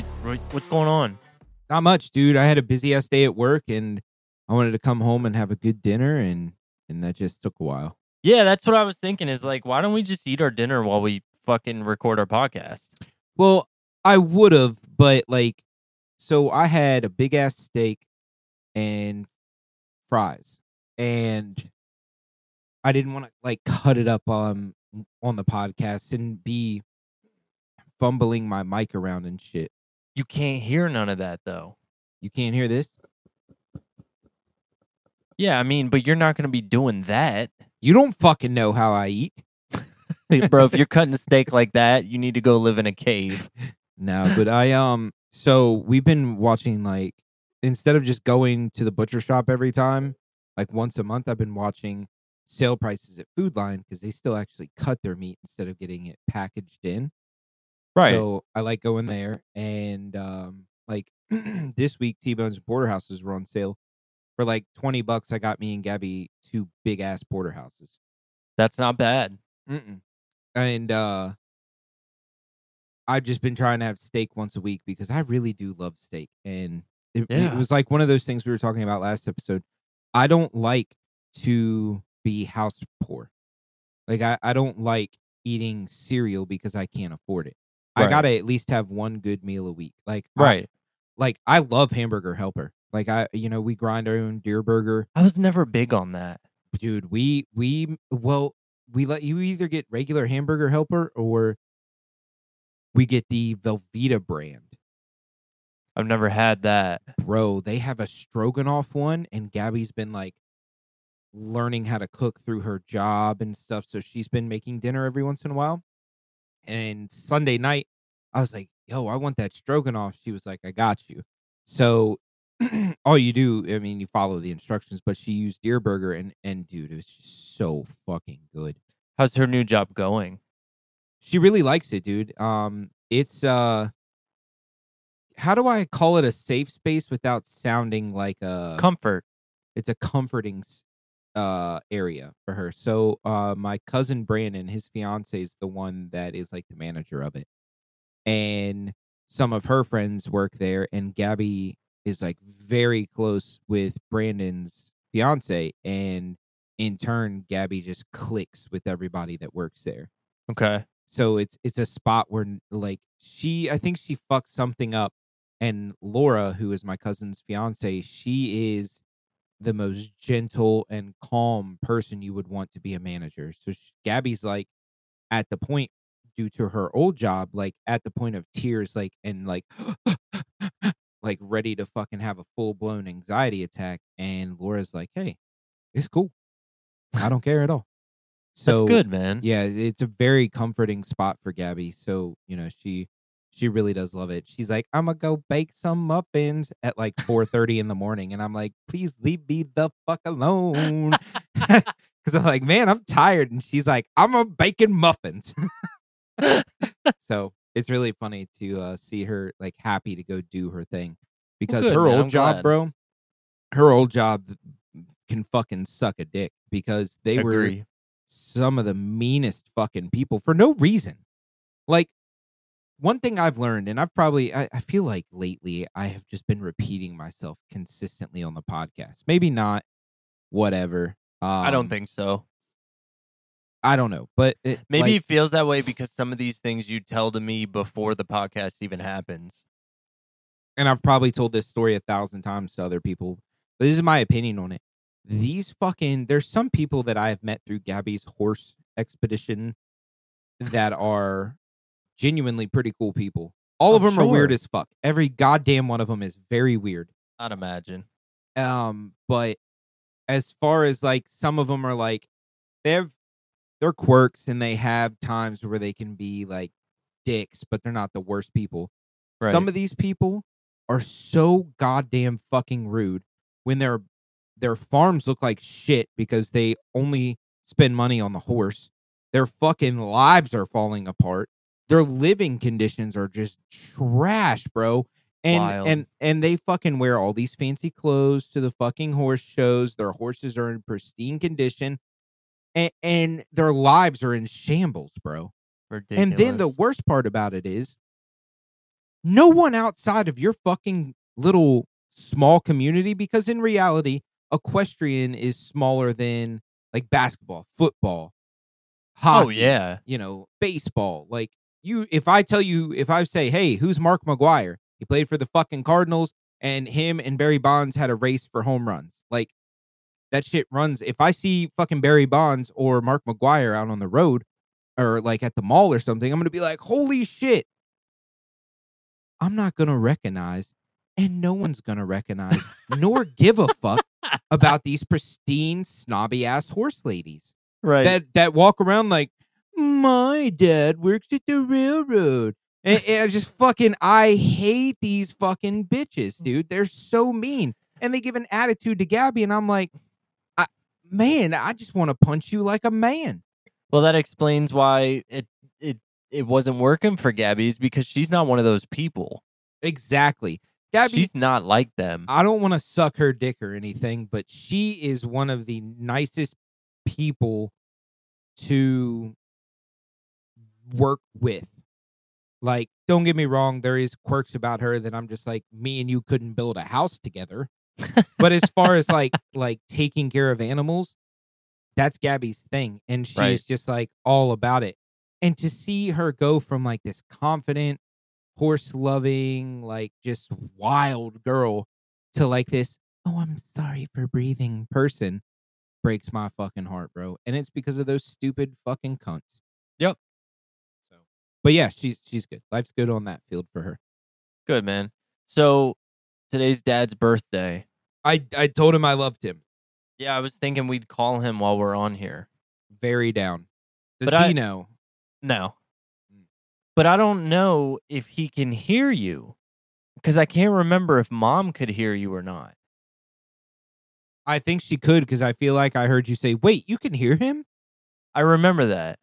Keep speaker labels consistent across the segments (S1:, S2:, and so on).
S1: What's going on?
S2: Not much, dude. I had a busy ass day at work and I wanted to come home and have a good dinner and and that just took a while.
S1: Yeah, that's what I was thinking. Is like, why don't we just eat our dinner while we fucking record our podcast?
S2: Well, I would have, but like so I had a big ass steak and fries and I didn't want to like cut it up on on the podcast and be fumbling my mic around and shit.
S1: You can't hear none of that though.
S2: You can't hear this?
S1: Yeah, I mean, but you're not going to be doing that,
S2: You don't fucking know how I eat.
S1: bro. if you're cutting steak like that, you need to go live in a cave.
S2: No, but I um so we've been watching like instead of just going to the butcher shop every time, like once a month I've been watching sale prices at Food Line because they still actually cut their meat instead of getting it packaged in. So I like going there and um like this week T Bone's Porterhouses were on sale. For like twenty bucks, I got me and Gabby two big ass porterhouses.
S1: that's not bad.
S2: Mm-mm. And uh I've just been trying to have steak once a week because I really do love steak. And it, it
S1: Yeah.
S2: was like one of those things we were talking about last episode. I don't like to be house poor. Like I, I don't like eating cereal because I can't afford it. I
S1: Right.
S2: gotta at least have one good meal a week. Like I-
S1: Right.
S2: like I love hamburger helper. Like I you know, we grind our own deer burger
S1: I was never big on that.
S2: dude we we well we let you either get regular hamburger helper or we get the Velveeta brand.
S1: I've never had that.
S2: Bro, they have a stroganoff one and Gabby's been like learning how to cook through her job and stuff so she's been making dinner every once in a while. And Sunday night I was like, "Yo, I want that stroganoff." She was like, "I got you." So all you do, I mean, you follow the instructions, but she used deer burger and and dude, it was just so fucking good.
S1: How's her new job going?
S2: she really likes it dude um it's uh how do i call it a safe space without sounding like a
S1: Comfort.
S2: it's a comforting s- uh area for her so uh my cousin brandon his fiance is the one that is like the manager of it and some of her friends work there and gabby is like very close with brandon's fiance and in turn gabby just clicks with everybody that works there
S1: Okay.
S2: so it's it's a spot where n- like she I think she fucked something up and Laura who is my cousin's fiance she is the most gentle and calm person you would want to be a manager. So sh Gabby's like at the point due to her old job like at the point of tears like and like like ready to fucking have a full-blown anxiety attack and Laura's like, "Hey, it's cool. I don't care at all."
S1: That's
S2: So
S1: good, man.
S2: yeah it's a very comforting spot for gabby so you know she she really does love it she's like i'm gonna go bake some muffins at like 4.30 in the morning and i'm like please leave me the fuck alone because i'm like man i'm tired and she's like i'm a baking muffins so it's really funny to uh, see her like happy to go do her thing because
S1: good,
S2: her
S1: man.
S2: old
S1: I'm
S2: job
S1: glad.
S2: bro her old job can fucking suck a dick because they were
S1: Agree.
S2: some of the meanest fucking people for no reason. Like, one thing I've learned, and I've probably, I, I feel like lately I have just been repeating myself consistently on the podcast. Maybe not, whatever. Um,
S1: I don't think so.
S2: I don't know, but it,
S1: Maybe
S2: like,
S1: it feels that way because some of these things you tell to me before the podcast even happens.
S2: and I've probably told this story a thousand times to other people, but this is my opinion on it. These fucking there's some people that I have met through Gabby's horse expedition that are genuinely pretty cool people. All of
S1: I'm
S2: them are weird
S1: sure.
S2: as fuck. Every goddamn one of them is very weird.
S1: I'd imagine.
S2: Um, but as far as like some of them are like they have their quirks and they have times where they can be like dicks, but they're not the worst people.
S1: Right.
S2: Some of these people are so goddamn fucking rude when their their farms look like shit because they only spend money on the horse. Their fucking lives are falling apart. Their living conditions are just trash, bro. And
S1: Wild.
S2: and and they fucking wear all these fancy clothes to the fucking horse shows. Their horses are in pristine condition. And, and their lives are in shambles, bro.
S1: ridiculous.
S2: And then the worst part about it is no one outside of your fucking little small community because in reality equestrian is smaller than like basketball football hockey
S1: Oh yeah.
S2: you know baseball like you if i tell you if i say hey who's mark mcguire he played for the fucking cardinals and him and barry bonds had a race for home runs like that shit runs if i see fucking barry bonds or mark mcguire out on the road or like at the mall or something i'm gonna be like holy shit i'm not gonna recognize and no one's gonna recognize nor give a fuck about these pristine snobby ass horse ladies
S1: Right.
S2: that that walk around like my dad works at the railroad and, and i just fucking i hate these fucking bitches dude they're so mean and they give an attitude to gabby and i'm like I, man i just want to punch you like a man
S1: well, that explains why it it it wasn't working for Gabby is because she's not one of those people.
S2: exactly gabby
S1: she's not like them.
S2: i don't want to suck her dick or anything but she is one of the nicest people to work with like don't get me wrong there is quirks about her that i'm just like me and you couldn't build a house together but as far as like like taking care of animals that's gabby's thing and she's
S1: Right.
S2: just like all about it and to see her go from like this confident horse loving like just wild girl to like this oh i'm sorry for breathing person breaks my fucking heart bro and it's because of those stupid fucking cunts
S1: Yep.
S2: so but yeah she's she's good life's good on that field for her
S1: Good man. So today's dad's birthday.
S2: i i told him i loved him
S1: Yeah, I was thinking we'd call him while we're on here.
S2: very down does
S1: But I-
S2: he know
S1: No. But I don't know if he can hear you because I can't remember if mom could hear you or not.
S2: i think she could because i feel like i heard you say wait you can hear him
S1: I remember that.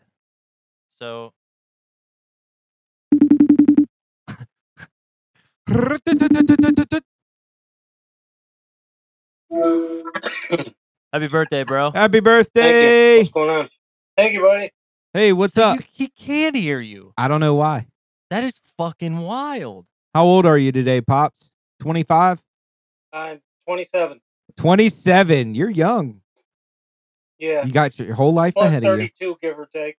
S1: So happy birthday, bro.
S2: happy
S3: Thank you.
S2: birthday
S3: What's going on? Thank you, buddy.
S2: hey what's
S1: So
S2: up
S1: you, he can't hear you.
S2: i don't know why
S1: That is fucking wild.
S2: How old are you today, Pops? 25?
S3: I'm 27.
S2: 27. You're young.
S3: Yeah.
S2: You got your whole life
S3: Plus
S2: ahead of you.
S3: 32, give or take.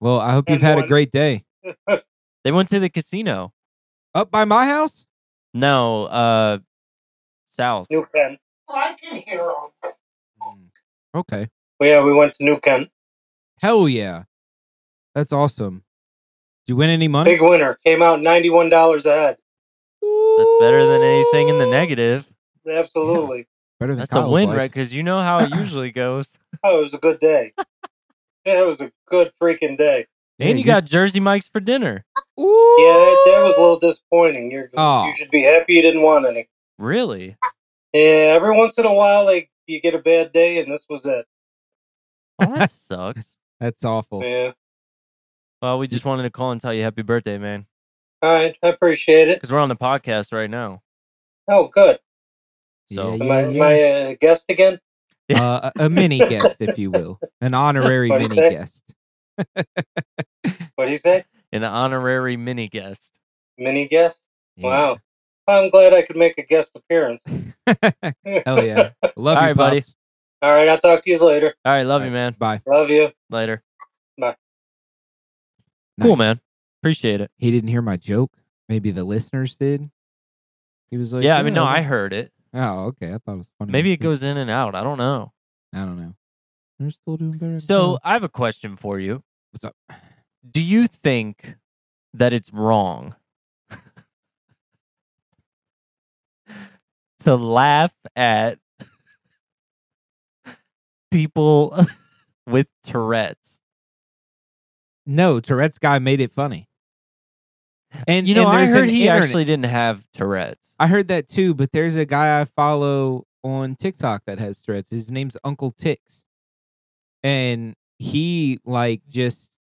S2: well, I hope you've
S3: And
S2: had a
S3: one.
S2: great day.
S1: They went to the casino.
S2: Up by my house?
S1: No, uh, South.
S3: New Kent.
S2: Mm. Okay.
S3: Well, yeah, we went to New Kent.
S2: Hell yeah. That's awesome. Did you win any money?
S3: Big winner. Came out $91 ahead.
S1: That's better than anything in the negative.
S3: Absolutely.
S2: Better than
S1: That's a
S2: Kyle's
S1: win,
S2: life.
S1: right? Because you know how it usually goes.
S3: Oh, it was a good day. yeah, it was a good freaking day.
S2: Yeah,
S1: and you
S2: you-
S1: got Jersey Mike's for dinner.
S2: Ooh.
S3: Yeah, that, that was a little disappointing. You're,
S2: Aw.
S3: You should be happy you didn't want any.
S1: Really?
S3: Yeah, every once in a while, like, you get a bad day, and this was it.
S1: Well, that sucks.
S2: That's awful.
S3: Yeah.
S1: Well, we just wanted to call and tell you happy birthday, man.
S3: All right. I appreciate it.
S1: Because we're on the podcast right now.
S3: Oh, good.
S2: Yeah,
S1: So-
S3: Am I,
S2: yeah,
S3: am I
S2: yeah.
S3: a guest again?
S2: Uh, a a mini guest, if you will. An honorary
S3: What'd
S2: mini
S3: you say?
S2: guest.
S3: What do you say?
S1: An honorary mini guest.
S3: Mini guest?
S2: Yeah.
S3: Wow. I'm glad I could make a guest appearance.
S2: Hell yeah. Love
S1: All
S2: you,
S1: right, buddy.
S2: Pops.
S3: All right, I'll talk to you later.
S1: All right, love
S2: All
S1: you, man.
S2: Bye.
S3: Love you.
S1: Later.
S2: Nice.
S1: Cool, man. Appreciate it.
S2: He didn't hear my joke. Maybe the listeners did. He was like,
S1: yeah, I mean, no, I heard
S2: heard.
S1: it.
S2: Oh, okay. I thought it was funny.
S1: Maybe it goes in and out. I don't know.
S2: I don't know. They're still doing better. than
S1: So
S2: Kyle.
S1: I have a question for you.
S2: what's up?
S1: Do you think that it's wrong to laugh at people with Tourette's?
S2: No, Tourette's guy made it funny. And
S1: you know,
S2: and
S1: I
S2: there's
S1: heard
S2: an
S1: he
S2: internet-
S1: actually didn't have Tourette's.
S2: I heard that too. But there's a guy I follow on TikTok that has Tourette's. His name's Uncle Tix, and he like just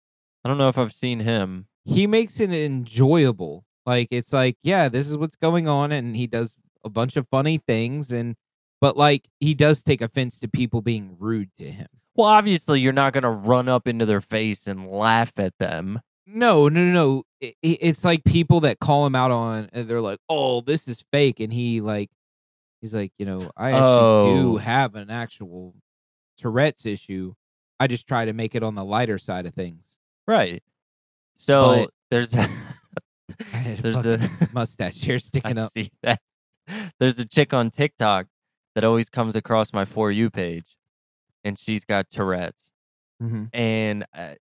S1: I don't know if I've seen him.
S2: he makes it enjoyable. Like it's like, yeah, this is what's going on, and he does a bunch of funny things, and but like he does take offense to people being rude to him.
S1: Well, obviously, you're not going to run up into their face and laugh at them.
S2: No, no, no, no. I- i- it's like people that call him out on, and they're like, "Oh, this is fake," and he like, he's like, you know, I actually
S1: Oh.
S2: do have an actual Tourette's issue. I just try to make it on the lighter side of things.
S1: Right. So there's
S2: I had a
S1: there's a
S2: Mustache here sticking
S1: I
S2: up.
S1: see that. There's a chick on TikTok that always comes across my for you page, and she's got Tourette's,
S2: Mhm.
S1: and I,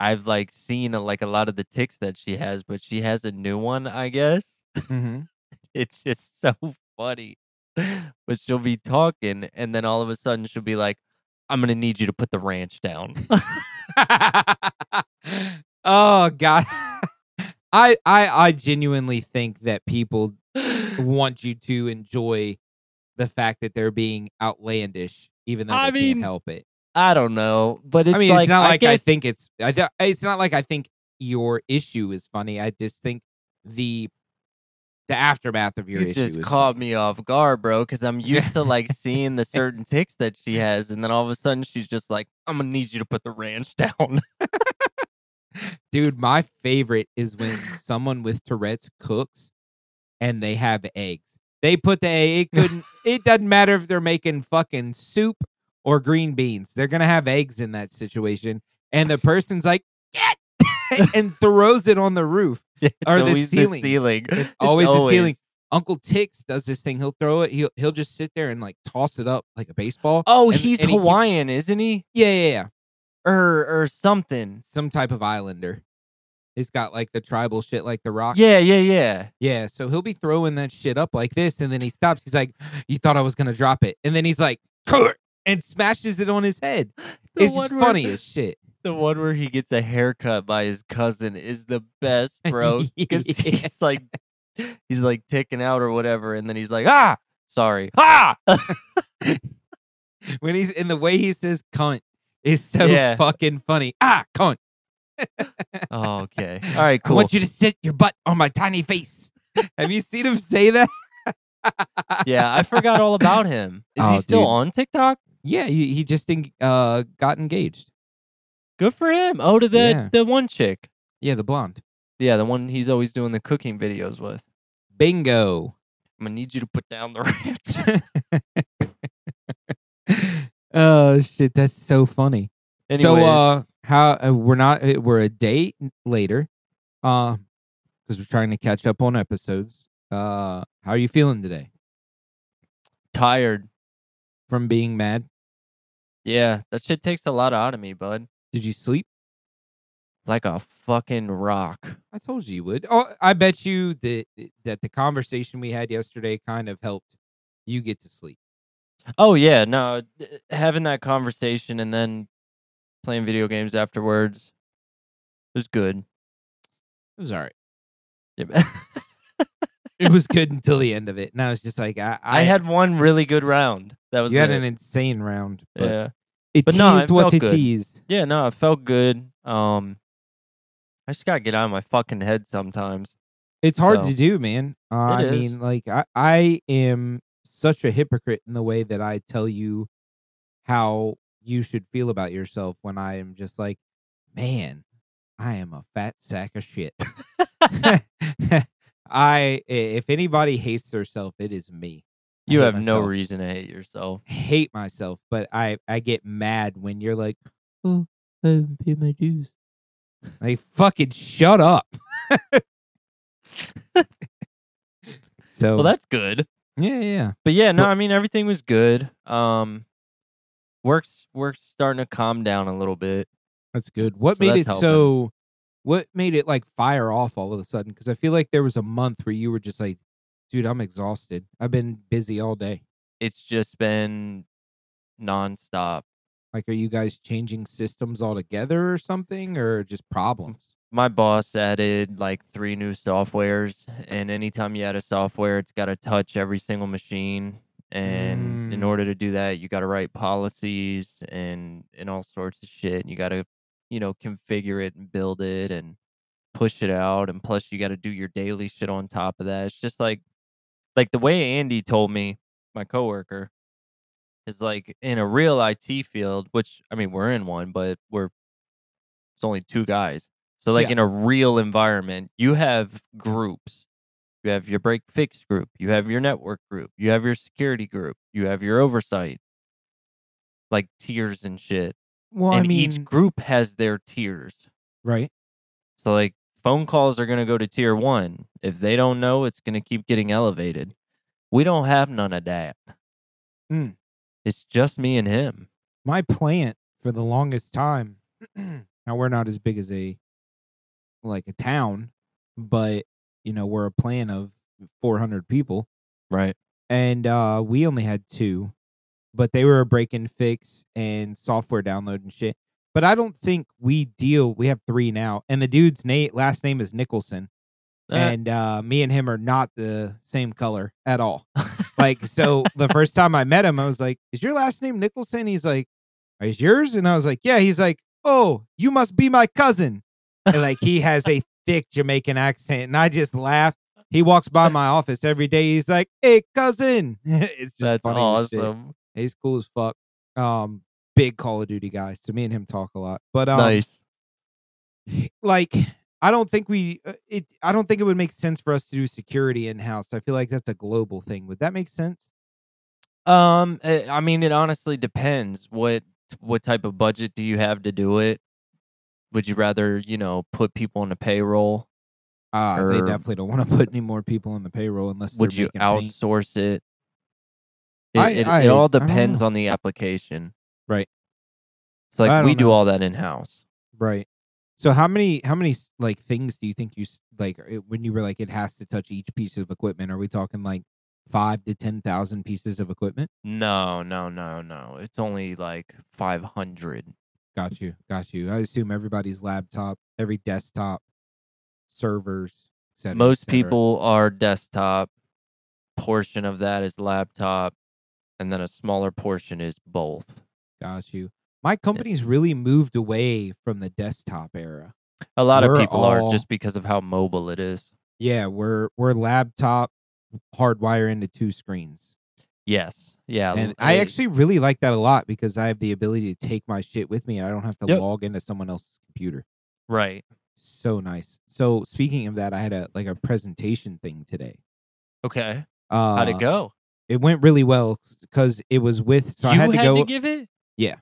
S1: I've like seen a, like a lot of the ticks that she has, but she has a new one, I guess.
S2: Mhm.
S1: It's just so funny. But she'll be talking, and then all of a sudden she'll be like, "I'm gonna need you to put the ranch down."
S2: oh God, I I I genuinely think that people want you to enjoy the fact that they're being outlandish, even though they
S1: I mean,
S2: can't help it.
S1: I don't know, but it's
S2: I mean,
S1: like
S2: it's not like I
S1: guess-
S2: think it's. I, d- it's not like I think your issue is funny. I just think the the aftermath of your
S1: you
S2: issue
S1: just
S2: is
S1: caught
S2: funny.
S1: me off guard, bro, because I'm
S2: Yeah.
S1: used to like seeing the certain ticks that she has, and then all of a sudden she's just like, "I'm gonna need you to put the ranch down."
S2: dude. My favorite is when someone with Tourette's cooks and they have eggs. They put the egg. It couldn't. it doesn't matter if they're making fucking soup or green beans. They're gonna have eggs in that situation, and the person's like, "Get!" and throws it on the roof.
S1: it's
S2: Or the
S1: always
S2: ceiling.
S1: It's
S2: always the ceiling. Uncle Tix does this thing. He'll throw it. He'll he'll just sit there and like toss it up like a baseball.
S1: Oh,
S2: And-
S1: he's
S2: and he keeps-
S1: Hawaiian, isn't he?
S2: Yeah, yeah, yeah.
S1: Or or something.
S2: Some type of islander. He's got like the tribal shit, like the rock.
S1: Yeah, yeah, yeah.
S2: Yeah, so he'll be throwing that shit up like this, and then he stops. He's like, "You thought I was gonna drop it," and then he's like, "Kurt," and smashes it on his head.
S1: The
S2: it's just
S1: one where-
S2: funny as shit.
S1: The one where he gets a haircut by his cousin is the best, bro. Because
S2: Yeah.
S1: he's like, he's like ticking out or whatever, and then he's like, "Ah, sorry, ah."
S2: When he's and the way he says "cunt" is so
S1: Yeah.
S2: fucking funny. Ah, cunt!
S1: oh, okay, all right, cool.
S2: I want you to sit your butt on my tiny face. Have you seen him say that?
S1: yeah, I forgot all about him. Is he
S2: Oh,
S1: still
S2: dude.
S1: on TikTok?
S2: Yeah, he, he just en- uh, got engaged.
S1: Good for him. Oh, to the
S2: Yeah.
S1: the one chick.
S2: Yeah, the blonde.
S1: Yeah, the one he's always doing the cooking videos with.
S2: Bingo.
S1: I'm gonna need you to put down the ranch.
S2: oh shit, that's so funny.
S1: Anyways,
S2: So uh how uh, we're not uh, we're a day later. Uh cuz we're trying to catch up on episodes. Uh how are you feeling today
S1: tired.
S2: from being mad?
S1: Yeah, that shit takes a lot out of me, bud.
S2: Did you sleep?
S1: Like a fucking rock.
S2: I told you you would. Oh, I bet you that that the conversation we had yesterday kind of helped you get to sleep.
S1: Oh yeah, no, d- having that conversation and then playing video games afterwards was good.
S2: It was all right.
S1: Yeah.
S2: It was good until the end of it. And I was just like I
S1: I,
S2: I
S1: had one really good round. That was
S2: you had
S1: it.
S2: an insane round. But
S1: yeah.
S2: It
S1: But
S2: teased
S1: no, it
S2: what
S1: felt
S2: it
S1: good.
S2: teased.
S1: Yeah, no, it felt good. Um, I just gotta get out of my fucking head sometimes.
S2: It's hard
S1: So-
S2: to do, man. Uh, I
S1: It is.
S2: mean, like I, I am such a hypocrite in the way that I tell you how you should feel about yourself when I am just like, man, I am a fat sack of shit. I if anybody hates herself, it is me. I
S1: You
S2: hate
S1: have no
S2: myself.
S1: reason to hate yourself.
S2: hate myself, but I I get mad when you're like, oh, I haven't paid my dues. Like fucking shut up. so
S1: Well, that's good.
S2: yeah, yeah.
S1: But yeah, no,
S2: Well-
S1: I mean everything was good. Um, works works starting to calm down a little bit.
S2: That's good. What
S1: So
S2: made
S1: that's
S2: it
S1: helping.
S2: so? What made it like fire off all of a sudden? Because I feel like there was a month where you were just like, "Dude, I'm exhausted. I've been busy all day.
S1: It's just been nonstop.
S2: Like, are you guys changing systems altogether or something, or just problems?"
S1: My boss added like three new softwares, and anytime you add a software, it's got to touch every single machine. And in
S2: Mm.
S1: order to do that, you got to write policies and and all sorts of shit. And you got to, you know, configure it and build it and push it out. And plus, you got to do your daily shit on top of that. It's just like, like the way Andy told me, my coworker, is like in a real IT field, which I mean we're in one, but we're it's only two guys So like
S2: Yeah.
S1: in a real environment, you have groups. You have your break fix group, you have your network group, you have your security group, you have your oversight. Like tiers and shit.
S2: Well,
S1: and
S2: I mean,
S1: each group has their tiers.
S2: right?
S1: So like phone calls are going to go to tier 1. If they don't know, it's going to keep getting elevated. We don't have none of that.
S2: Mm.
S1: It's just me and him.
S2: My plant for the longest time. now we're not as big as a like a town, but you know we're a plant of 400 people.
S1: Right.
S2: and uh we only had two but they were a break and fix and software download and shit but i don't think we deal we have three now and the dude's name last name is nicholson and uh me and him are not the same color at all like so the first time i met him i was like is your last name nicholson he's like is yours and i was like yeah he's like oh you must be my cousin and like he has a thick jamaican accent and i just laughed he walks by my office every day he's like hey cousin it's just
S1: That's
S2: funny as shit.
S1: awesome.
S2: he's cool as fuck um big call of duty guys so me and him talk a lot but um
S1: nice.
S2: like I don't think we uh, it I don't think it would make sense for us to do security in house. I feel like that's a global thing. Would that make sense?
S1: Um, eh, I mean, it honestly depends. What what type of budget do you have to do it? Would you rather, you know, put people on the payroll?
S2: Uh, they
S1: Or-
S2: definitely don't want to put any more people on the payroll unless
S1: Would
S2: they're
S1: you
S2: making paint.
S1: outsource it? It,
S2: I-
S1: it,
S2: I-
S1: it
S2: I
S1: all
S2: don't
S1: depends
S2: know.
S1: on the application.
S2: Right.
S1: It's like
S2: I
S1: we
S2: don't
S1: do
S2: know.
S1: all that in house.
S2: right? So how many how many s- like things do you think you s- like uh, it, when you were like it has to touch each piece of equipment? Are we talking like five to ten thousand pieces of equipment?
S1: No, no, no, no. It's only like five hundred.
S2: Got you, got you. I assume everybody's laptop, every desktop, servers, et cetera, et
S1: Most
S2: cetera.
S1: people are desktop. Portion of that is laptop, and then a smaller portion is both.
S2: Got you. My company's really moved away from the desktop era.
S1: A lot of
S2: We're
S1: people are
S2: all-
S1: just because of how mobile it is.
S2: Yeah, we're we're laptop hardwire into two screens.
S1: Yes. Yeah.
S2: And
S1: l-
S2: I
S1: it-
S2: actually really like that a lot because I have the ability to take my shit with me and I don't have to
S1: Yep.
S2: log into someone else's computer.
S1: right.
S2: So nice. So speaking of that, I had a like a presentation thing today.
S1: Okay.
S2: Uh,
S1: How'd it go?
S2: It went really well because it was with so
S1: you
S2: I had to go
S1: give it.
S2: Yeah.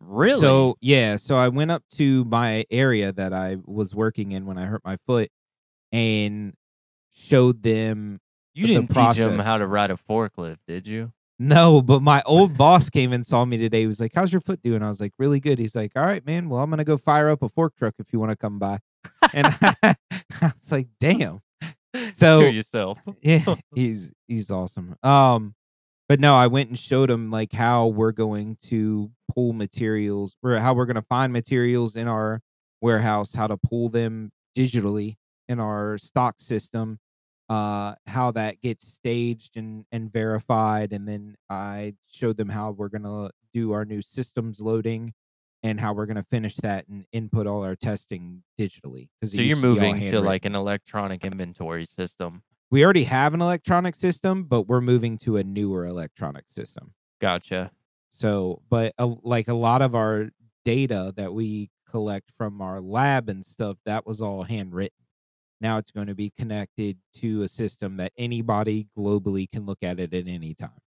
S1: Really?
S2: So yeah, so I went up to my area that I was working in when I hurt my foot, and showed them
S1: you
S2: the
S1: didn't teach them
S2: process-
S1: how to ride a forklift, did you?
S2: no. But my old boss came and saw me today. He was like, "How's your foot doing?" I was like, "Really good." He's like, "All right, man. Well, I'm gonna go fire up a fork truck if you want to come by." And I, was like, "Damn." So-
S1: Kill yourself.
S2: Yeah, he's he's awesome. Um, but no, I went and showed him like how we're going to pull materials or how we're going to find materials in our warehouse, how to pull them digitally in our stock system, uh, how that gets staged and and verified, and then I showed them how we're going to do our new systems loading. And how we're going to finish that and input all our testing digitally. 'cause it
S1: So you're
S2: used be all
S1: moving to
S2: handwritten
S1: like an electronic inventory system.
S2: we already have an electronic system, but we're moving to a newer electronic system.
S1: Gotcha.
S2: So, but a, like a lot of our data that we collect from our lab and stuff, that was all handwritten. Now it's going to be connected to a system that anybody globally can look at it at any time.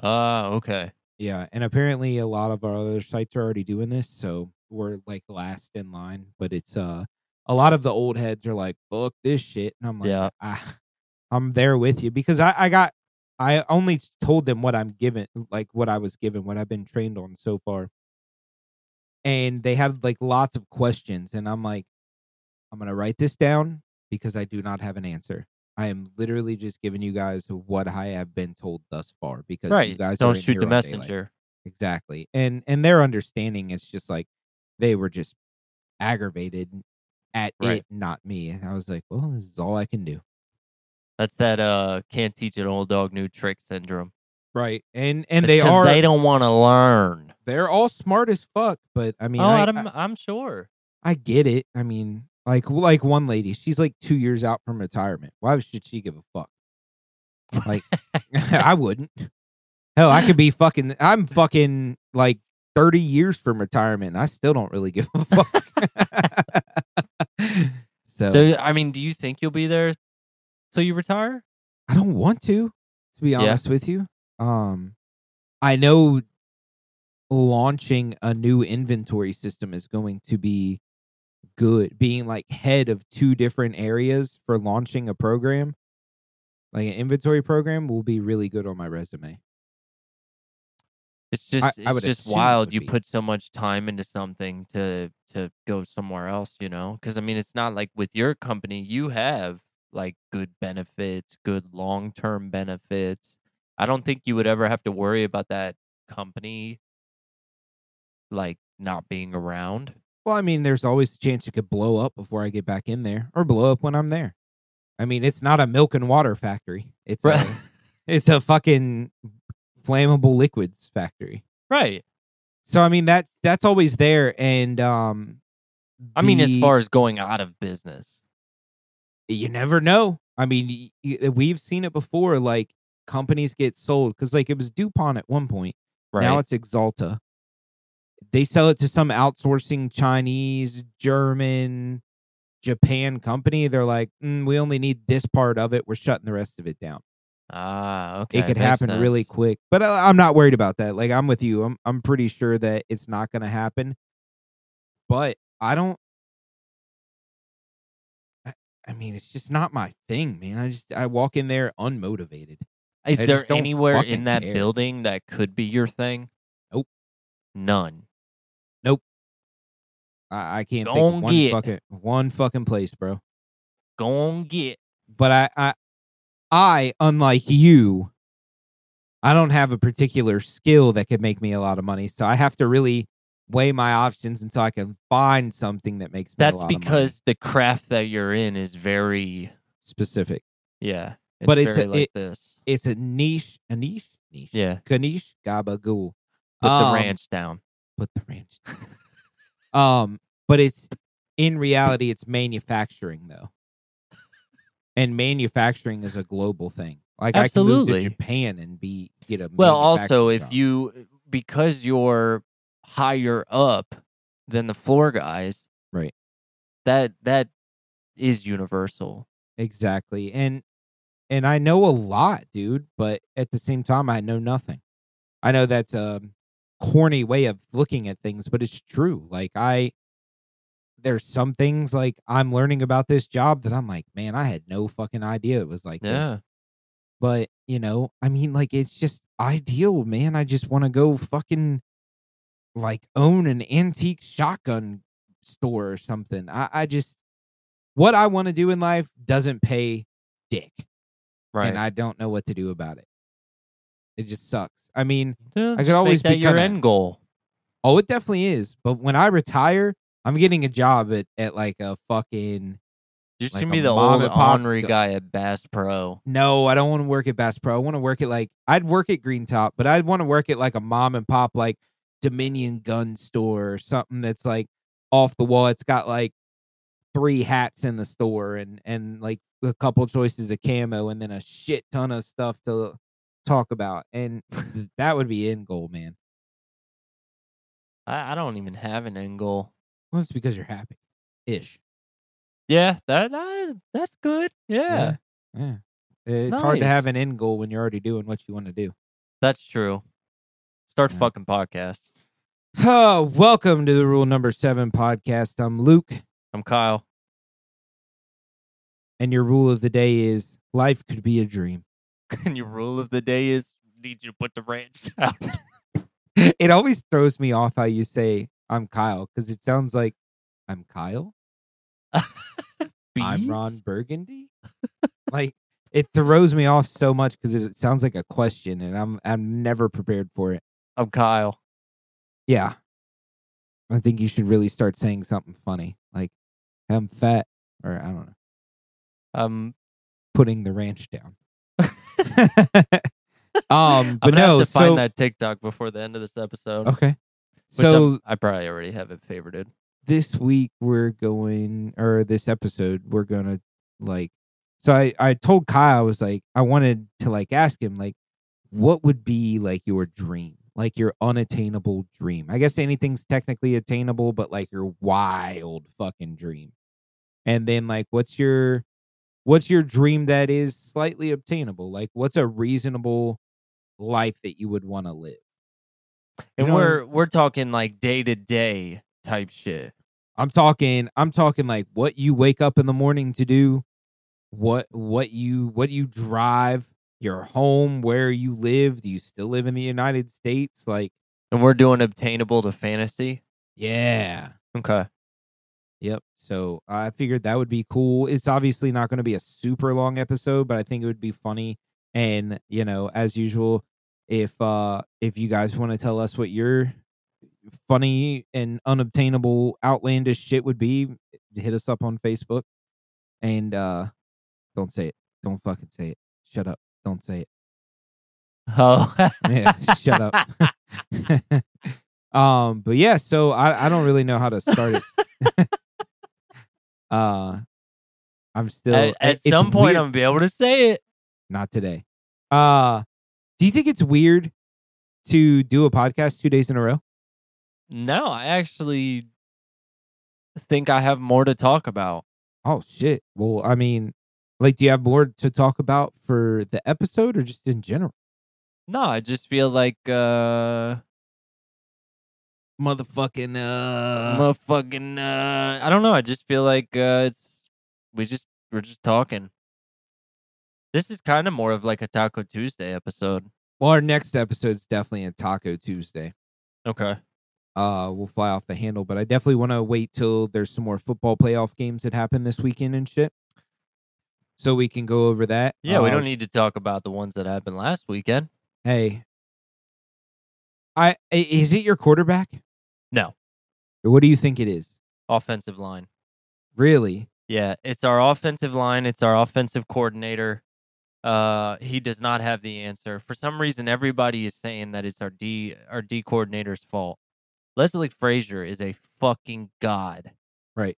S1: Ah, okay.
S2: Yeah, and apparently a lot of our other sites are already doing this, so we're like last in line. But it's uh a lot of the old heads are like, "Fuck this shit," and I'm like,
S1: Yeah.
S2: I, ah, "I'm there with you," because I I got I only told them what I'm given, like what I was given, what I've been trained on so far, and they had like lots of questions, and I'm like, "I'm gonna write this down because I do not have an answer." I am literally just giving you guys what I have been told thus far because you
S1: Right.
S2: guys are
S1: Don't
S2: in
S1: shoot
S2: here
S1: the
S2: all day, like-
S1: messenger.
S2: exactly and and their understanding is just like they were just aggravated at
S1: Right.
S2: it not me and i was like well this is all i can do
S1: That's that uh can't teach an old dog new trick syndrome.
S2: right and
S1: It's
S2: and they
S1: 'cause
S2: are
S1: they don't want to learn.
S2: they are all smart as fuck but i mean
S1: oh,
S2: I,
S1: I'm
S2: I,
S1: I'm sure.
S2: I get it i mean like like one lady she's like two years out from retirement why should she give a fuck like i wouldn't hell i could be fucking i'm fucking like 30 years from retirement and i still don't really give a fuck so,
S1: So I mean, do you think you'll be there till you retire?
S2: I don't want to, to be
S1: Yeah.
S2: honest with you. Um, I know launching a new inventory system is going to be good. Being like head of two different areas for launching a program, like an inventory program, will be really good on my resume.
S1: It's just
S2: I
S1: it's
S2: would
S1: just
S2: assume it
S1: wild.
S2: would
S1: You
S2: be.
S1: put so much time into something to to go somewhere else, you know? Because I mean, it's not like with your company, you have like good benefits, good long term benefits. I don't think you would ever have to worry about that company like not being around.
S2: Well, I mean, there's always a chance it could blow up before I get back in there, or blow up when I'm there. I mean, it's not a milk and water factory. It's
S1: Right.
S2: a, it's a fucking flammable liquids factory.
S1: right.
S2: So I mean that that's always there, and um,
S1: I mean, as
S2: the-
S1: far as going out of business.
S2: you never know. I mean, y- y- we've seen it before. Like companies get sold because like it was Dupont at one point.
S1: Right.
S2: Now it's Exalta. They sell it to some outsourcing Chinese, German, Japan company. They're like, "Mm, we only need this part of it. We're shutting the rest of it down.
S1: ah, okay.
S2: it could
S1: makes
S2: happen really
S1: sense.
S2: quick. But I, I'm not worried about that. Like I'm with you. I'm I'm pretty sure that it's not going to happen. But I don't. I, I mean, it's just not my thing, man. I just I walk in there unmotivated.
S1: Is
S2: I
S1: there
S2: just don't
S1: anywhere in
S2: fucking
S1: that
S2: care.
S1: building that could be your thing?
S2: Nope.
S1: None.
S2: I, I can't think
S1: Don't
S2: of one
S1: get-
S2: fucking one fucking place, bro.
S1: Gon' get.
S2: But I I I unlike you. I don't have a particular skill that could make me a lot of money, so I have to really weigh my options until I can find something that makes me. a
S1: That's
S2: lot of money.
S1: because the craft that you're in is very
S2: specific.
S1: yeah. It's
S2: But it's
S1: very
S2: a-
S1: like
S2: it-
S1: this
S2: It's a niche, a niche, niche.
S1: Yeah.
S2: Ganesh Gabagool.
S1: put the
S2: Um,
S1: ranch down.
S2: Put the ranch. um, but it's in reality, it's manufacturing though, and manufacturing is a global thing. Like I can
S1: Absolutely.
S2: move to Japan and be get a
S1: Well, also if
S2: manufacturing job.
S1: you because you're higher up than the floor guys,
S2: Right.
S1: That that is universal.
S2: exactly and and I know a lot, dude, but at the same time, I know nothing. I know that's a corny way of looking at things, but it's true. Like I there's some things like I'm learning about this job that I'm like, man, I had no fucking idea it was like
S1: Yeah.
S2: this. But, you know, I mean like it's just ideal, man. I just want to go fucking like own an antique shotgun store or something. I, I just what I want to do in life doesn't pay dick
S1: Right.
S2: and I don't know what to do about it. It just sucks. I mean,
S1: Yeah,
S2: could
S1: just make
S2: always
S1: that your
S2: become a-
S1: end goal.
S2: oh, it definitely is. But when I retire, I'm getting a job at, at like a fucking
S1: You're just
S2: like
S1: gonna
S2: a
S1: be the
S2: mom
S1: old
S2: and pop
S1: ornery
S2: go-
S1: guy at Bass Pro.
S2: no, I don't want to work at Bass Pro. I want to work at like I'd work at Green Top, but I'd want to work at like a mom and pop like Dominion gun store or something that's like off the wall. It's got like three hats in the store and and like a couple choices of camo and then a shit ton of stuff to talk about. And that would be end goal, man.
S1: I, I don't even have an end goal.
S2: Well, it's because you're happy ish.
S1: Yeah, that, that that's good. yeah.
S2: Yeah. It's hard to have
S1: Nice.
S2: an end goal when you're already doing what you want to do.
S1: That's true. Start
S2: Yeah.
S1: fucking podcast.
S2: Oh, welcome to the Rule Number Seven podcast. I'm Luke,
S1: I'm Kyle.
S2: and your rule of the day is life could be a dream.
S1: And your rule of the day is need you to put the ranch out.
S2: it always throws me off how you say I'm Kyle because it sounds like I'm Kyle. I'm Ron
S1: Beans?
S2: Burgundy. like it throws me off so much because it sounds like a question, and I'm I'm never prepared for it.
S1: I'm Kyle.
S2: Yeah. I think you should really start saying something funny. Like, I'm fat, or I don't know,
S1: Um,
S2: putting the ranch down. um,
S1: I'm
S2: but
S1: gonna
S2: no,
S1: have to find
S2: so,
S1: that TikTok before the end of this episode.
S2: Okay.
S1: which I'm-
S2: So
S1: I probably already have it favorited.
S2: this week we're going, or this episode, we're going to like, so I, I told Kyle, I was like, I wanted to like ask him, like, what would be like your dream? Like your unattainable dream. I guess anything's technically attainable, but like your wild fucking dream. and then like what's your what's your dream that is slightly obtainable like what's a reasonable life that you would want to live
S1: And
S2: You know-
S1: we're we're talking like day to day type shit.
S2: i'm talking i'm talking like what you wake up in the morning to do what what you what you drive your home where you live do you still live in the united states like
S1: And we're doing obtainable to fantasy.
S2: yeah
S1: Okay.
S2: Yep. So I figured that would be cool. It's obviously not going to be a super long episode, but I think it would be funny. And you know, as usual, if uh if you guys want to tell us what your funny and unobtainable outlandish shit would be, hit us up on Facebook. And uh don't say it. Don't fucking say it. Shut up. Don't say it.
S1: Oh.
S2: Yeah, shut up. um, but yeah, so I, I don't really know how to start it. uh I'm still
S1: at, at
S2: it's
S1: some point
S2: weird-
S1: I'm gonna be able to say it.
S2: not today. Uh do you think it's weird to do a podcast two days in a row?
S1: No, I actually think I have more to talk about.
S2: Oh shit. Well, I mean, like do you have more to talk about for the episode or just in general?
S1: No, I just feel like uh
S2: Motherfucking uh
S1: motherfucking uh I don't know, I just feel like uh it's we just we're just talking. This is kind of more of like a Taco Tuesday episode.
S2: Well, our next episode's definitely a Taco Tuesday.
S1: Okay.
S2: uh will fly off the handle. But I definitely want to wait till there's some more football playoff games that happen this weekend and shit. So we can go over that.
S1: Yeah, we
S2: Uh,
S1: don't need to talk about the ones that happened last weekend.
S2: Hey, I i- is it your quarterback?
S1: No.
S2: Or What do you think it is?
S1: Offensive line.
S2: Really?
S1: Yeah, it's our offensive line. It's our offensive coordinator. Uh, he does not have the answer. For some reason, everybody is saying that it's our D our D coordinator's fault. Leslie Frazier is a fucking god.
S2: Right.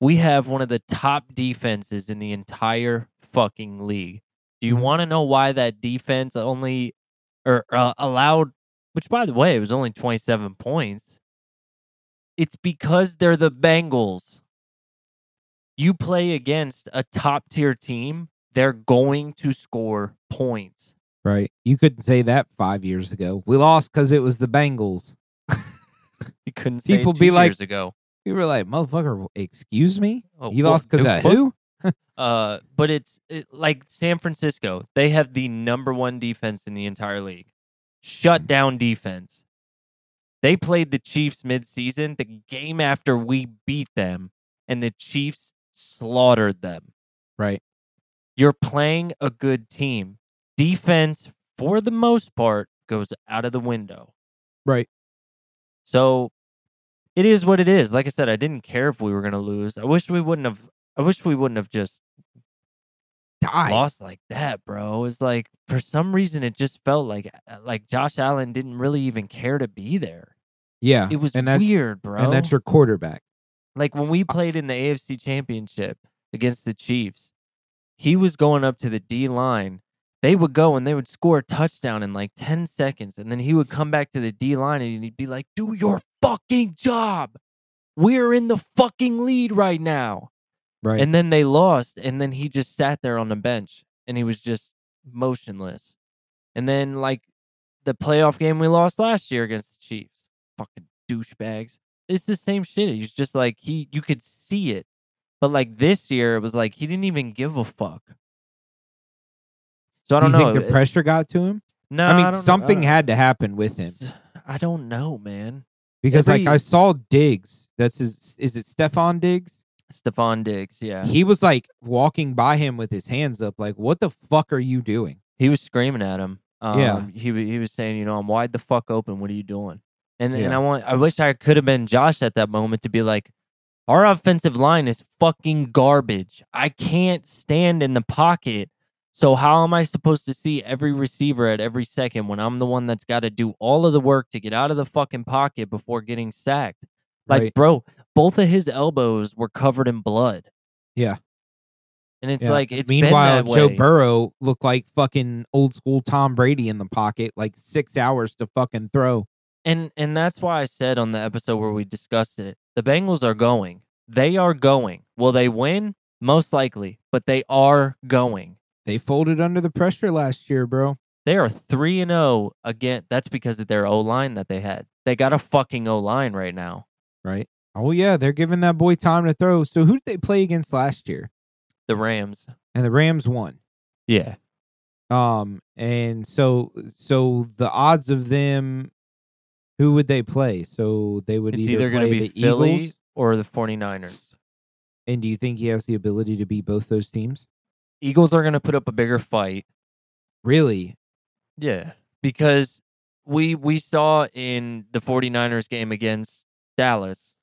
S1: We have one of the top defenses in the entire fucking league. Do you
S2: Mhm.
S1: want to know why that defense only or uh, allowed? Which, by the way, it was only twenty seven points. It's because they're the Bengals you play against a top tier team, they're going to score points.
S2: Right. You couldn't say that five years ago. We lost because it was the Bengals.
S1: You couldn't say
S2: People
S1: it
S2: be
S1: two
S2: like-
S1: years ago.
S2: We were like, motherfucker, excuse me?
S1: Oh,
S2: you
S1: well,
S2: lost because
S1: Duke
S2: of
S1: Book-
S2: who?
S1: Uh, but it's it, like San Francisco. They have the number one defense in the entire league.
S2: Mm.
S1: Shut down defense. They played the Chiefs midseason, the game after we beat them, and the Chiefs slaughtered them.
S2: Right.
S1: You're playing a good team. Defense, for the most part, goes out of the window.
S2: Right.
S1: So it is what it is. Like I said, I didn't care if we were gonna lose. I wish we wouldn't have I wish we wouldn't have just
S2: Die.
S1: lost like that, bro. It's like for some reason it just felt like like Josh Allen didn't really even care to be there.
S2: Yeah.
S1: It was
S2: Uh, and that-
S1: weird, bro.
S2: And that's your quarterback.
S1: Like when we played in the AFC Championship against the Chiefs, he was going up to the D line. They would go and they would score a touchdown in like 10 seconds. And then he would come back to the D line and he'd be like, Do your fucking job. We're in the fucking lead right now.
S2: Right.
S1: And then they lost. And then he just sat there on the bench and he was just motionless. And then, like the playoff game we lost last year against the Chiefs, fucking douchebags. It's the same shit. He's just like, he, you could see it. But like this year, it was like he didn't even give a fuck. So I don't
S2: do you
S1: know.
S2: think the
S1: It-
S2: pressure got to him?
S1: no,
S2: I mean,
S1: don't know.
S2: something
S1: Uh,
S2: had to happen with him
S1: s- I don't know, man.
S2: because, like,
S1: every-
S2: I saw Diggs. That's his. Is it Stefan Diggs?
S1: Stephon Diggs, yeah.
S2: He was like walking by him with his hands up, like, "What the fuck are you doing?"
S1: He was screaming at him. Um,
S2: Yeah.
S1: He wa- he was saying, you know, I'm wide the fuck open. What are you doing? And and
S2: Yeah.
S1: I want I wish I could have been Josh at that moment to be like, our offensive line is fucking garbage. I can't stand in the pocket. So how am I supposed to see every receiver at every second when I'm the one that's got to do all of the work to get out of the fucking pocket before getting sacked? Like,
S2: right?
S1: bro, both of his elbows were covered in blood.
S2: Yeah.
S1: And it's
S2: Yeah.
S1: like it's been
S2: Meanwhile,
S1: that way.
S2: Joe Burrow looked like fucking old school Tom Brady in the pocket, like six hours to fucking throw.
S1: and and that's why I said on the episode where we discussed it, the Bengals are going. They are going. Will they win? Most likely, but they are going.
S2: They folded under the pressure last year, bro.
S1: They are 3 and 0 again. That's because of their O line that they had. They got a fucking O line right now.
S2: Right? Oh yeah, they're giving that boy time to throw. So who did they play against last year?
S1: The Rams.
S2: And the Rams won.
S1: Yeah.
S2: Um, and so so the odds of them, who would they play? So they would
S1: it's
S2: either,
S1: either,
S2: play
S1: going to be
S2: the
S1: Philly
S2: Eagles.
S1: or the 49ers.
S2: And do you think he has the ability to beat both those teams?
S1: Eagles are going to put up a bigger fight.
S2: Really?
S1: Yeah. Because we we saw in the 49ers game against Dallas,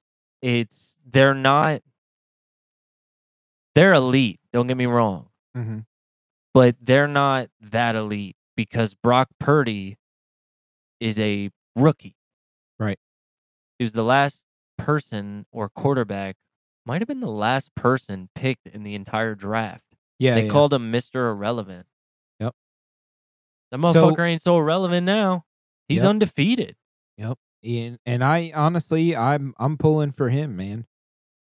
S1: it's they're not they're elite, don't get me wrong,
S2: Mm-hmm.
S1: but they're not that elite because Brock Purdy is a rookie.
S2: Right.
S1: He was the last person or quarterback, might have been the last person picked in the entire draft.
S2: Yeah.
S1: They
S2: yeah.
S1: called him Mr. Irrelevant.
S2: Yep.
S1: That
S2: So-
S1: motherfucker ain't so irrelevant now. He's
S2: Yep.
S1: undefeated.
S2: and and I honestly I'm I'm pulling for him, man.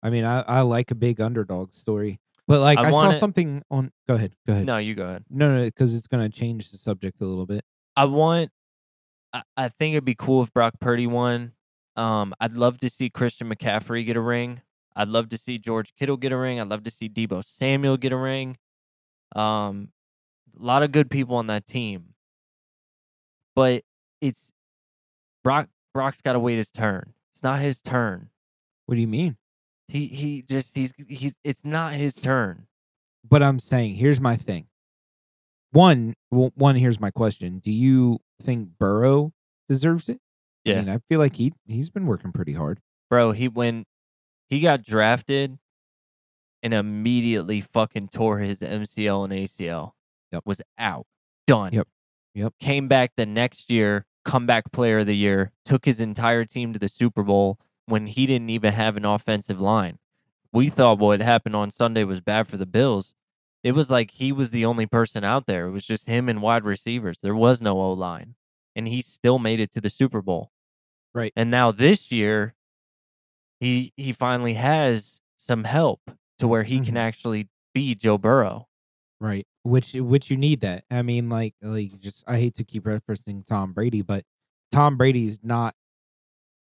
S2: I mean, I, I like a big underdog story, but like
S1: I
S2: I, saw
S1: wanna-
S2: something on. Go ahead, go ahead.
S1: No, you go ahead.
S2: no, no, because it's gonna change the subject a little bit.
S1: I want. I, I think it'd be cool if Brock Purdy won. Um, I'd love to see Christian McCaffrey get a ring. I'd love to see George Kittle get a ring. I'd love to see Debo Samuel get a ring. Um, a lot of good people on that team, but it's Brock. Brock's got to wait his turn. It's not his turn.
S2: What do you mean?
S1: He he just he's he's. It's not his turn.
S2: But I'm saying here's my thing. One, well, one. Here's my question: Do you think Burrow deserves it?
S1: Yeah.
S2: I, mean, I feel like he he's been working pretty hard.
S1: bro he when he got drafted and immediately fucking tore his mcl and acl
S2: Yep.
S1: was out done
S2: Yep. Yep.
S1: came back the next year comeback player of the year took his entire team to the super bowl when he didn't even have an offensive line we thought what happened on sunday was bad for the bills it was like he was the only person out there it was just him and wide receivers there was no o line and he still made it to the super bowl
S2: Right.
S1: and now this year he he finally has some help to where he can
S2: Mhm.
S1: actually be Joe Burrow.
S2: Right. Which which you need that. I mean, like like just I hate to keep referencing Tom Brady, but Tom Brady's not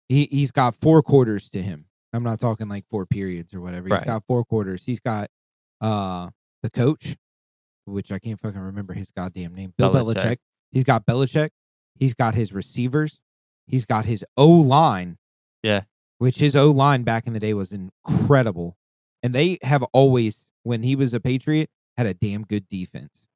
S2: he he's got four quarters to him. I'm not talking like four periods or whatever.
S1: Right.
S2: He's got four quarters. He's got uh the coach, which I can't fucking remember his goddamn name. Bill
S1: Belichick.
S2: Belichick. He's got Belichick. He's got his receivers. He's got his O line.
S1: Yeah.
S2: Which his O line back in the day was incredible. And they have always when he was a Patriot had a damn good defense.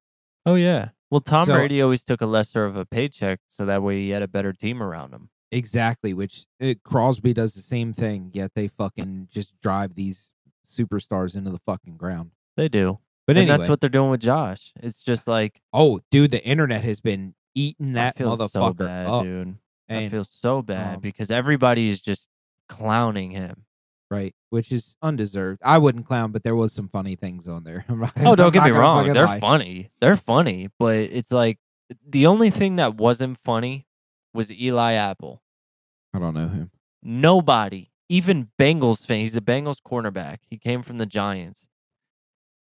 S1: Oh yeah. Well, Tom
S2: So-
S1: Brady always took a lesser of a paycheck, so that way he had a better team around him.
S2: Exactly, which uh Crosby does the same thing, yet they fucking just drive these superstars into the fucking ground.
S1: They do,
S2: But
S1: and
S2: anyway,
S1: that's what they're doing with Josh. It's just like
S2: oh, dude, the internet has been eating
S1: I
S2: that
S1: feel
S2: motherfucker
S1: so bad,
S2: up,
S1: dude. I
S2: and
S1: feel so bad
S2: um,
S1: because everybody is just clowning him.
S2: right, which is undeserved. I wouldn't clown, but there was some funny things on there. I'm not-
S1: Oh, don't
S2: I'm
S1: get
S2: not
S1: me
S2: gonna
S1: wrong.
S2: fucking
S1: They're
S2: lie.
S1: funny. They're funny, but it's like the only thing that wasn't funny was Eli Apple.
S2: I don't know him.
S1: Nobody, even Bengals fan, he's a Bengals cornerback. He came from the Giants.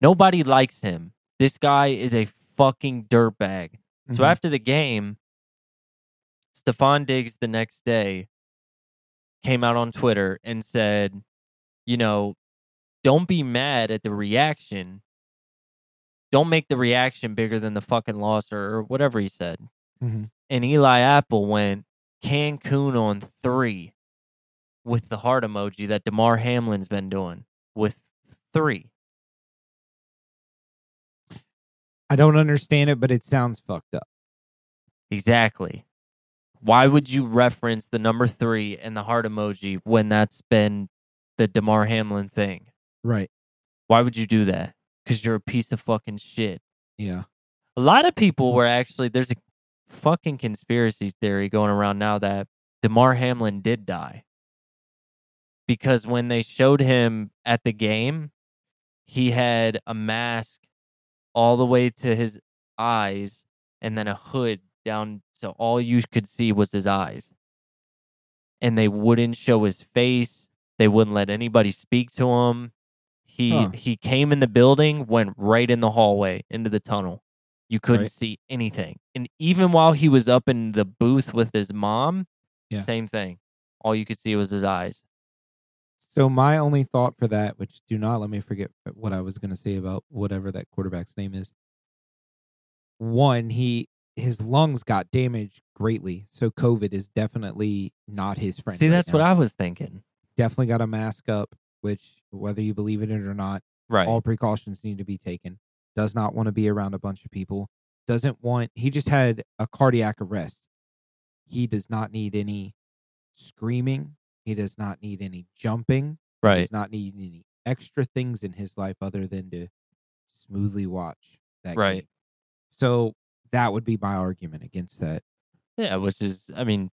S1: Nobody likes him. This guy is a fucking dirtbag. So
S2: Mhm.
S1: after the game, Stefan Diggs the next day came out on Twitter and said, you know, don't be mad at the reaction. Don't make the reaction bigger than the fucking loss or, or whatever he said.
S2: Mhm.
S1: And Eli Apple went Cancun on three with the heart emoji that DeMar Hamlin's been doing with three.
S2: I don't understand it, but it sounds fucked up.
S1: Exactly. Why would you reference the number three and the heart emoji when that's been the DeMar Hamlin thing?
S2: Right?
S1: Why would you do that? Because you're a piece of fucking shit.
S2: Yeah.
S1: A lot of people were actually, there's a fucking conspiracy theory going around now that DeMar Hamlin did die. Because when they showed him at the game, he had a mask all the way to his eyes and then a hood down so all you could see was his eyes. And they wouldn't show his face. They wouldn't let anybody speak to him. He
S2: Huh.
S1: he came in the building, went right in the hallway into the tunnel. You couldn't
S2: Right.
S1: see anything. And even while he was up in the booth with his mom,
S2: Yeah.
S1: same thing. All you could see was his eyes.
S2: So my only thought for that, which do not let me forget what I was going to say about whatever that quarterback's name is. One, he his lungs got damaged greatly, so COVID is definitely not his friend.
S1: see,
S2: right
S1: that's
S2: now.
S1: what I was thinking.
S2: definitely got a mask up. Which, whether you believe in it or not,
S1: Right.
S2: all precautions need to be taken. Does not want to be around a bunch of people. Doesn't want. He just had a cardiac arrest. He does not need any screaming. He does not need any jumping
S1: right.
S2: does not need any extra things in his life other than to smoothly watch that
S1: Right.
S2: game. So that would be my argument against that.
S1: Yeah, which is, I mean,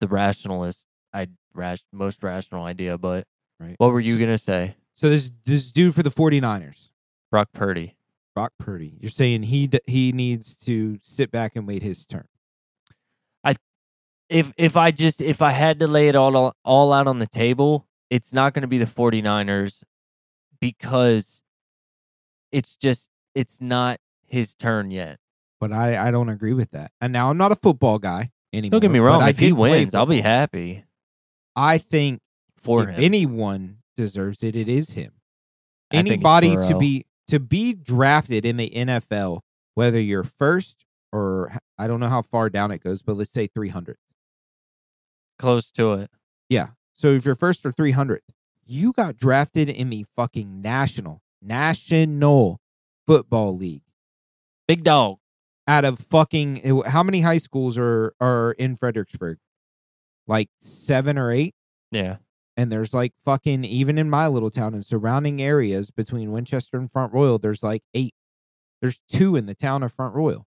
S1: the rationalist, I rash, most rational idea. But
S2: Right.
S1: what were you
S2: So,
S1: gonna say,
S2: so this this dude for the 49ers,
S1: Brock Purdy?
S2: Brock Purdy. You're saying he d- he needs to sit back and wait his turn.
S1: If if I just if I had to lay it all all out on the table, it's not gonna be the 49ers because it's just it's not his turn yet.
S2: But I I don't agree with that. And now I'm not a football guy anymore.
S1: Don't get me
S2: but
S1: wrong.
S2: I
S1: If he
S2: did play
S1: wins, I'll be
S2: football.
S1: happy
S2: I think
S1: for
S2: if
S1: him.
S2: anyone deserves it, it is him.
S1: I think it's
S2: Anybody to
S1: Burrow.
S2: be to be drafted in the NFL, whether you're first or h- I don't know how far down it goes, but let's say 300.
S1: close to it.
S2: Yeah. So if you're first or 300th, you got drafted in the fucking national national football league
S1: Big dog.
S2: out of fucking how many high schools are are in Fredericksburg? Like 7 or 8?
S1: Yeah.
S2: and there's like fucking even in my little town and surrounding areas between Winchester and Front Royal, there's like eight. There's two in the town of Front Royal.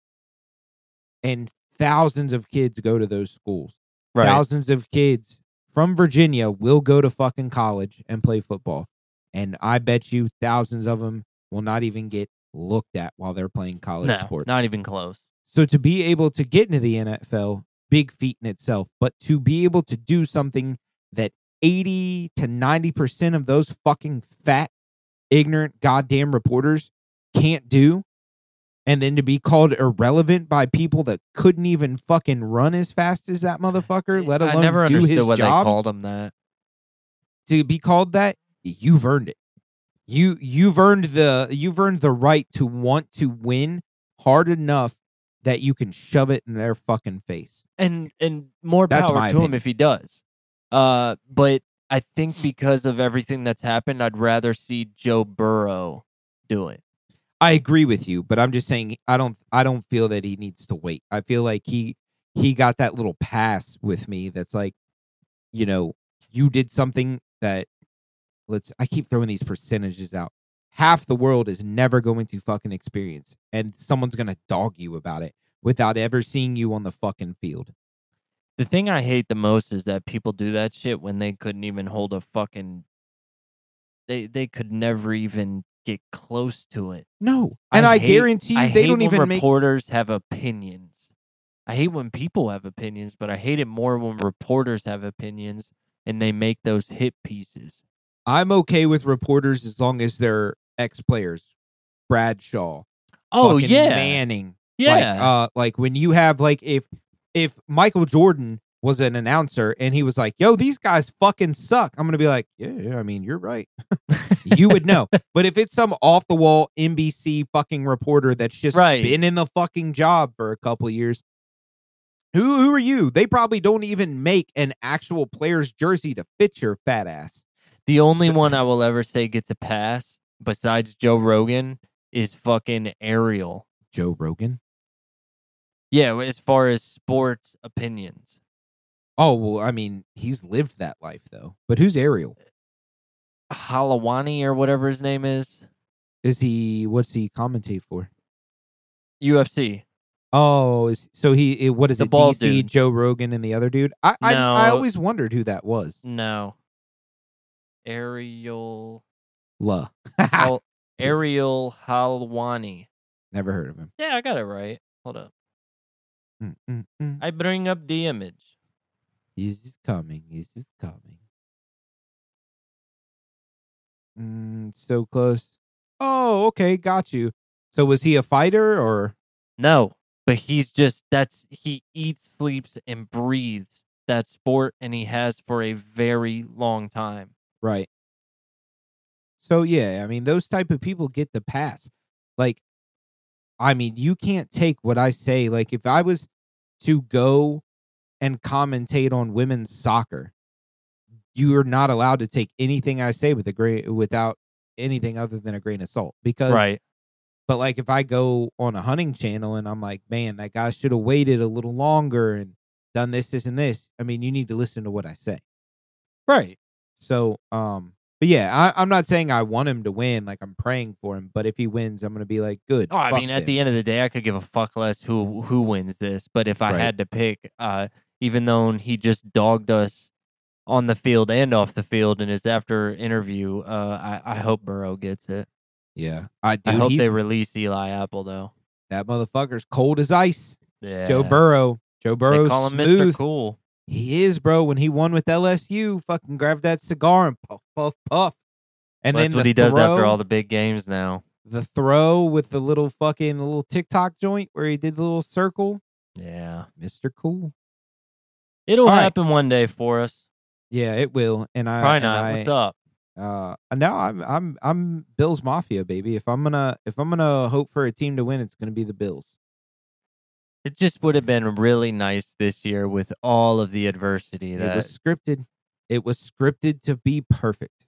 S2: And thousands of kids go to those schools.
S1: Right.
S2: Thousands of kids from Virginia will go to fucking college and play football. And I bet you thousands of them will not even get looked at while they're playing college
S1: no,
S2: sports.
S1: not even close.
S2: So to be able to get into the NFL, big feat in itself, but to be able to do something that 80 to 90% of those fucking fat, ignorant, goddamn reporters can't do, and then to be called irrelevant by people that couldn't even fucking run as fast as that motherfucker, let alone
S1: I never
S2: do
S1: understood
S2: his
S1: why
S2: job
S1: they called him that.
S2: to be called that, you've earned it. You you've earned the you've earned the right to want to win hard enough that you can shove it in their fucking face.
S1: and and more
S2: That's
S1: power to
S2: my
S1: him
S2: opinion.
S1: if he does. Uh, but I think because of everything that's happened, I'd rather see Joe Burrow do it.
S2: I agree with you, but I'm just saying I don't I don't feel that he needs to wait. I feel like he he got that little pass with me that's like, you know, you did something that let's I keep throwing these percentages out. Half the world is never going to fucking experience and someone's gonna dog you about it without ever seeing you on the fucking field.
S1: The thing I hate the most is that people do that shit when they couldn't even hold a fucking. They they could never even get close to it.
S2: No.
S1: I
S2: And I,
S1: hate-
S2: guarantee you
S1: I
S2: they
S1: hate
S2: don't
S1: when
S2: even make
S1: reporters have opinions. I hate when people have opinions, but I hate it more when reporters have opinions and they make those hit pieces.
S2: I'm okay with reporters as long as they're ex players. Bradshaw.
S1: Oh
S2: fucking
S1: yeah,
S2: Manning.
S1: yeah.
S2: Like, uh, like when you have like if if Michael Jordan was an announcer and he was like, "Yo, these guys fucking suck," I'm gonna be like, "Yeah, yeah I mean, you're right." you would know. But if it's some off the wall NBC fucking reporter that's just
S1: Right.
S2: been in the fucking job for a couple of years, who who are you? They probably don't even make an actual player's jersey to fit your fat ass.
S1: The only
S2: So-
S1: one I will ever say gets a pass besides Joe Rogan is fucking Ariel.
S2: Joe Rogan.
S1: Yeah, as far as sports opinions.
S2: Oh well, I mean, he's lived that life though. But who's Ariel?
S1: Halawani or whatever his name is.
S2: Is he what's he commentate for?
S1: UFC.
S2: Oh, is, so he it, what is
S1: The
S2: it?
S1: bald
S2: DC,
S1: dude.
S2: Joe Rogan, and the other dude. I I, I
S1: No. Mm.
S2: always wondered who that was.
S1: No. Ariel
S2: La,
S1: Hal- Ariel Halawani.
S2: never heard of him.
S1: Yeah, I got it right. Hold up.
S2: Mm, mm, mm.
S1: I bring up the image.
S2: He's just coming. He's just coming. Mm, so close. Oh, okay, got you. So was he a fighter or
S1: No, but he's just that's he eats, sleeps, and breathes that sport, and he has for a very long time.
S2: right? So yeah, I mean those type of people get the pass. Like I mean, you can't take what I say. Like if I was to go and commentate on women's soccer, you are not allowed to take anything I say with a grain without anything other than a grain of salt because
S1: Right.
S2: But like if I go on a hunting channel and I'm like, man, that guy should have waited a little longer and done this, this, and this. I mean, you need to listen to what I say.
S1: Right.
S2: So, um, but yeah, I, I'm not saying I want him to win. Like I'm praying for him. But if he wins, I'm gonna be like, good.
S1: Oh, I
S2: fuck
S1: mean, at
S2: them.
S1: the end of the day, I could give a fuck less who who wins this. But if I
S2: Right.
S1: had to pick, uh, even though he just dogged us on the field and off the field in his after interview, uh, I, I hope Burrow gets it.
S2: yeah, I do.
S1: I hope
S2: he's,
S1: they release Eli Apple though.
S2: that motherfucker's cold as ice.
S1: Yeah,
S2: Joe Burrow. Joe Burrow.
S1: They call him
S2: smooth.
S1: Mr. Cool.
S2: He is, bro. When he won with LSU, fucking grabbed that cigar and puff, puff, puff. And
S1: That's
S2: then
S1: what
S2: the
S1: he does after
S2: throw-
S1: all the big games now.
S2: the throw with the little fucking little TikTok joint where he did the little circle.
S1: Yeah,
S2: Mr. Cool.
S1: it'll
S2: All right.
S1: happen one day for us.
S2: Yeah, it will. And I
S1: Probably
S2: and
S1: not.
S2: I,
S1: What's up?
S2: Uh, no, I'm I'm I'm Bills Mafia, baby. If I'm gonna if I'm gonna hope for a team to win, it's gonna be the Bills.
S1: It just would have been really nice this year with all of the adversity
S2: It
S1: that
S2: was scripted. It was scripted to be perfect.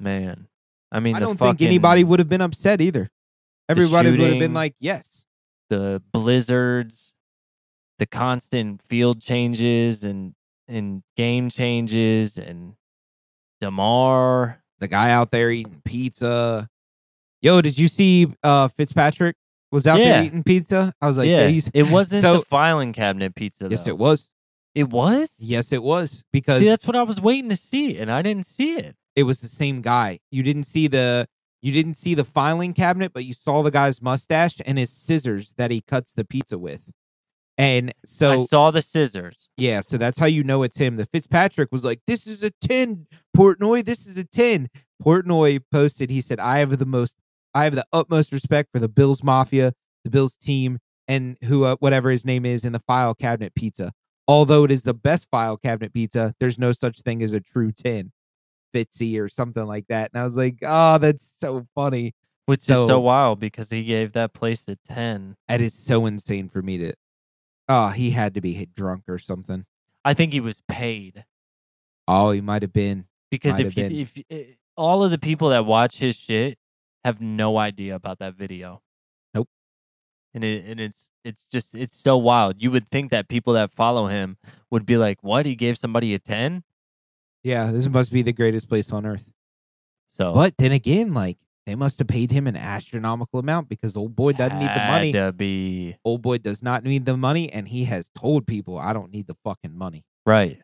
S1: man. I mean,
S2: I
S1: the
S2: don't think
S1: fucking-
S2: anybody would have been upset either. Everybody would have been
S1: shooting.
S2: like, yes.
S1: the blizzards, the constant field changes and and game changes and Demar.
S2: The guy out there eating pizza. Yo, did you see uh Fitzpatrick was out
S1: Yeah.
S2: there eating pizza? I was like,
S1: yeah,
S2: "These-
S1: it wasn't
S2: so-
S1: the filing cabinet pizza.
S2: yes,
S1: though.
S2: it was.
S1: It was.
S2: Yes, it was because
S1: See, that's what I was waiting to see, and I didn't see it.
S2: it was the same guy. You didn't see the you didn't see the filing cabinet, but you saw the guy's mustache and his scissors that he cuts the pizza with. And so
S1: I saw the scissors.
S2: yeah, so that's how you know it's him. The Fitzpatrick was like, "This is a ten, Portnoy. This is a ten. Portnoy posted. He said, "I have the most, I have the utmost respect for the Bills Mafia, the Bills team, and who uh, whatever his name is in the file cabinet pizza. Although it is the best file cabinet pizza, there's no such thing as a true ten, Fitzy or something like that." And I was like, "Oh, that's so funny.
S1: Which is so
S2: So-
S1: wild because he gave that place a ten.
S2: That is so insane for me to." Oh, he had to be hit drunk or something.
S1: I think he was paid
S2: Oh, he might have been.
S1: because
S2: Might
S1: if
S2: have
S1: you, if eh, all of the people that watch his shit have no idea about that video.
S2: Nope.
S1: And it, and it's it's just it's so wild. You would think that people that follow him would be like, "What? He gave somebody a 10?
S2: Yeah, this must be the greatest place on earth.
S1: So
S2: But then again, like they must have paid him an astronomical amount because old boy doesn't need the
S1: had
S2: money.
S1: To be
S2: Old boy does not need the money, and he has told people, "I don't need the fucking money."
S1: right.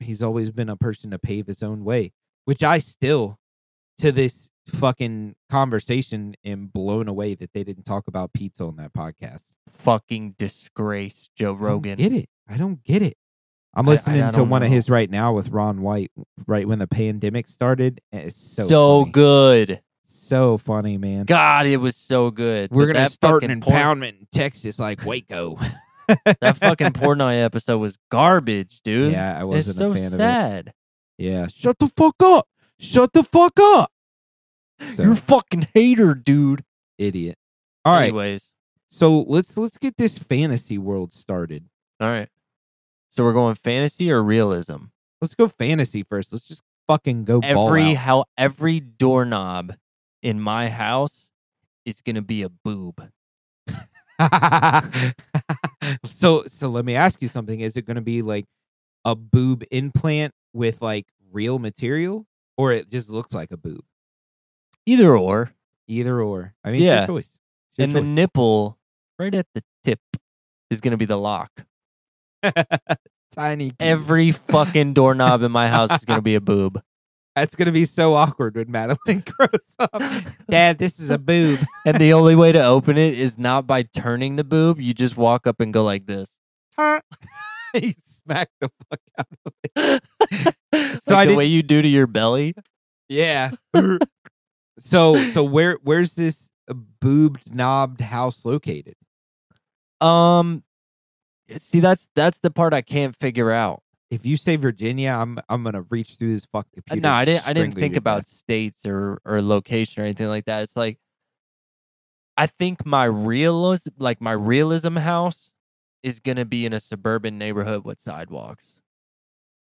S2: He's always been a person to pave his own way, which I still, to this fucking conversation, am blown away that they didn't talk about pizza on that podcast.
S1: Fucking disgrace, Joe
S2: I
S1: Rogan.
S2: don't get it? I don't get it. I'm
S1: I- I-
S2: listening
S1: I
S2: to
S1: don't
S2: one of
S1: know.
S2: his right now with Ron White, right when the pandemic started. and It's so funny.
S1: good.
S2: so funny, man.
S1: God, it was so good.
S2: We're
S1: But
S2: gonna
S1: that
S2: start
S1: fucking
S2: an
S1: porn-
S2: impoundment in Texas, like Waco.
S1: that fucking Portnoy episode was garbage, dude.
S2: yeah, I
S1: it's
S2: wasn't
S1: so
S2: a fan of
S1: sad.
S2: it. Yeah, shut the fuck up! Shut the fuck up! So,
S1: You're a fucking hater, dude.
S2: idiot. All right,
S1: Anyways,
S2: so let's let's get this fantasy world started.
S1: all right. So we're going fantasy or realism.
S2: Let's go fantasy first. Let's just fucking go ball
S1: every
S2: out.
S1: how every doorknob in my house is gonna be a boob.
S2: so so let me ask you something. Is it gonna be like a boob implant with like real material? Or it just looks like a boob?
S1: Either or.
S2: Either or. I mean
S1: Yeah.
S2: it's your choice. It's your
S1: and the
S2: choice.
S1: nipple right at the tip is gonna be the lock.
S2: Tiny key.
S1: Every fucking doorknob in my house is gonna be a boob.
S2: That's gonna be so awkward when Madeline grows up. Dad, this is a boob.
S1: and the only way to open it is not by turning the boob. You just walk up and go like this.
S2: he smacked the fuck out.
S1: so
S2: I
S1: the
S2: did-
S1: way you do to your belly.
S2: Yeah. so so where where's this boobed knobbed house located?
S1: Um, see, that's that's the part I can't figure out.
S2: If you say Virginia, I'm I'm gonna reach through this fucking
S1: Uh,
S2: computer.
S1: no,
S2: and
S1: I didn't. I didn't
S2: strangle
S1: think
S2: you to
S1: about
S2: death.
S1: states or or location or anything like that. It's like I think my realism, like my realism house, is gonna be in a suburban neighborhood with sidewalks.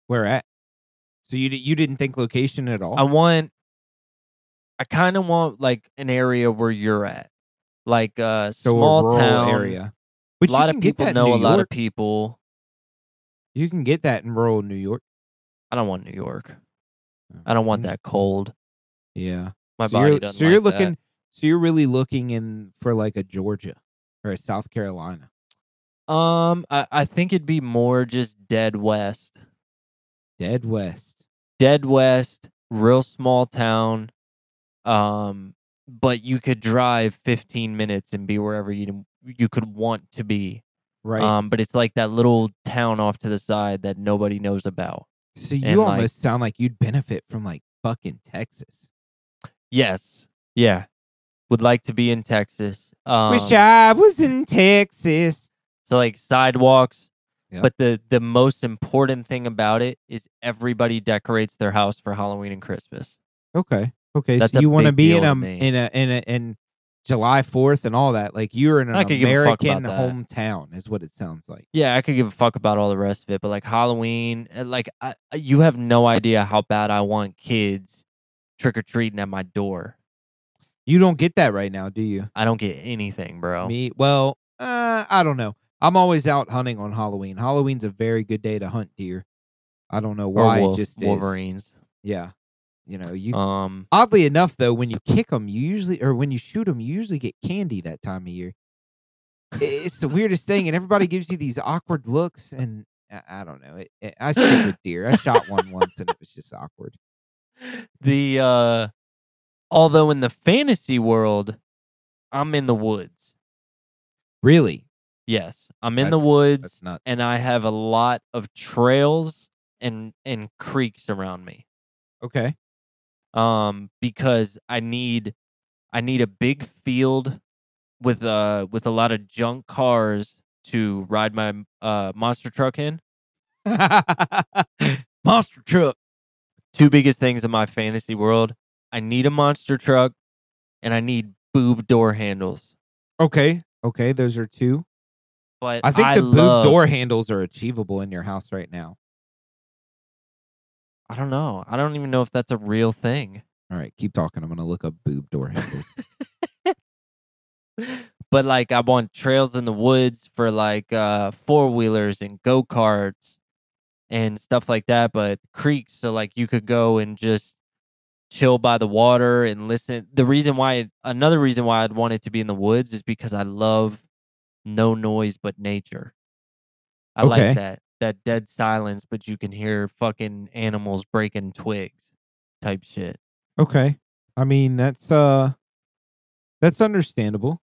S2: where at. So you di- you didn't think location at all?
S1: I want. I kind of want like an area where you're at, like a
S2: so a
S1: small
S2: rural
S1: town
S2: area. Which
S1: a
S2: you
S1: lot of
S2: can get
S1: people
S2: that in
S1: know
S2: New
S1: a lot of
S2: York.
S1: people.
S2: You can get that in rural New York.
S1: I don't want New York. I don't want
S2: Mm.
S1: that cold.
S2: Yeah.
S1: My
S2: so
S1: body
S2: you're,
S1: doesn't.
S2: so you're
S1: like that.
S2: looking so you're really looking in for like a Georgia or a South Carolina.
S1: Um, I, I think it'd be more just dead west,
S2: Dead West.
S1: dead west, real small town. Um, but you could drive 15 minutes and be wherever you you could want to be.
S2: Right.
S1: Um, but it's like that little town off to the side that nobody knows about.
S2: so you
S1: and, like-
S2: almost sound like you'd benefit from like fucking Texas.
S1: Yes, yeah, would like to be in Texas. Um,
S2: Wish I was in Texas.
S1: So like sidewalks.
S2: Yeah.
S1: But the the most important thing about it is everybody decorates their house for Halloween and Christmas.
S2: Okay. Okay.
S1: That's
S2: so
S1: a
S2: you want to
S1: big
S2: be in
S1: deal
S2: a,
S1: to me.
S2: in a in a in July Fourth and all that. Like you're in an
S1: I could give a fuck
S2: American
S1: about that.
S2: hometown, is what it sounds like.
S1: Yeah, I could give a fuck about all the rest of it, but like Halloween, uh, like I, I- you have no idea how bad I want kids trick or treating at my door.
S2: You don't get that right now, do you?
S1: I don't get anything, bro.
S2: Me? Well, uh, I don't know. I'm always out hunting on Halloween. Halloween's a very good day to hunt deer. I don't know
S1: or
S2: why.
S1: wolf-
S2: it just is.
S1: Wolverines.
S2: Yeah. You know, you
S1: Um,
S2: Oddly enough, though, when you kick them, you usually, or when you shoot them, you usually get candy that time of year. I- It's the weirdest thing, and everybody gives you these awkward looks, and I, I don't know. It, it- I stick with deer. I shot one once, and it was just awkward.
S1: the uh, although in the fantasy world, I'm in the woods.
S2: Really,
S1: Yes, I'm in the
S2: That's-
S1: woods.
S2: that's nuts.
S1: and I have a lot of trails and and creeks around me.
S2: okay,
S1: Um, because I need I need a big field with uh with a lot of junk cars to ride my uh monster truck in.
S2: monster truck.
S1: Two biggest things in my fantasy world: I need a monster truck, and I need boob door handles.
S2: Okay, okay, those are two.
S1: But
S2: I think the boob
S1: love-
S2: door handles are achievable in your house right now.
S1: I don't know. I don't even know if that's a real thing.
S2: All right, keep talking. I'm gonna look up boob door handles.
S1: but like I want trails in the woods for like uh four wheelers and go karts and stuff like that, but creeks so like you could go and just chill by the water and listen. The reason why another reason why I'd want it to be in the woods is because I love no noise but nature. I
S2: Okay.
S1: like that. That dead silence, but you can hear fucking animals breaking twigs type shit.
S2: okay, I mean that's uh, that's understandable.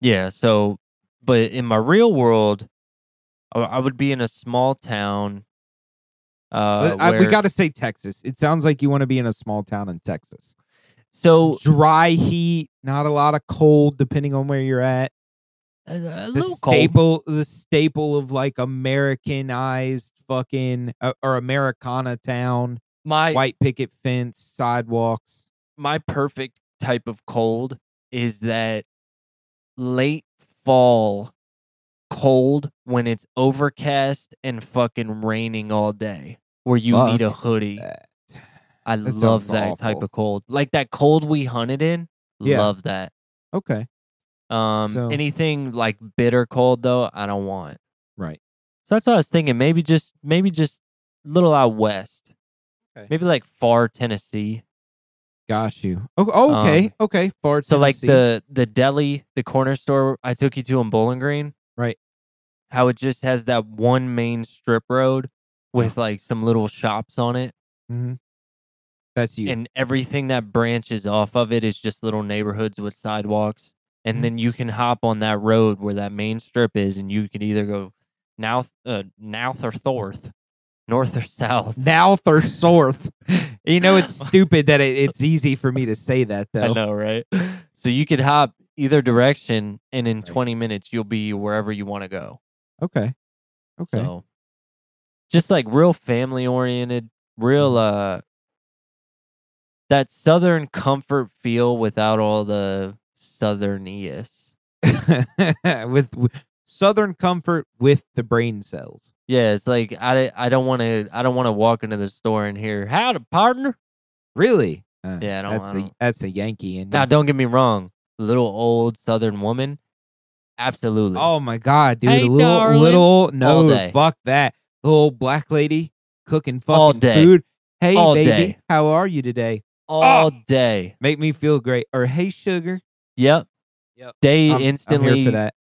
S1: Yeah. So, but in my real world, I, I would be in a small town. Uh,
S2: But I- we
S1: where-
S2: got to say Texas. It sounds like you want to be in a small town in Texas.
S1: so
S2: Dry heat, not a lot of cold, depending on where you're at.
S1: uh, a, a
S2: The
S1: little cold.
S2: staple, the staple of like Americanized fucking uh, or Americana town,
S1: My
S2: white picket fence, sidewalks.
S1: my perfect type of cold is that late fall cold when it's overcast and fucking raining all day, where you need a
S2: Fuck
S1: hoodie.
S2: That-
S1: I
S2: that
S1: love
S2: sounds
S1: that type
S2: awful.
S1: of cold, like that cold we hunted in.
S2: Yeah.
S1: Love that.
S2: Okay,
S1: Um,
S2: So-
S1: anything like bitter cold though, I don't want.
S2: right.
S1: So that's what I was thinking. Maybe just maybe just a little out west.
S2: Okay.
S1: Maybe like far Tennessee.
S2: Got you. Oh, oh, okay,
S1: Um,
S2: okay. Far
S1: So like
S2: Tennessee.
S1: the the deli, the corner store I took you to in Bowling Green.
S2: Right.
S1: How it just has that one main strip road with like some little shops on it,
S2: Mhm. That's you.
S1: and everything that branches off of it is just little neighborhoods with sidewalks. And
S2: Mhm.
S1: then you can hop on that road where that main strip is, and you can either go Nouth, uh, Nouth or Thorth. north or south.
S2: South or Sorth. You know, it's stupid that it, it's easy for me to say that,
S1: I
S2: though.
S1: know, right? So you could hop either direction, and in
S2: Right.
S1: 20 minutes you'll be wherever you want to go.
S2: Okay. Okay.
S1: So just like real family oriented, real
S2: Mm-hmm.
S1: uh that southern comfort feel without all the southerniest.
S2: with w- Southern comfort with the brain cells.
S1: Yeah, it's like I I don't want to I don't want to walk into the store and hear how to partner.
S2: Really? Uh,
S1: Yeah, I don't-
S2: that's
S1: I
S2: the
S1: don't-
S2: that's a Yankee. And
S1: Now don't get me wrong, little old southern woman, absolutely.
S2: oh my God, dude,
S1: Hey,
S2: a little
S1: darling.
S2: little no,
S1: day.
S2: fuck that. Little black lady cooking fucking
S1: All day.
S2: food. Hey
S1: All
S2: baby,
S1: day.
S2: how are you today?
S1: all
S2: um,
S1: day.
S2: Make me feel great. Or hey sugar,
S1: Yep.
S2: Yep.
S1: Day
S2: I'm- I'm here
S1: instantly
S2: for that.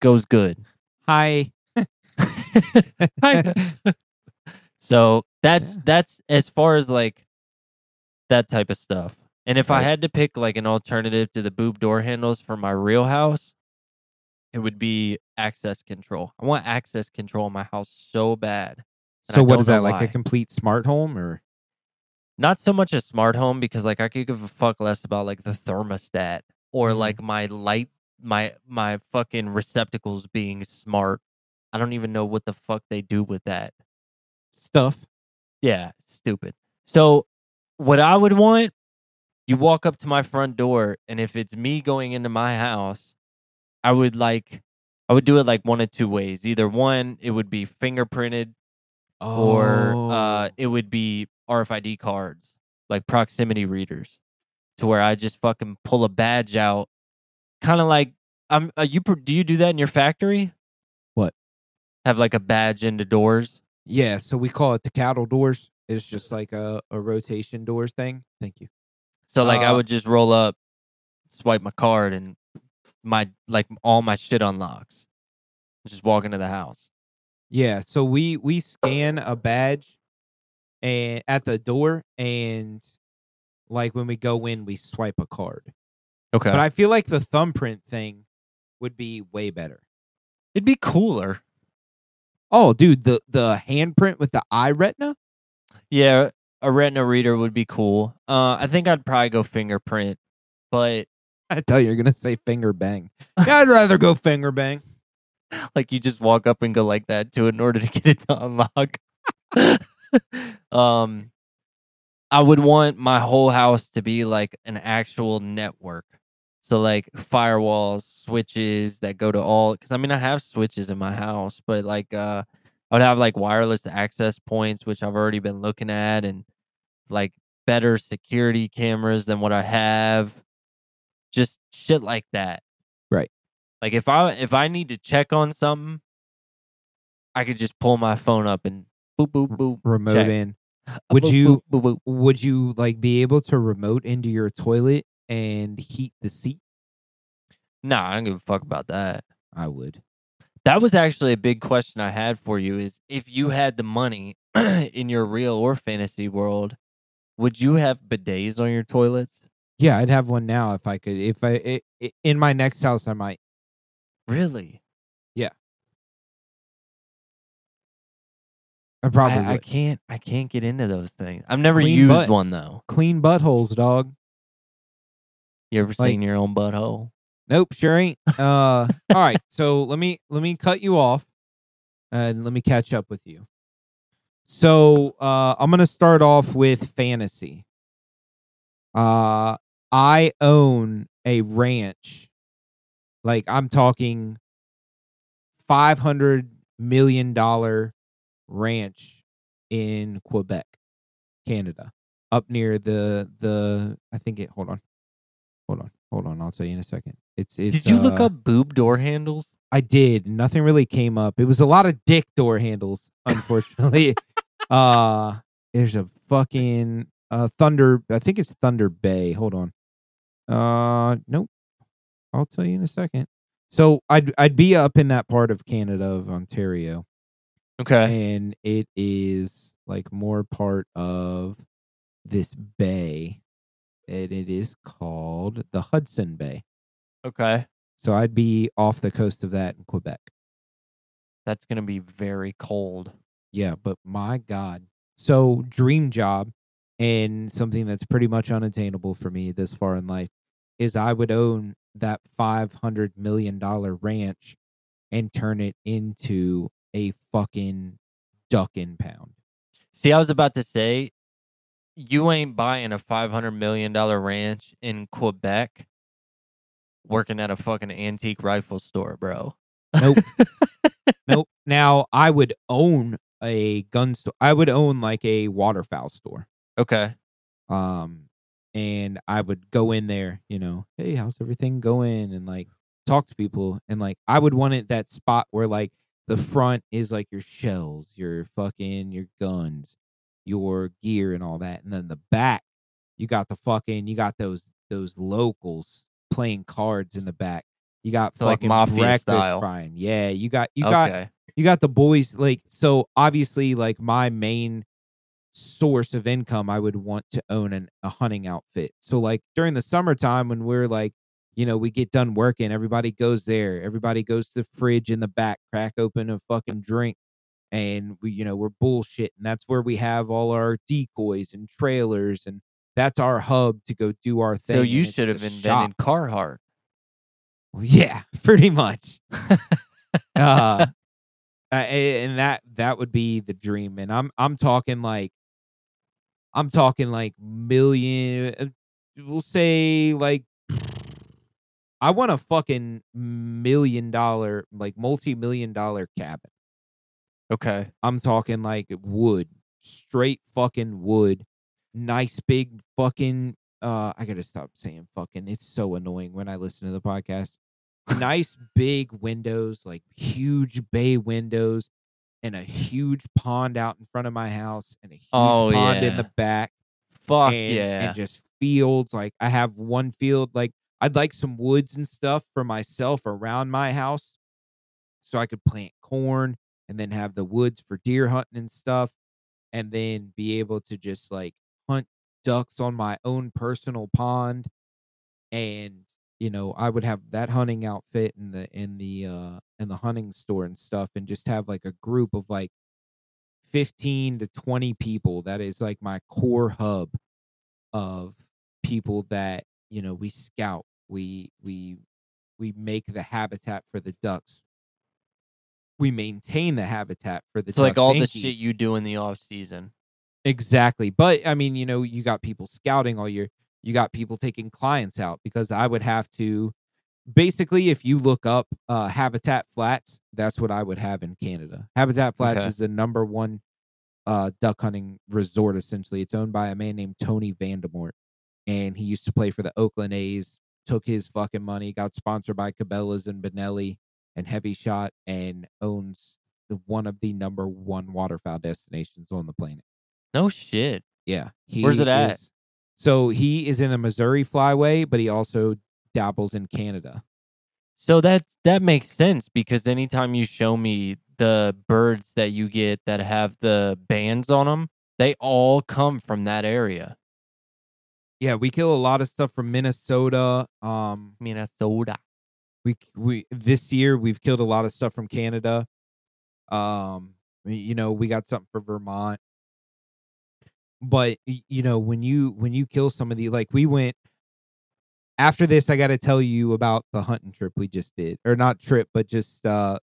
S1: goes good.
S2: Hi.
S1: Hi. so that's
S2: Yeah.
S1: that's as far as like that type of stuff. And if I
S2: Right.
S1: had to pick like an alternative to the boob door handles for my real house, it would be access control. I want access control in my house so bad. And
S2: So
S1: I
S2: what
S1: don't
S2: is
S1: know
S2: that like
S1: why.
S2: a complete smart home or
S1: Not so much a smart home because like I could give a fuck less about like the thermostat or
S2: Mhm.
S1: like my light my my fucking receptacles being smart. I don't even know what the fuck they do with that.
S2: stuff?
S1: Yeah, stupid. So, what I would want, you walk up to my front door, and if it's me going into my house, I would like, I would do it like one of two ways. Either one, it would be fingerprinted, or
S2: Oh.
S1: uh, it would be RFID cards, like proximity readers, to where I just fucking pull a badge out, kind of like I'm. Uh, you pr- do you do that in your factory?
S2: What?
S1: Have like a badge into doors.
S2: Yeah, so we call it the cattle doors. It's just like a, a rotation doors thing. Thank you.
S1: So like I
S2: Uh,
S1: would just roll up, swipe my card, and my like all my shit unlocks. Just walk into the house.
S2: Yeah, so we we scan a badge and at the door and like when we go in we swipe a card.
S1: Okay,
S2: But I feel like the thumbprint thing would be way better.
S1: it'd be cooler.
S2: Oh, dude, the the handprint with the eye retina?
S1: Yeah, a retina reader would be cool. Uh, I think I'd probably go fingerprint, but
S2: I tell you you're going to say finger bang. Yeah, I'd rather go finger bang.
S1: like you just walk up and go like that to it in order to get it to unlock. um, I would want my whole house to be like an actual network. So like firewalls, switches that go to all because I mean I have switches in my house, but like uh I would have like wireless access points, which I've already been looking at, and like better security cameras than what I have. Just shit like that.
S2: Right.
S1: Like if I if I need to check on something, I could just pull my phone up and boop boop boop.
S2: Remote
S1: check.
S2: in.
S1: Uh,
S2: Would
S1: boop,
S2: you-
S1: boop, boop, boop.
S2: Would you like be able to remote into your toilet and heat the seat?
S1: Nah, I don't give a fuck about that.
S2: I would.
S1: That was actually a big question I had for you is if you had the money in your real or fantasy world, would you have bidets on your toilets?
S2: Yeah, I'd have one now if I could. If I, i i in my next house, I might.
S1: Really?
S2: I probably
S1: I, I
S2: would.
S1: can't I can't get into those things. I've never
S2: Clean
S1: used
S2: butt.
S1: one though.
S2: clean buttholes, dog.
S1: You ever
S2: Like-
S1: seen your own butthole?
S2: Nope, sure ain't. Uh, all right. So let me let me cut you off, and let me catch up with you. So uh, I'm gonna start off with fantasy. Uh, I own a ranch. Like I'm talking, five hundred million dollar ranch in Quebec, Canada, up near the the. I think it. Hold on, hold on, hold on. I'll tell you in a second. It's. it's
S1: Did you look
S2: uh,
S1: up boob door handles?
S2: I did. Nothing really came up. It was a lot of dick door handles, unfortunately. uh there's a fucking uh Thunder I think it's Thunder Bay. Hold on. Uh nope. I'll tell you in a second. So I'd I'd be up in that part of Canada of Ontario.
S1: Okay.
S2: And it is like more part of this bay. And it is called the Hudson Bay.
S1: Okay.
S2: So I'd be off the coast of that in Quebec.
S1: That's gonna be very cold.
S2: Yeah, but my God. So, dream job and something that's pretty much unattainable for me this far in life is I would own that $500 million ranch and turn it into a fucking duckin' pound.
S1: See, I was about to say, you ain't buying a five hundred million dollar ranch in Quebec, working at a fucking antique rifle store, bro.
S2: Nope. nope. Now, I would own a gun store. I would own like a waterfowl store.
S1: Okay.
S2: um and i would go in there you know hey how's everything going and like talk to people and like i would want it that spot where like the front is like your shells your fucking your guns your gear and all that and then the back you got the fucking you got those those locals playing cards in the back you got
S1: So, like,
S2: fucking
S1: mafia
S2: breakfast
S1: style.
S2: frying yeah you got you got
S1: okay.
S2: you got the boys like so obviously like my main source of income i would want to own an, a hunting outfit so like during the summertime when we're like you know we get done working everybody goes there everybody goes to the fridge in the back crack open a fucking drink and we you know we're bullshit and that's where we have all our decoys and trailers and that's our hub to go do our thing
S1: so
S2: and
S1: you
S2: it's
S1: should
S2: the
S1: have invented
S2: shop.
S1: Carhartt.
S2: Yeah, pretty much. uh, I- and that that would be the dream. And I'm I'm talking like I'm talking like million. uh, We'll say like I want a fucking million dollar, like multi million dollar cabin.
S1: Okay.
S2: I'm talking like wood, straight fucking wood, nice big fucking. Uh, I gotta stop saying fucking. It's so annoying when I listen to the podcast. nice big windows, like huge bay windows, and a huge pond out in front of my house, and a huge
S1: Oh,
S2: pond in
S1: yeah.
S2: the back
S1: Fuck
S2: and,
S1: yeah.
S2: and just fields. Like I have one field, like I'd like some woods and stuff for myself around my house so I could plant corn and then have the woods for deer hunting and stuff and then be able to just like hunt ducks on my own personal pond and you know I would have that hunting outfit and the in the uh in the hunting store and stuff and just have like a group of like 15 to 20 people that is like my core hub of people that you know we scout we we we make the habitat for the ducks we maintain the habitat for the
S1: it's like
S2: ducks
S1: all
S2: and
S1: the shit
S2: geese.
S1: you do in the off season.
S2: Exactly. But I mean, you know, you got people scouting all year. You got people taking clients out because I would have to basically if you look up uh Habitat Flats, that's what I would have in Canada. Habitat Flats
S1: Okay.
S2: is the number one uh duck hunting resort essentially. It's owned by a man named Tony Vandemort and he used to play for the Oakland A's, took his fucking money, got sponsored by Cabela's and Benelli and Heavy Shot and owns the one of the number one waterfowl destinations on the planet.
S1: No shit.
S2: Yeah.
S1: Where's
S2: he
S1: it at?
S2: is- so he is in the Missouri Flyway, but he also dabbles in Canada.
S1: So that that makes sense because anytime you show me the birds that you get that have the bands on them, they all come from that area,
S2: Yeah, we kill a lot of stuff from Minnesota. Um,
S1: Minnesota.
S2: we we this year we've killed a lot of stuff from Canada. Um, y- you know, we got something for Vermont. But y- you know, when you when you kill somebody, like we went after this, I got to tell you about the hunting trip we just did, or not trip, but just uh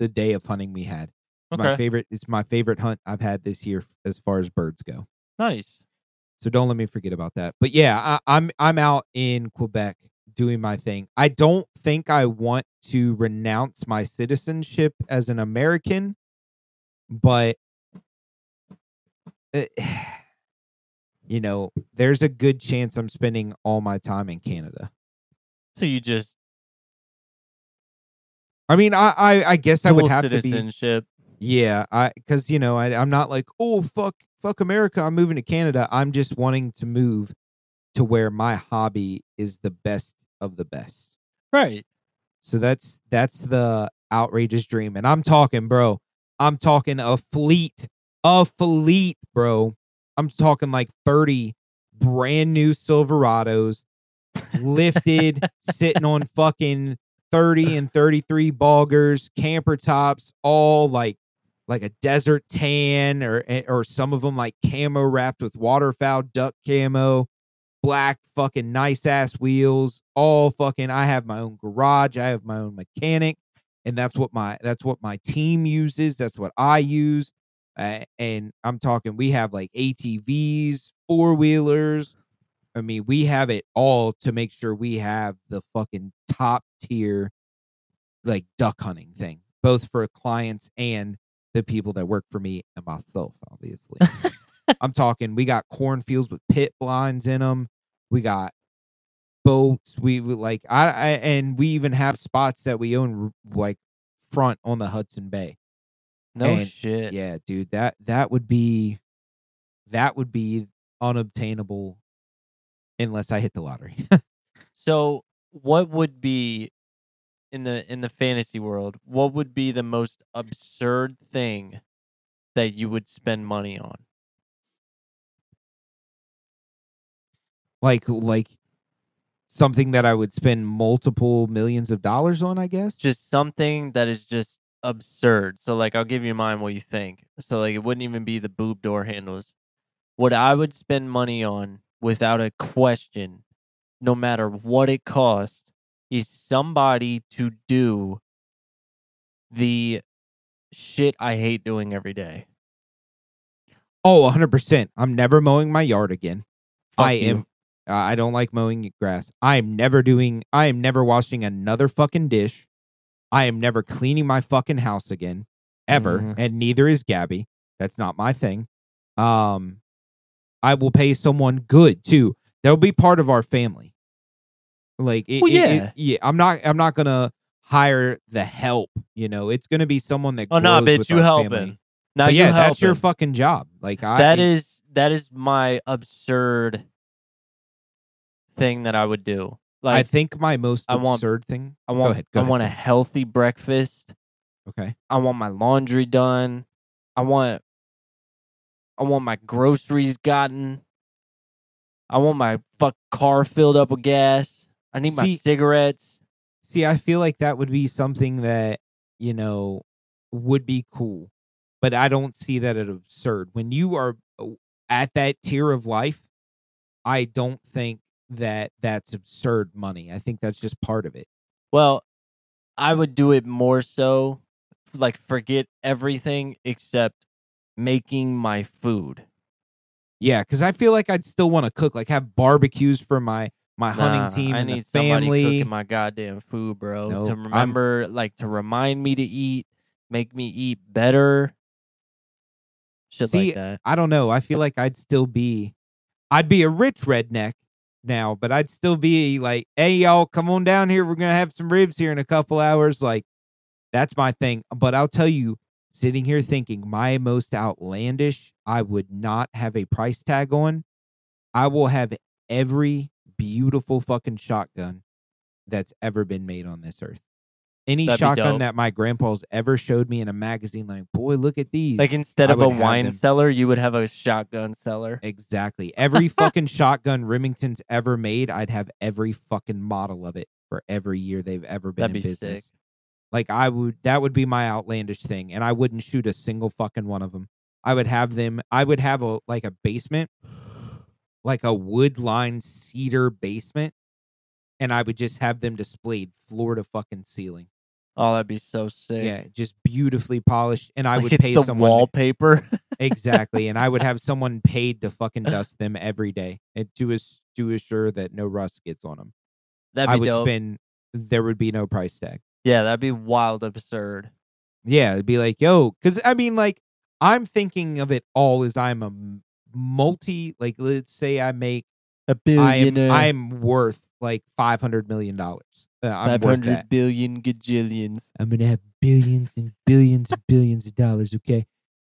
S2: the day of hunting we had. It's my
S1: Okay,
S2: favorite it's my favorite hunt i've had this year f- as far as birds go
S1: nice.
S2: so don't let me forget about that but yeah I, i'm i'm out in quebec doing my thing i don't think i want to renounce my citizenship as an american but eh, you know there's a good chance i'm spending all my time in canada
S1: So you just
S2: i mean i i, I guess i
S1: dual
S2: would have to be
S1: citizenship.
S2: Yeah, I because you know I, I'm not like oh fuck fuck America. I'm moving to Canada. I'm just wanting to move to where my hobby is the best of the best.
S1: Right.
S2: So that's that's the outrageous dream, and I'm talking, bro. I'm talking a fleet, a fleet, bro. I'm talking like 30 brand new Silverados lifted, sitting on fucking 30 and 33 boggers, camper tops, all like like a desert tan or eh, or some of them like camo wrapped with waterfowl duck camo black fucking nice ass wheels all fucking i have my own garage i have my own mechanic and that's what my that's what my team uses that's what i use uh, and i'm talking we have like atvs four wheelers i mean we have it all to make sure we have the fucking top tier like duck hunting thing both for clients and the people that work for me and myself obviously i'm talking we got cornfields with pit blinds in them we got boats. We would like I, I and we even have spots that we own like front on the Hudson Bay.
S1: No
S2: And,
S1: shit.
S2: Yeah, dude, that that would be that would be unobtainable unless I hit the lottery.
S1: So what would be in the in the fantasy world, what would be the most absurd thing that you would spend money on?
S2: like like something that I would spend multiple millions of dollars on, I guess.
S1: Just something that is just absurd. So like I'll give you mine what you think. So like it wouldn't even be the boob door handles. What I would spend money on without a question, no matter what it costs, is somebody to do the shit I hate doing every day.
S2: Oh, 100%. I'm never mowing my yard again.
S1: Fuck
S2: I
S1: you.
S2: am uh, I don't like mowing grass. I am never doing I am never washing another fucking dish. I am never cleaning my fucking house again ever,
S1: Mhm.
S2: and neither is Gabby. That's not my thing. Um I will pay someone good too. They'll be part of our family. Like it,
S1: Well,
S2: it- it-
S1: yeah.
S2: yeah, I'm not I'm not going to hire the help, you know. It's going to be someone that
S1: Oh no,
S2: grows
S1: bitch,
S2: with
S1: you
S2: our
S1: help
S2: family.
S1: him. Now
S2: But
S1: you
S2: yeah,
S1: help
S2: that's your
S1: him.
S2: fucking job. Like I e
S1: That
S2: it-
S1: is that is my absurd thing that I would do. Like
S2: I think my most
S1: I want-
S2: absurd thing.
S1: I
S2: go
S1: want
S2: ahead. Go
S1: I
S2: ahead.
S1: want a healthy breakfast.
S2: Okay.
S1: I want my laundry done. I want I want my groceries gotten. I want my fuck car filled up with gas. I need my
S2: See-
S1: cigarettes.
S2: See, I feel like that would be something that you know would be cool, but I don't see that as absurd. When you are uh, at that tier of life, I don't think that that's absurd money. I think that's just part of it.
S1: Well, I would do it more so like forget everything except making my food.
S2: Yeah, because I feel like I'd still want to cook, like have barbecues for my
S1: Nah,
S2: my hunting team
S1: I
S2: and
S1: need
S2: the
S1: somebody
S2: family.
S1: cooking my goddamn food, bro.
S2: Nope,
S1: to
S2: I'm-
S1: remember, like, to remind me to eat, make me eat better, shit
S2: See,
S1: like that.
S2: I don't know. I feel like I'd still be, I'd be a rich redneck now, but I'd still be like, hey, y'all, come on down here. We're going to have some ribs here in a couple hours. Like, that's my thing. But I'll tell you, sitting here thinking my most outlandish, I would not have a price tag on. I will have every beautiful fucking shotgun that's ever been made on this earth. Any
S1: That'd be
S2: shotgun
S1: dope.
S2: that my grandpa's ever showed me in a magazine, like, boy, look at these.
S1: Like, instead
S2: I
S1: of a
S2: would have
S1: wine
S2: them-
S1: cellar, you would have a shotgun cellar.
S2: Exactly. Every fucking shotgun Remington's ever made, I'd have every fucking model of it for every year they've ever been
S1: That'd
S2: in
S1: be
S2: business.
S1: sick.
S2: Like I would that would be my outlandish thing and I wouldn't shoot a single fucking one of them. I would have them I would have a like a basement like a wood-lined cedar basement and I would just have them displayed floor to fucking ceiling.
S1: Oh, that'd be so sick.
S2: Yeah, just beautifully polished and I
S1: Like,
S2: would
S1: it's
S2: pay
S1: the
S2: someone
S1: wallpaper.
S2: exactly and i would have someone paid to fucking dust them every day and to as to assure that no rust gets on them
S1: that'd be
S2: i would
S1: dope.
S2: spend there would be no price tag
S1: yeah, that'd be wild, absurd.
S2: yeah it'd be like yo because i mean like i'm thinking of it all as i'm a m- multi like let's say i make
S1: A
S2: i am
S1: billionaire.
S2: i'm worth like 500 million dollars uh, i'm
S1: Five
S2: worth that
S1: hundred billion gajillions.
S2: I'm gonna have billions and billions and billions of dollars. Okay,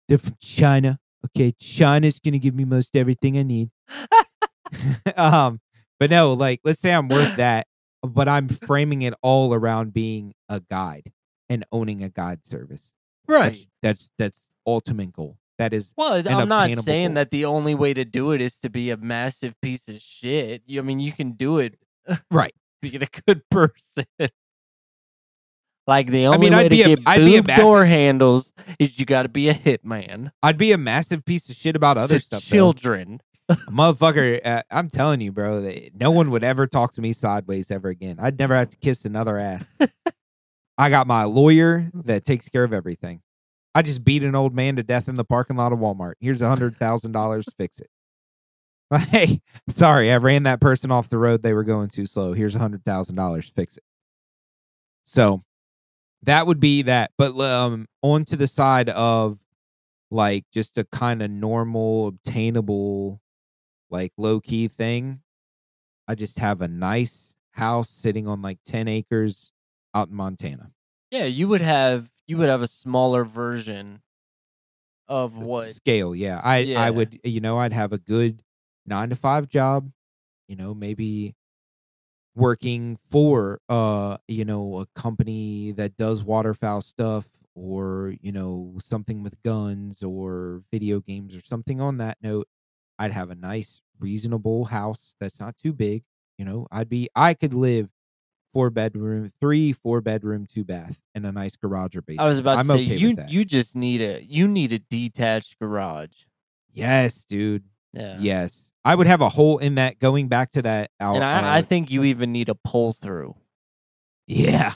S2: they're from China. Okay, China's gonna give me most everything I need. um, but no, like let's say I'm worth that, but I'm framing it all around being a guide and owning a guide service. That's that's, that's ultimate goal. That is
S1: Well,
S2: an
S1: I'm not
S2: obtainable
S1: saying
S2: goal.
S1: that the only way to do it is to be a massive piece of shit. You- I mean, you can do it
S2: Right.
S1: being a good person. Like the only
S2: mean,
S1: way to
S2: I'd be a-
S1: get
S2: I'd be a
S1: boob door handles is you got to be a hitman.
S2: I'd be a massive piece of shit about other
S1: to
S2: stuff. though.
S1: children.
S2: motherfucker. Uh, I'm telling you, bro. that No one would ever talk to me sideways ever again. I'd never have to kiss another ass. I got my lawyer that takes care of everything. I just beat an old man to death in the parking lot of Walmart. Here's a hundred thousand dollars. Fix it. Hey, sorry, I ran that person off the road. They were going too slow. Here's a hundred thousand dollars. Fix it. So that would be that. But um, on to the side of like just a kind of normal, obtainable, like low key thing. I just have a nice house sitting on like ten acres out in Montana.
S1: Yeah, you would have you would have a smaller version of what
S2: scale? Yeah, I
S1: Yeah.
S2: I would you know I'd have a good nine to five job. You know, maybe working for uh you know a company that does waterfowl stuff or you know something with guns or video games or something on that note i'd have a nice reasonable house that's not too big you know i'd be i could live four bedroom three four bedroom two bath and a nice garage or basement
S1: I was about to
S2: I'm
S1: say.
S2: okay with
S1: you
S2: that.
S1: you just need a you need a detached garage.
S2: yes dude
S1: Yeah.
S2: Yes. I would have a hole in that going back to that uh, out.
S1: And I, I think you even need a pull through.
S2: yeah.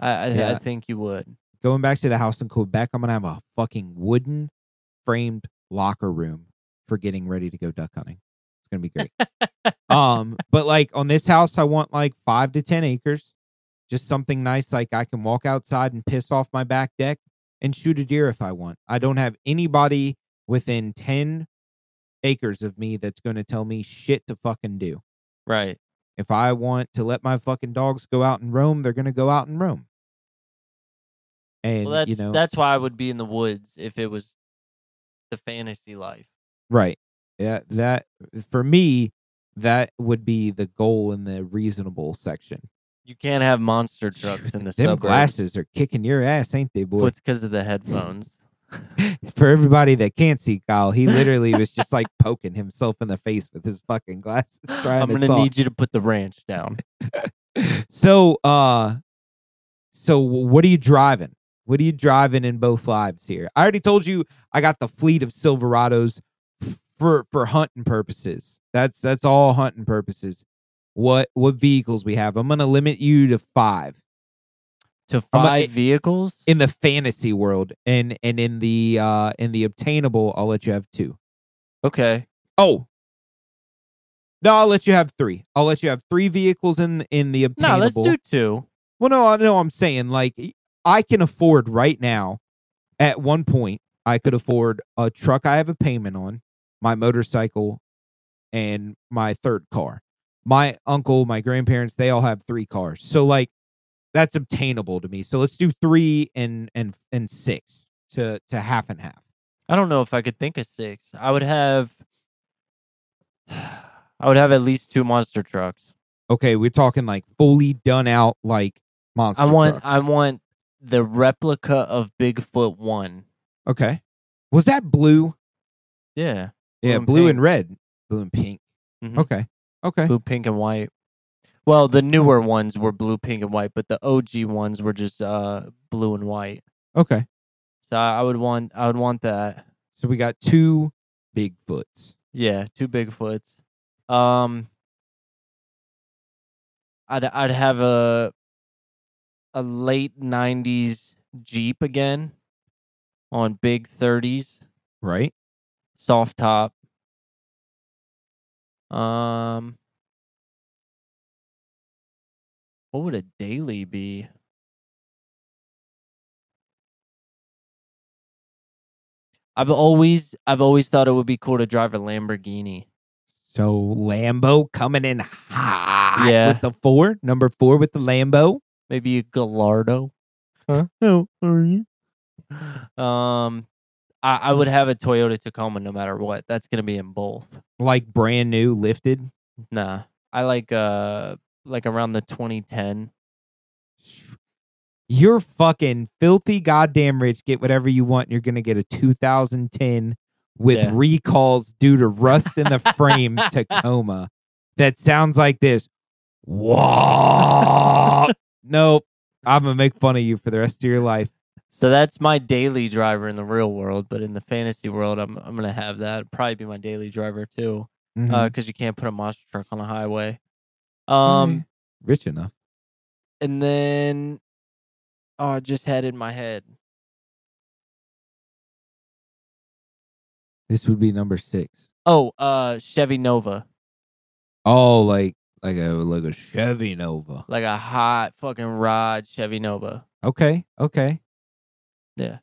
S1: I I, I
S2: Yeah.
S1: think you would.
S2: Going back to the house in Quebec, I'm gonna have a fucking wooden framed locker room for getting ready to go duck hunting. It's gonna be great. um, but like on this house, I want like five to ten acres. Just something nice, like I can walk outside and piss off my back deck and shoot a deer if I want. I don't have anybody within ten acres of me that's gonna tell me shit to fucking do.
S1: Right.
S2: If I want to let my fucking dogs go out and roam, they're gonna go out and roam. And
S1: Well, that's
S2: you know,
S1: that's why I would be in the woods if it was the fantasy life.
S2: right? Yeah, that for me, that would be the goal in the reasonable section.
S1: You can't have monster trucks in the
S2: Them
S1: suburbs.
S2: glasses are kicking your ass, ain't they, boy?
S1: Well, it's because of the headphones.
S2: for everybody that can't see Kyle, he literally was just like poking himself in the face with his fucking glasses. Trying
S1: I'm
S2: to
S1: gonna
S2: talk.
S1: need you to put the ranch down.
S2: so uh so what are you driving what are you driving in both lives here i already told you i got the fleet of silverados f- for for hunting purposes that's that's all hunting purposes what what vehicles we have i'm gonna limit you to five
S1: To
S2: I'm a-
S1: 5 vehicles.
S2: in the fantasy world and and in the uh in the obtainable i'll let you have two.
S1: okay.
S2: Oh, no i'll let you have three i'll let you have three vehicles in in the
S1: No,
S2: obtainable
S1: let's do two.
S2: Well, no, I know I'm saying like I can afford right now. At one point, I could afford a truck I have a payment on, my motorcycle, and my third car. My uncle, my grandparents, they all have three cars, so like that's obtainable to me. So let's do three and and and six to to half and half.
S1: I don't know if I could think of six. I would have. I would have at least two monster trucks.
S2: Okay, we're talking like fully done out like monster.
S1: I want.
S2: trucks.
S1: I want the replica of Bigfoot one.
S2: okay. Was that blue?
S1: Yeah.
S2: yeah,
S1: and
S2: blue
S1: pink.
S2: and red, blue and pink.
S1: Mhm.
S2: Okay, okay.
S1: Blue, pink, and white. Well, the newer ones were blue, pink, and white, but the OG ones were just uh blue and white.
S2: Okay.
S1: So I I would want. I would want that.
S2: So we got two Bigfoots.
S1: Yeah, two Bigfoots. Um I'd I'd have a a late 90s Jeep again on big 30s,
S2: Right.
S1: soft top. Um What would a daily be? I've always I've always thought it would be cool to drive a Lamborghini.
S2: So Lambo coming in hot
S1: Yeah.
S2: with the four, number four with the Lambo.
S1: maybe a Gallardo.
S2: Huh? Oh, are you?
S1: Um, I, I would have a Toyota Tacoma no matter what. That's gonna be in both.
S2: Like brand new, lifted.
S1: Nah, I like uh like around the 2010.
S2: You're fucking filthy goddamn rich. Get whatever you want. And you're gonna get a 2010 with
S1: Yeah.
S2: recalls due to rust in the frame Tacoma. That sounds like this. Whoa. nope. I'm gonna make fun of you for the rest of your life.
S1: So that's my daily driver in the real world, but in the fantasy world, I'm I'm gonna have that It'd probably be my daily driver too,
S2: Mhm.
S1: because you can't put a monster truck on a highway. Um,
S2: Mm, rich enough.
S1: and then oh, I just had it in my head.
S2: This would be number six.
S1: Oh, uh, Chevy Nova,
S2: Oh, like like a like a Chevy Nova.
S1: like a hot fucking rod Chevy Nova.
S2: Okay, okay.
S1: Yeah.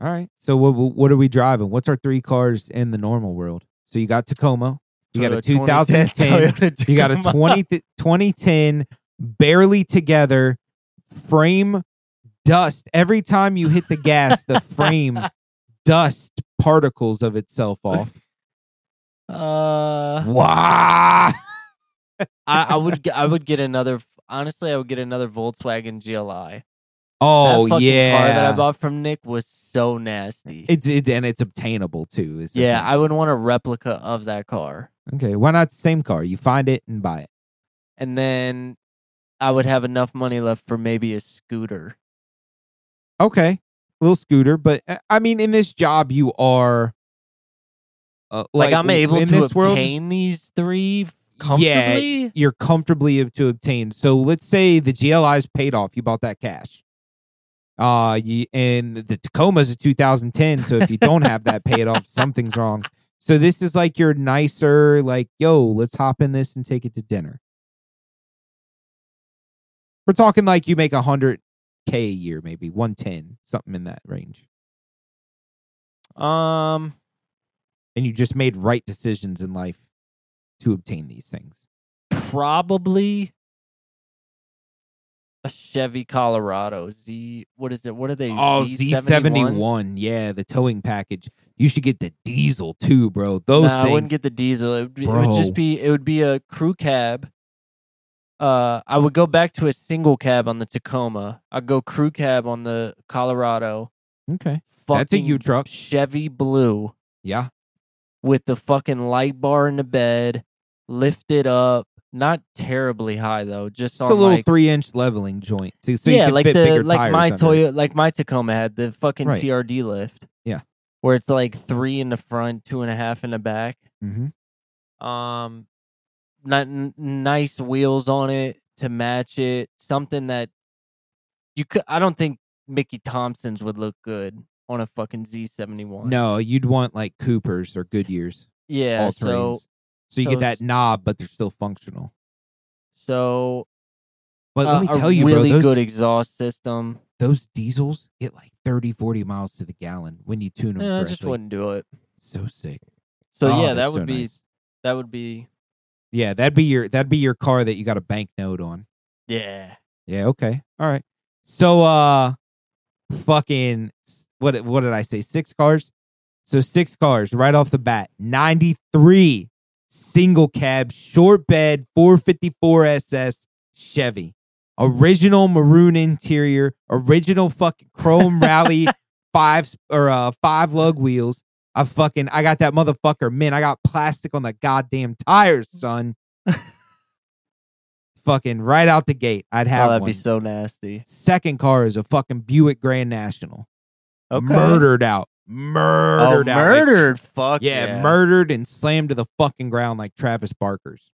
S2: All right. So what what what are we driving? What's our three cars in the normal world? So you got Tacoma. You got a
S1: Toyota 2010
S2: 2010
S1: Toyota
S2: You got a
S1: Tacoma.
S2: 20, th- 2010 barely together frame dust. Every time you hit the gas, the frame dust particles of itself off.
S1: Uh,
S2: Wow.
S1: I, I would g- I would get another. Honestly, I would get another Volkswagen GLI.
S2: Oh
S1: that fucking
S2: yeah.
S1: car that I bought from Nick was so nasty.
S2: It's it, and it's obtainable too. Is the
S1: yeah,
S2: thing.
S1: I would want a replica of that car,
S2: Okay, why not same car? You find it and buy it.
S1: and then I would have enough money left for maybe a scooter.
S2: Okay, little scooter, but uh, I mean, in this job, you are uh,
S1: Like, I'm
S2: w-
S1: able
S2: in
S1: to
S2: this world,
S1: obtain these three comfortably.
S2: you're comfortably ab- to obtain. So let's say the GLI's paid off. You bought that cash. Uh, you, and the Tacoma's a 2010. So if you don't have that paid off, something's wrong. So this is like your nicer, like, yo, let's hop in this and take it to dinner. We're talking like you make a hundred K a year, maybe 110, something in that range.
S1: Um,
S2: And you just made right decisions in life to obtain these things.
S1: probably a Chevy Colorado Z. What is it? What are they?
S2: Oh, Z seventy
S1: 71s?
S2: one. Yeah, the towing package. You should get the diesel too, bro. Those
S1: no, I
S2: things.
S1: wouldn't get the diesel. It would, be, it would
S2: Bro.
S1: just be it would be a crew cab. Uh, I would go back to a single cab on the Tacoma. I'd go crew cab on the Colorado.
S2: okay,
S1: Fucking
S2: that's a U truck.
S1: Chevy Blue
S2: Yeah,
S1: with the fucking light bar in the bed, lifted up, not terribly high though. Just
S2: it's
S1: on
S2: a little
S1: like,
S2: three inch leveling joint too, so you
S1: yeah,
S2: can
S1: like
S2: fit
S1: the
S2: bigger
S1: like
S2: tires
S1: my
S2: under it.
S1: Toyota, like my Tacoma had the fucking
S2: Right.
S1: TRD lift.
S2: Yeah.
S1: where it's like three in the front, two and a half in the back.
S2: Mhm.
S1: um not n- nice wheels on it to match it something that you could i don't think mickey thompson's would look good on a fucking z71
S2: No, you'd want like Coopers or Goodyears,
S1: yeah
S2: all terrains.
S1: so
S2: So, you
S1: so
S2: get that
S1: s-
S2: knob, but they're still functional.
S1: so
S2: But
S1: uh,
S2: let me
S1: a
S2: tell you,
S1: really
S2: bro, those,
S1: good e exhaust system
S2: those diesels get like 30, 40 miles to the gallon when you tune them.
S1: yeah, i just
S2: correctly.
S1: wouldn't do it
S2: So sick.
S1: so
S2: Oh,
S1: yeah
S2: they're
S1: that
S2: so
S1: would be
S2: nice.
S1: that would be
S2: Yeah, that'd be your that'd be your car that you got a banknote on.
S1: yeah
S2: Yeah, okay. All right. So uh fucking s- what what did I say? 6 cars. So 6 cars right off the bat. 93 single cab short bed 454 SS Chevy. Original maroon interior, original fucking chrome rally five s- or uh five lug wheels. I fucking I got that motherfucker mint. I got plastic on the goddamn tires, son. fucking right out the gate. I'd
S1: oh,
S2: have
S1: that'd
S2: one.
S1: be so nasty
S2: Second car is a fucking Buick Grand National.
S1: okay
S2: Murdered out.
S1: oh,
S2: Murdered out. like-
S1: murdered fuck
S2: yeah,
S1: yeah,
S2: murdered and slammed to the fucking ground like Travis Barker's.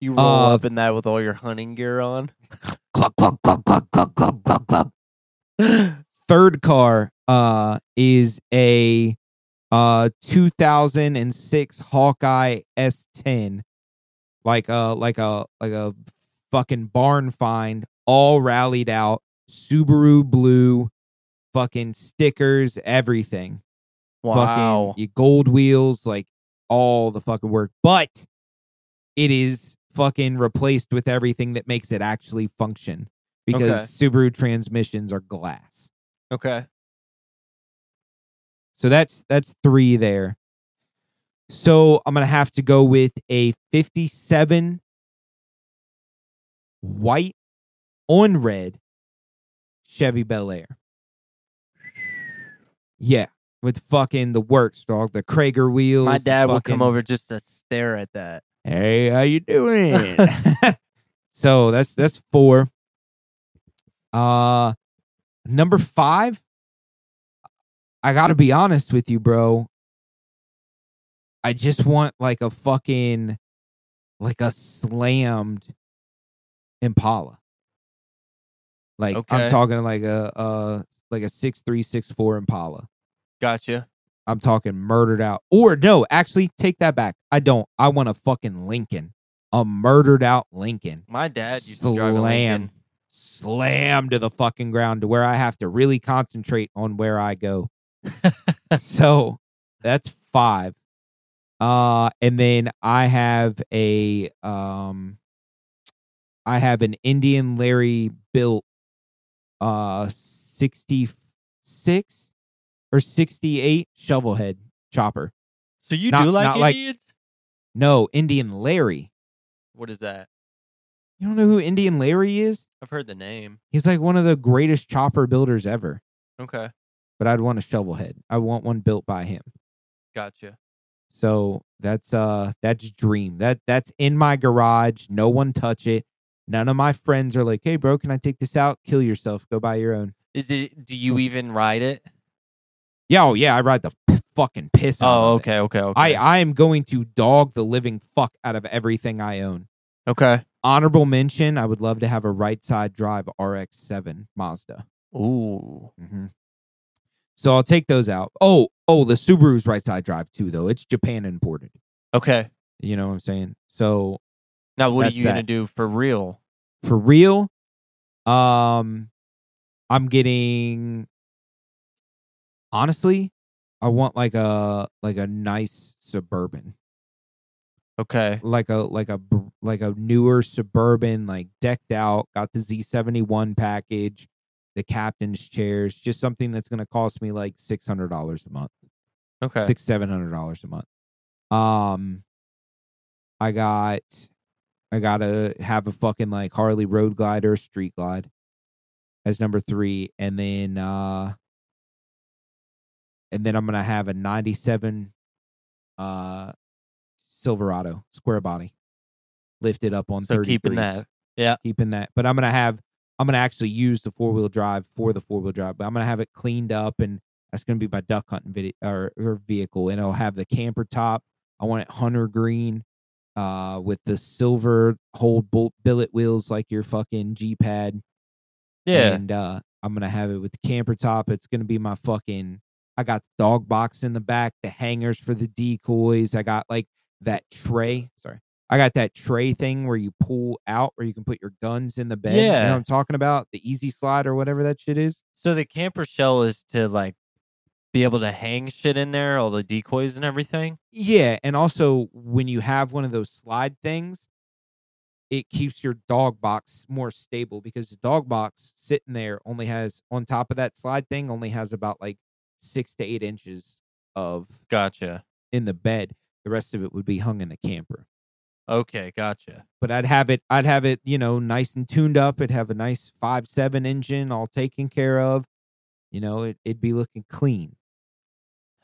S1: you roll
S2: Uh,
S1: up in that with all your hunting gear on
S2: Cluck, cluck, cluck, cluck, cluck, cluck, cluck, cluck. Third car uh, is a uh, 2006 Hawkeye S10. Like a like a like a fucking barn find, all rallied out, Subaru blue, fucking stickers, everything.
S1: wow
S2: fucking your gold wheels, like all the fucking work. But it is fucking replaced with everything that makes it actually function because
S1: Okay.
S2: Subaru transmissions are glass.
S1: okay
S2: So that's that's three there. So I'm gonna have to go with a 57 white on red Chevy Bel Air. Yeah, with fucking the works, dog. The Krager wheels.
S1: My
S2: the
S1: dad would come
S2: fucking-
S1: over just to stare at that.
S2: Hey, how you doing? so that's that's four. Uh number 5 I got to be honest with you, bro. I just want like a fucking like a slammed Impala. Like
S1: Okay.
S2: I'm talking like a uh like a 6364 Impala.
S1: Gotcha.
S2: I'm talking murdered out. Or no, actually, take that back. I don't. I want a fucking Lincoln, a murdered out Lincoln,
S1: My dad used to drive a
S2: Slam.
S1: Lincoln.
S2: slammed to the fucking ground to where I have to really concentrate on where I go. so that's five. Uh, and then I have a um, I have an Indian Larry built, uh, sixty six or sixty eight shovel head chopper.
S1: So you
S2: Not-
S1: do like
S2: not like-
S1: Indians?
S2: No, Indian Larry.
S1: What is that?
S2: You don't know who Indian Larry is?
S1: I've heard the name.
S2: He's like one of the greatest chopper builders ever.
S1: Okay.
S2: But I'd want a shovel head. I want one built by him.
S1: Gotcha.
S2: So that's uh that's dream. That that's in my garage. No one touch it. None of my friends are like, "Hey, bro, can I take this out? Kill yourself. Go buy your own."
S1: Is it do you even ride it?
S2: Yeah, oh yeah, I ride the p- fucking piss. out
S1: Oh,
S2: of it.
S1: okay, okay, okay.
S2: I I am going to dog the living fuck out of everything I own.
S1: okay.
S2: Honorable mention: I would love to have a right side drive RX-7 Mazda.
S1: Ooh.
S2: Mm-hmm. So I'll take those out. Oh, oh, the Subaru's right side drive too, though. It's Japan imported.
S1: Okay.
S2: You know what I'm saying? So
S1: Now what
S2: That's
S1: are you gonna
S2: that.
S1: do for real?
S2: for real, um, I'm getting honestly, I want like a like a nice suburban,
S1: Okay.
S2: like a like a br- like a newer suburban, like decked out. Got the Z71 package, the captain's chairs, just something that's gonna cost me like six hundred dollars a month.
S1: Okay.
S2: six seven hundred dollars a month. Um, I got, I gotta have a fucking like Harley Road Glide or a Street Glide as number three, and then uh, and then I'm gonna have a '97 uh Silverado square body lifted up on
S1: So
S2: thirty.
S1: keeping that. Yeah.
S2: keeping that, but I'm gonna have. I'm gonna actually use the four wheel drive for the four wheel drive, but I'm gonna have it cleaned up and that's going to be my duck hunting video or, or vehicle, and it'll have the camper top. I want it hunter green, uh, with the silver hold bolt billet wheels like your fucking G pad.
S1: Yeah.
S2: and uh, I'm gonna have it with the camper top. It's gonna be my fucking. I got the dog box in the back, the hangers for the decoys. I got like that tray. Sorry, I got that tray thing where you pull out where you can put your guns in the bed. you know
S1: Yeah.
S2: what I'm talking about the easy slide or whatever that shit is.
S1: so the camper shell is to like be able to hang shit in there, all the decoys and everything.
S2: Yeah, and also when you have one of those slide things, it keeps your dog box more stable because the dog box sitting there only has on top of that slide thing only has about like six to eight inches of
S1: Gotcha.
S2: in the bed. The rest of it would be hung in the camper.
S1: Okay, gotcha.
S2: But I'd have it I'd have it, you know, nice and tuned up. It'd have a nice five seven engine all taken care of. You know, it, it'd be looking clean.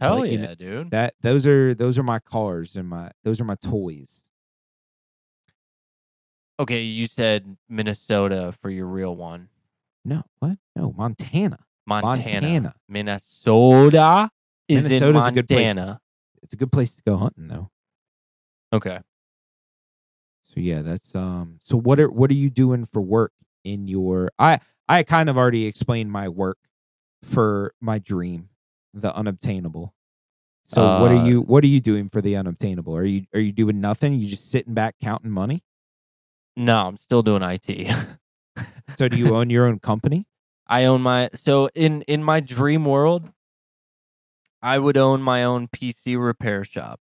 S1: Hell
S2: Like,
S1: yeah,
S2: you kn-
S1: dude.
S2: That those are those are my cars and my those are my toys.
S1: okay, you said Minnesota for your real one.
S2: No, what? No, Montana.
S1: Montana.
S2: Montana.
S1: Minnesota is in
S2: Minnesota's a
S1: Montana.
S2: good place. It's a good place to go hunting though.
S1: Okay.
S2: So yeah, that's um so what are what are you doing for work in your I I kind of already explained my work for my dream, the unobtainable. So what
S1: Uh,
S2: are you what are you doing for the unobtainable? Are you are you doing nothing? You just sitting back counting money?
S1: No, I'm still doing IT.
S2: So do you own your own company?
S1: I own my so in in my dream world, I would own my own PC repair shop.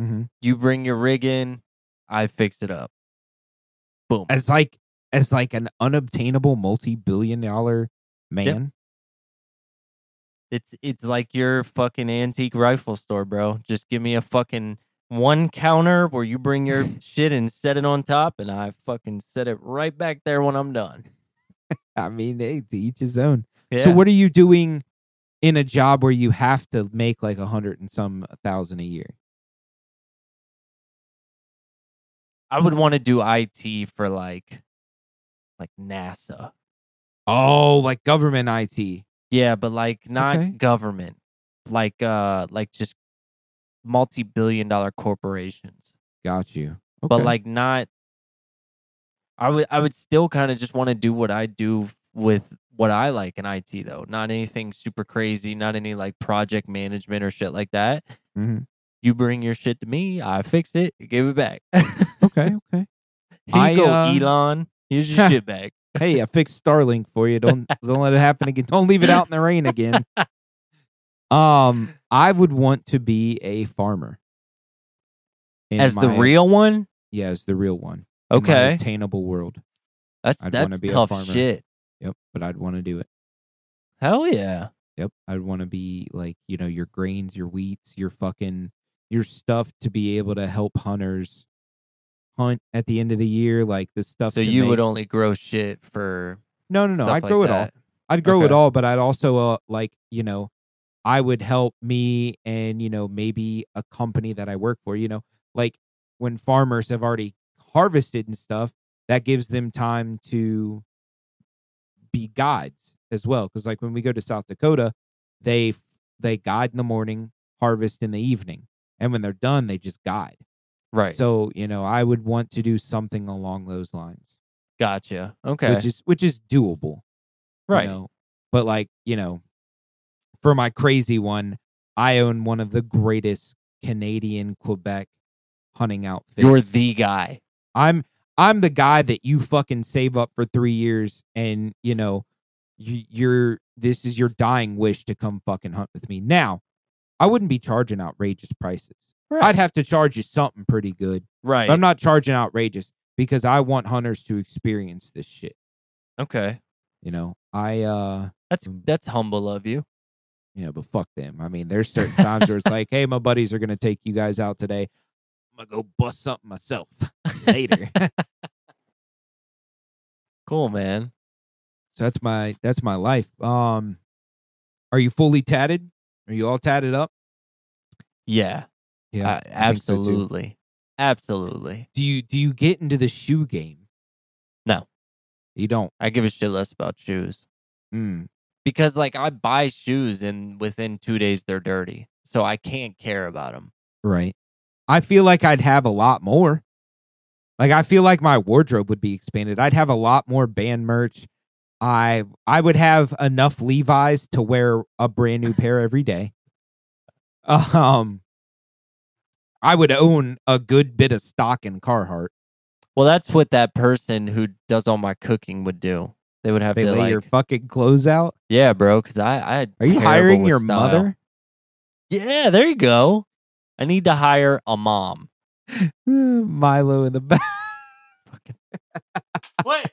S2: Mm-hmm.
S1: You bring your rig in, I fix it up. Boom.
S2: As like as like an unobtainable multi-billion dollar man.
S1: It's it's like your fucking antique rifle store, bro. Just give me a fucking one counter where you bring your shit and set it on top, and I fucking set it right back there when I'm done.
S2: I mean, hey, to each his own.
S1: Yeah.
S2: So what are you doing in a job where you have to make like a hundred and some thousand a year?
S1: I would want to do IT for like, like NASA.
S2: Oh, like government IT.
S1: Yeah, but like not
S2: Okay.
S1: government, like uh, like just multi-billion dollar corporations,
S2: Got you.
S1: but
S2: Okay.
S1: like not. I would I would still kind of just want to do what I do with what I like in IT though, not anything super crazy, not any like project management or shit like that.
S2: Mhm.
S1: You bring your shit to me, I fixed it, give it back.
S2: okay, okay.
S1: Here you
S2: Oh, I,
S1: go,
S2: uh,
S1: Elon. Here's your shit back.
S2: hey, I fixed Starlink for you. Don't don't let it happen again. Don't leave it out in the rain again. Um, I would want to be a farmer. In
S1: As the
S2: my-
S1: real one?
S2: yeah, as the real one. in my
S1: Okay.
S2: attainable world.
S1: That's
S2: I'd wanna
S1: that's
S2: be a
S1: tough
S2: farmer.
S1: shit.
S2: Yep, but I'd want to do it.
S1: Hell yeah.
S2: Yep, I'd want to be like you know your grains, your wheats, your fucking your stuff to be able to help hunters hunt at the end of the year, like the stuff.
S1: So
S2: to
S1: you would
S2: make-
S1: only grow shit for
S2: no no no.
S1: stuff
S2: I'd
S1: like
S2: grow it all.
S1: that.
S2: I'd grow it
S1: Okay.
S2: all, but I'd also uh, like you know, I would help me and you know maybe a company that I work for. You know, like when farmers have already harvested and stuff, that gives them time to be guides as well. Because like when we go to South Dakota, they f- they guide in the morning, harvest in the evening, and when they're done, they just guide.
S1: Right.
S2: So you know, I would want to do something along those lines,
S1: gotcha. Okay.
S2: which is which is doable you
S1: right.
S2: know. But like, you know, for my crazy one, I own one of the greatest Canadian Quebec hunting outfits.
S1: You're the guy.
S2: I'm I'm the guy that you fucking save up for 3 years and, you know, you, you're this is your dying wish to come fucking hunt with me. Now, I wouldn't be charging outrageous prices.
S1: Right.
S2: I'd have to charge you something pretty good.
S1: right.
S2: But I'm not charging outrageous because I want hunters to experience this shit,
S1: okay. Mm.
S2: you know. I uh
S1: That's that's humble of you.
S2: Yeah, but fuck them. I mean, there's certain times where it's like, hey, my buddies are gonna take you guys out today. I'm gonna go bust something myself later.
S1: Cool, man.
S2: so that's my that's my life. Um are you fully tatted? Are you all tatted up?
S1: Yeah.
S2: I
S1: uh,
S2: think so, too.
S1: absolutely. absolutely.
S2: do you do you get into the shoe game?
S1: No.
S2: You don't.
S1: I give a shit less about shoes.
S2: Mm.
S1: Because like I buy shoes and within 2 days they're dirty. So I can't care about them.
S2: Right. I feel like I'd have a lot more. Like I feel like my wardrobe would be expanded. I'd have a lot more band merch. I I would have enough Levi's to wear a brand new pair every day. Um I would own a good bit of stock in Carhartt.
S1: Well, that's what that person who does all my cooking would do. They would have
S2: They
S1: to
S2: lay
S1: like,
S2: your fucking clothes out.
S1: yeah, bro. Because I, I had
S2: Are you
S1: terrible
S2: hiring
S1: with
S2: your
S1: style.
S2: mother?
S1: Yeah, there you go. I need to hire a mom.
S2: Milo in the back.
S1: Fucking what?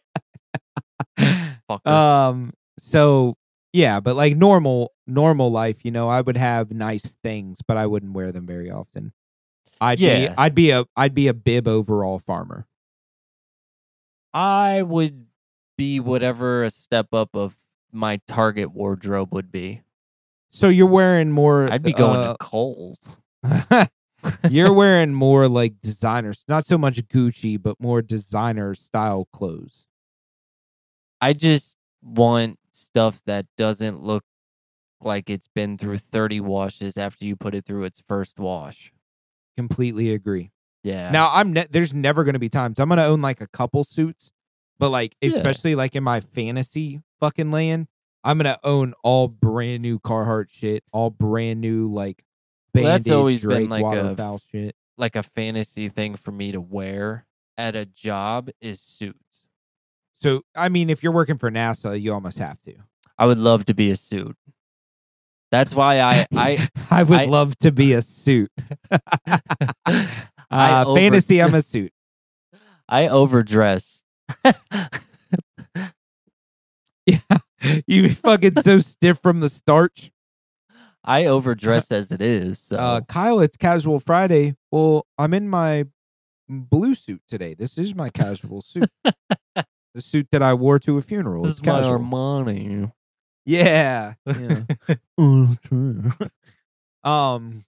S1: Fucker.
S2: um so yeah but like normal normal life you know i would have nice things but i wouldn't wear them very often i'd be
S1: Yeah.
S2: i'd be a i'd be a bib overall farmer
S1: I would be whatever a step up of my target wardrobe would be.
S2: so you're wearing more
S1: I'd be going to Kohl's.
S2: uh, you're wearing more like designers not so much gucci but more designer style clothes
S1: I just want stuff that doesn't look like it's been through 30 washes after you put it through its first wash.
S2: completely agree
S1: Yeah.
S2: Now I'm ne- there's never going to be times I'm going to own like a couple suits, but like
S1: Yeah.
S2: especially like in my fantasy fucking land, I'm going to own all brand new Carhartt shit, all brand new like
S1: Well,
S2: banded
S1: that's always been,
S2: Drake
S1: like, a-
S2: waterfowl shit.
S1: like a fantasy thing for me to wear at a job is suits.
S2: So I mean, if you're working for NASA, you almost have to.
S1: I would love to be a suit. That's why I I
S2: I would
S1: I-
S2: love to be a suit. uh,
S1: I over-
S2: fantasy, I'm a suit.
S1: I overdress.
S2: You fucking so stiff from the starch.
S1: I overdress as it is. So
S2: Uh, Kyle, it's Casual Friday. Well, I'm in my blue suit today. This is my casual suit. the suit that I wore to a funeral.
S1: this
S2: It's
S1: is my
S2: casual.
S1: Armani.
S2: yeah. yeah. um.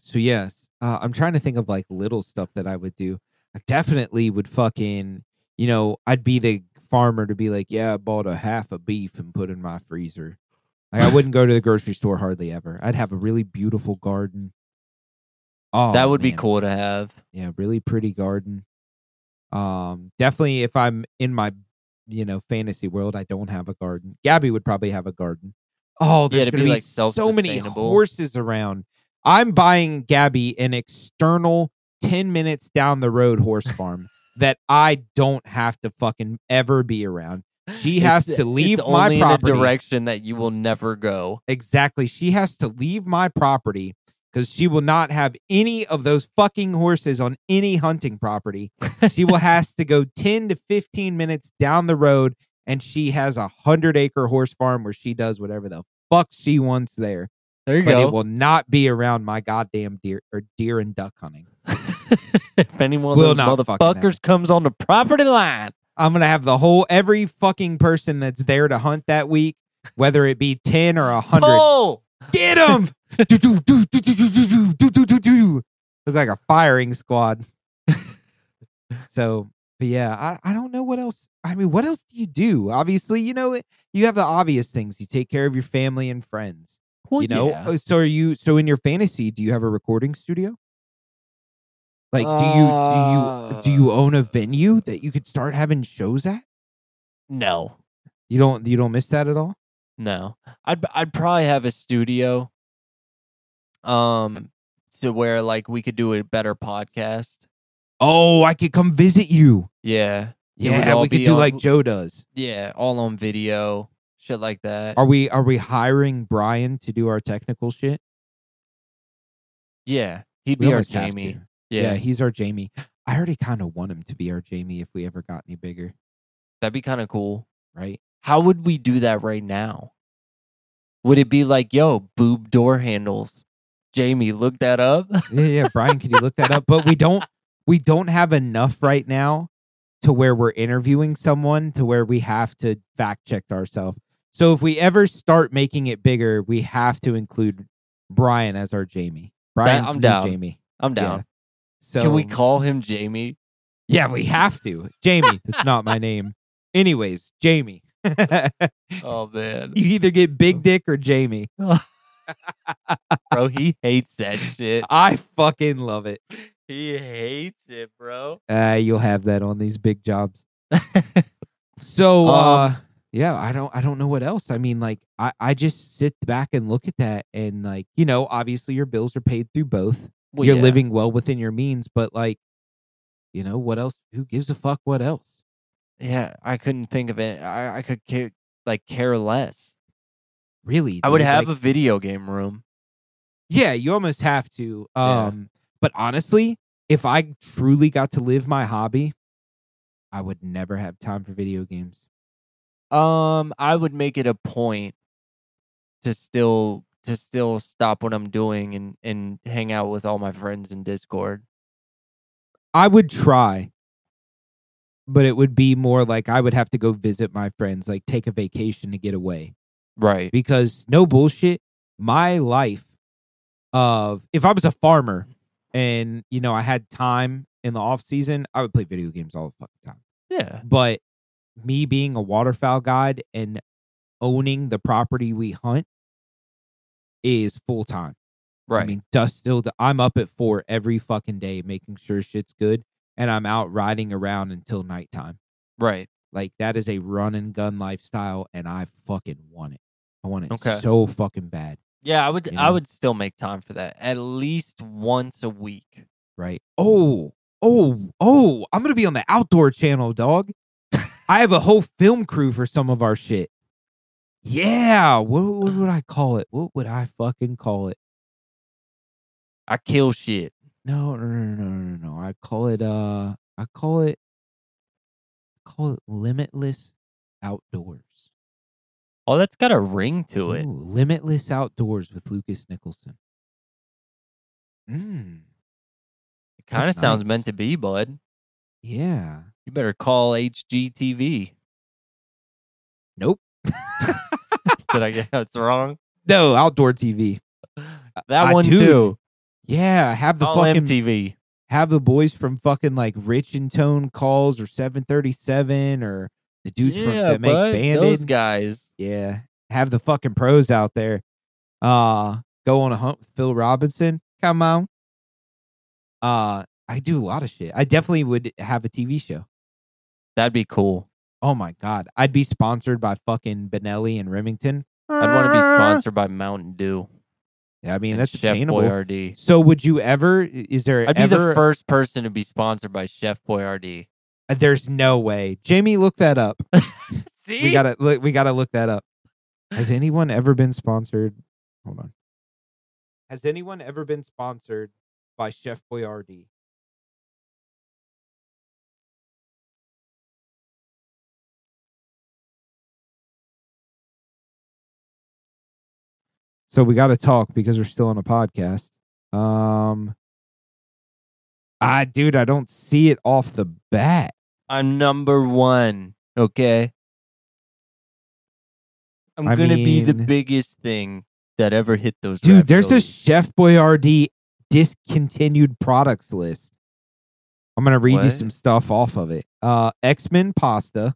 S2: So yes, uh, I'm trying to think of like little stuff that I would do. I definitely would fucking, you know, I'd be the farmer to be like, yeah, I bought a half a beef and put in my freezer. Like I wouldn't go to the grocery store hardly ever. I'd have a really beautiful garden. Oh,
S1: that would be
S2: man.
S1: cool to have.
S2: Yeah, really pretty garden. Um, definitely if I'm in my, you know, fantasy world, I don't have a garden. Gabby would probably have a garden. Oh,
S1: Yeah,
S2: there's
S1: to
S2: gonna
S1: be,
S2: be,
S1: like,
S2: so many
S1: self-sustainable.
S2: horses around. I'm buying Gabby an external ten minutes down the road horse farm that I don't have to fucking ever be around. She has
S1: It's-
S2: to
S1: it's
S2: leave my
S1: only
S2: property.
S1: in a direction that you will never go.
S2: Exactly. She has to leave my property because she will not have any of those fucking horses on any hunting property. she will has to go 10 to 15 minutes down the road and she has a hundred acre horse farm where she does whatever the fuck she wants there.
S1: There you
S2: But it
S1: go.
S2: will not be around my goddamn deer or deer and duck hunting.
S1: if any one
S2: Will
S1: of those
S2: not fucking
S1: motherfuckers comes on the property line,
S2: I'm gonna have the whole every fucking person that's there to hunt that week, whether it be 10 or a hundred.
S1: pull.
S2: Get him! Look like a firing squad. so, but yeah, I, I don't know what else. I mean, what else do you do? Obviously, you know, you have the obvious things. You take care of your family and friends.
S1: Well,
S2: you know,
S1: Oh, yeah.
S2: Uh, so are you? So in your fantasy, do you have a recording studio? Like, do
S1: Uh.
S2: you do you do you own a venue that you could start having shows at?
S1: no,
S2: You don't you don't miss that at all.
S1: no. I'd I'd probably have a studio, um, to where like we could do a better podcast.
S2: Oh, I could come visit you.
S1: Yeah, It would
S2: Yeah,
S1: all
S2: we could
S1: be
S2: do
S1: on-
S2: like Joe does.
S1: yeah, all on video, shit like that.
S2: Are we are we hiring Brian to do our technical shit?
S1: yeah, he'd
S2: We
S1: be our
S2: almost have
S1: Jamie.
S2: to.
S1: Yeah,
S2: he's our Jamie. I already kind of want him to be our Jamie if we ever got any bigger,
S1: that'd be kind of cool.
S2: right?
S1: How would we do that right now? Would it be like, yo, boob door handles? Jamie, look that up.
S2: Yeah, yeah. Brian, could you look that up? But we don't we don't have enough right now to where we're interviewing someone to where we have to fact check ourselves. So if we ever start making it bigger, we have to include Brian as our Jamie. Brian's
S1: I'm
S2: new
S1: down.
S2: Jamie.
S1: I'm down.
S2: Yeah. So
S1: Can we call him Jamie?
S2: Yeah, we have to. Jamie, that's not my name. Anyways, Jamie.
S1: Oh man.
S2: You either get Big Dick or Jamie.
S1: bro, he hates that shit.
S2: I fucking love it.
S1: He hates it, bro.
S2: Uh, you'll have that on these big jobs. So uh,
S1: Um,
S2: yeah, I don't I don't know what else. I mean, like I, I just sit back and look at that and like, you know, obviously your bills are paid through both.
S1: Well,
S2: You're
S1: yeah.
S2: living well within your means, but like, you know, what else? Who gives a fuck what else?
S1: Yeah, I couldn't think of it. I, I could care, like care less.
S2: Really?
S1: I would
S2: dude,
S1: have
S2: like-
S1: a video game room.
S2: Yeah, you almost have to.
S1: Yeah.
S2: Um, but honestly, if I truly got to live my hobby, I would never have time for video games.
S1: Um, I would make it a point to still to still stop what I'm doing and and hang out with all my friends in Discord.
S2: I would try, but it would be more like I would have to go visit my friends, like take a vacation to get away.
S1: Right.
S2: Because no bullshit, my life of if I was a farmer and you know I had time in the off season, I would play video games all the fucking time.
S1: Yeah.
S2: but me being a waterfowl guide and owning the property we hunt is full time.
S1: Right.
S2: I mean, dust still. I'm up at four every fucking day, making sure shit's good, and I'm out riding around until nighttime.
S1: right.
S2: Like that is a run and gun lifestyle, and I fucking want it. I want it
S1: Okay.
S2: so fucking bad,
S1: Yeah, I would
S2: You
S1: I
S2: know?
S1: would still make time for that at least once a week.
S2: right? Oh, oh, oh! I'm gonna be on the outdoor channel, dog. I have a whole film crew for some of our shit. Yeah, what, what would I call it? What would I fucking call it?
S1: I kill shit.
S2: No, no, no, no, no, no, no. I call it uh I call it call it limitless outdoors.
S1: Oh, that's got a ring to it.
S2: Ooh, limitless outdoors with Lucas Nicholson. Mm,
S1: it kind of
S2: that's
S1: sounds
S2: nice.
S1: meant to be, bud.
S2: yeah.
S1: You better call HGTV.
S2: Nope.
S1: Did I get that's wrong?
S2: No, outdoor TV.
S1: That
S2: I
S1: one
S2: do.
S1: too.
S2: Yeah, have the
S1: All
S2: fucking
S1: MTV.
S2: have the boys from fucking like Rich and Tone calls or 737 or The dudes from
S1: yeah,
S2: that make
S1: bud,
S2: Bandit.
S1: those guys.
S2: Yeah, have the fucking pros out there. Uh go on a hunt with Phil Robinson. Come on. Uh I do a lot of shit. I definitely would have a TV show.
S1: That'd be cool.
S2: Oh my god, I'd be sponsored by fucking Benelli and Remington.
S1: I'd want to be sponsored by Mountain Dew.
S2: Yeah, I mean
S1: and
S2: Ah. that's
S1: Chef
S2: attainable.
S1: Boyardee.
S2: So would you ever? i- Is there
S1: I'd be
S2: ever?
S1: the first person to be sponsored by Chef Boyardee.
S2: Uh, There's no way. Jamie, look that up.
S1: See,
S2: We gotta look. We gotta look that up. Has anyone ever been sponsored? Hold on. Has anyone ever been sponsored by Chef Boyardee? So we got to talk because we're still on a podcast. Um, I dude, I don't see it off the bat.
S1: I'm number one. Okay, I'm
S2: I
S1: gonna be the
S2: mean-
S1: biggest thing that ever hit those.
S2: Dude,
S1: rap
S2: there's a
S1: shows.
S2: Chef Boyardee discontinued products list. I'm gonna read you
S1: What?
S2: some stuff off of it. Uh, X Men pasta.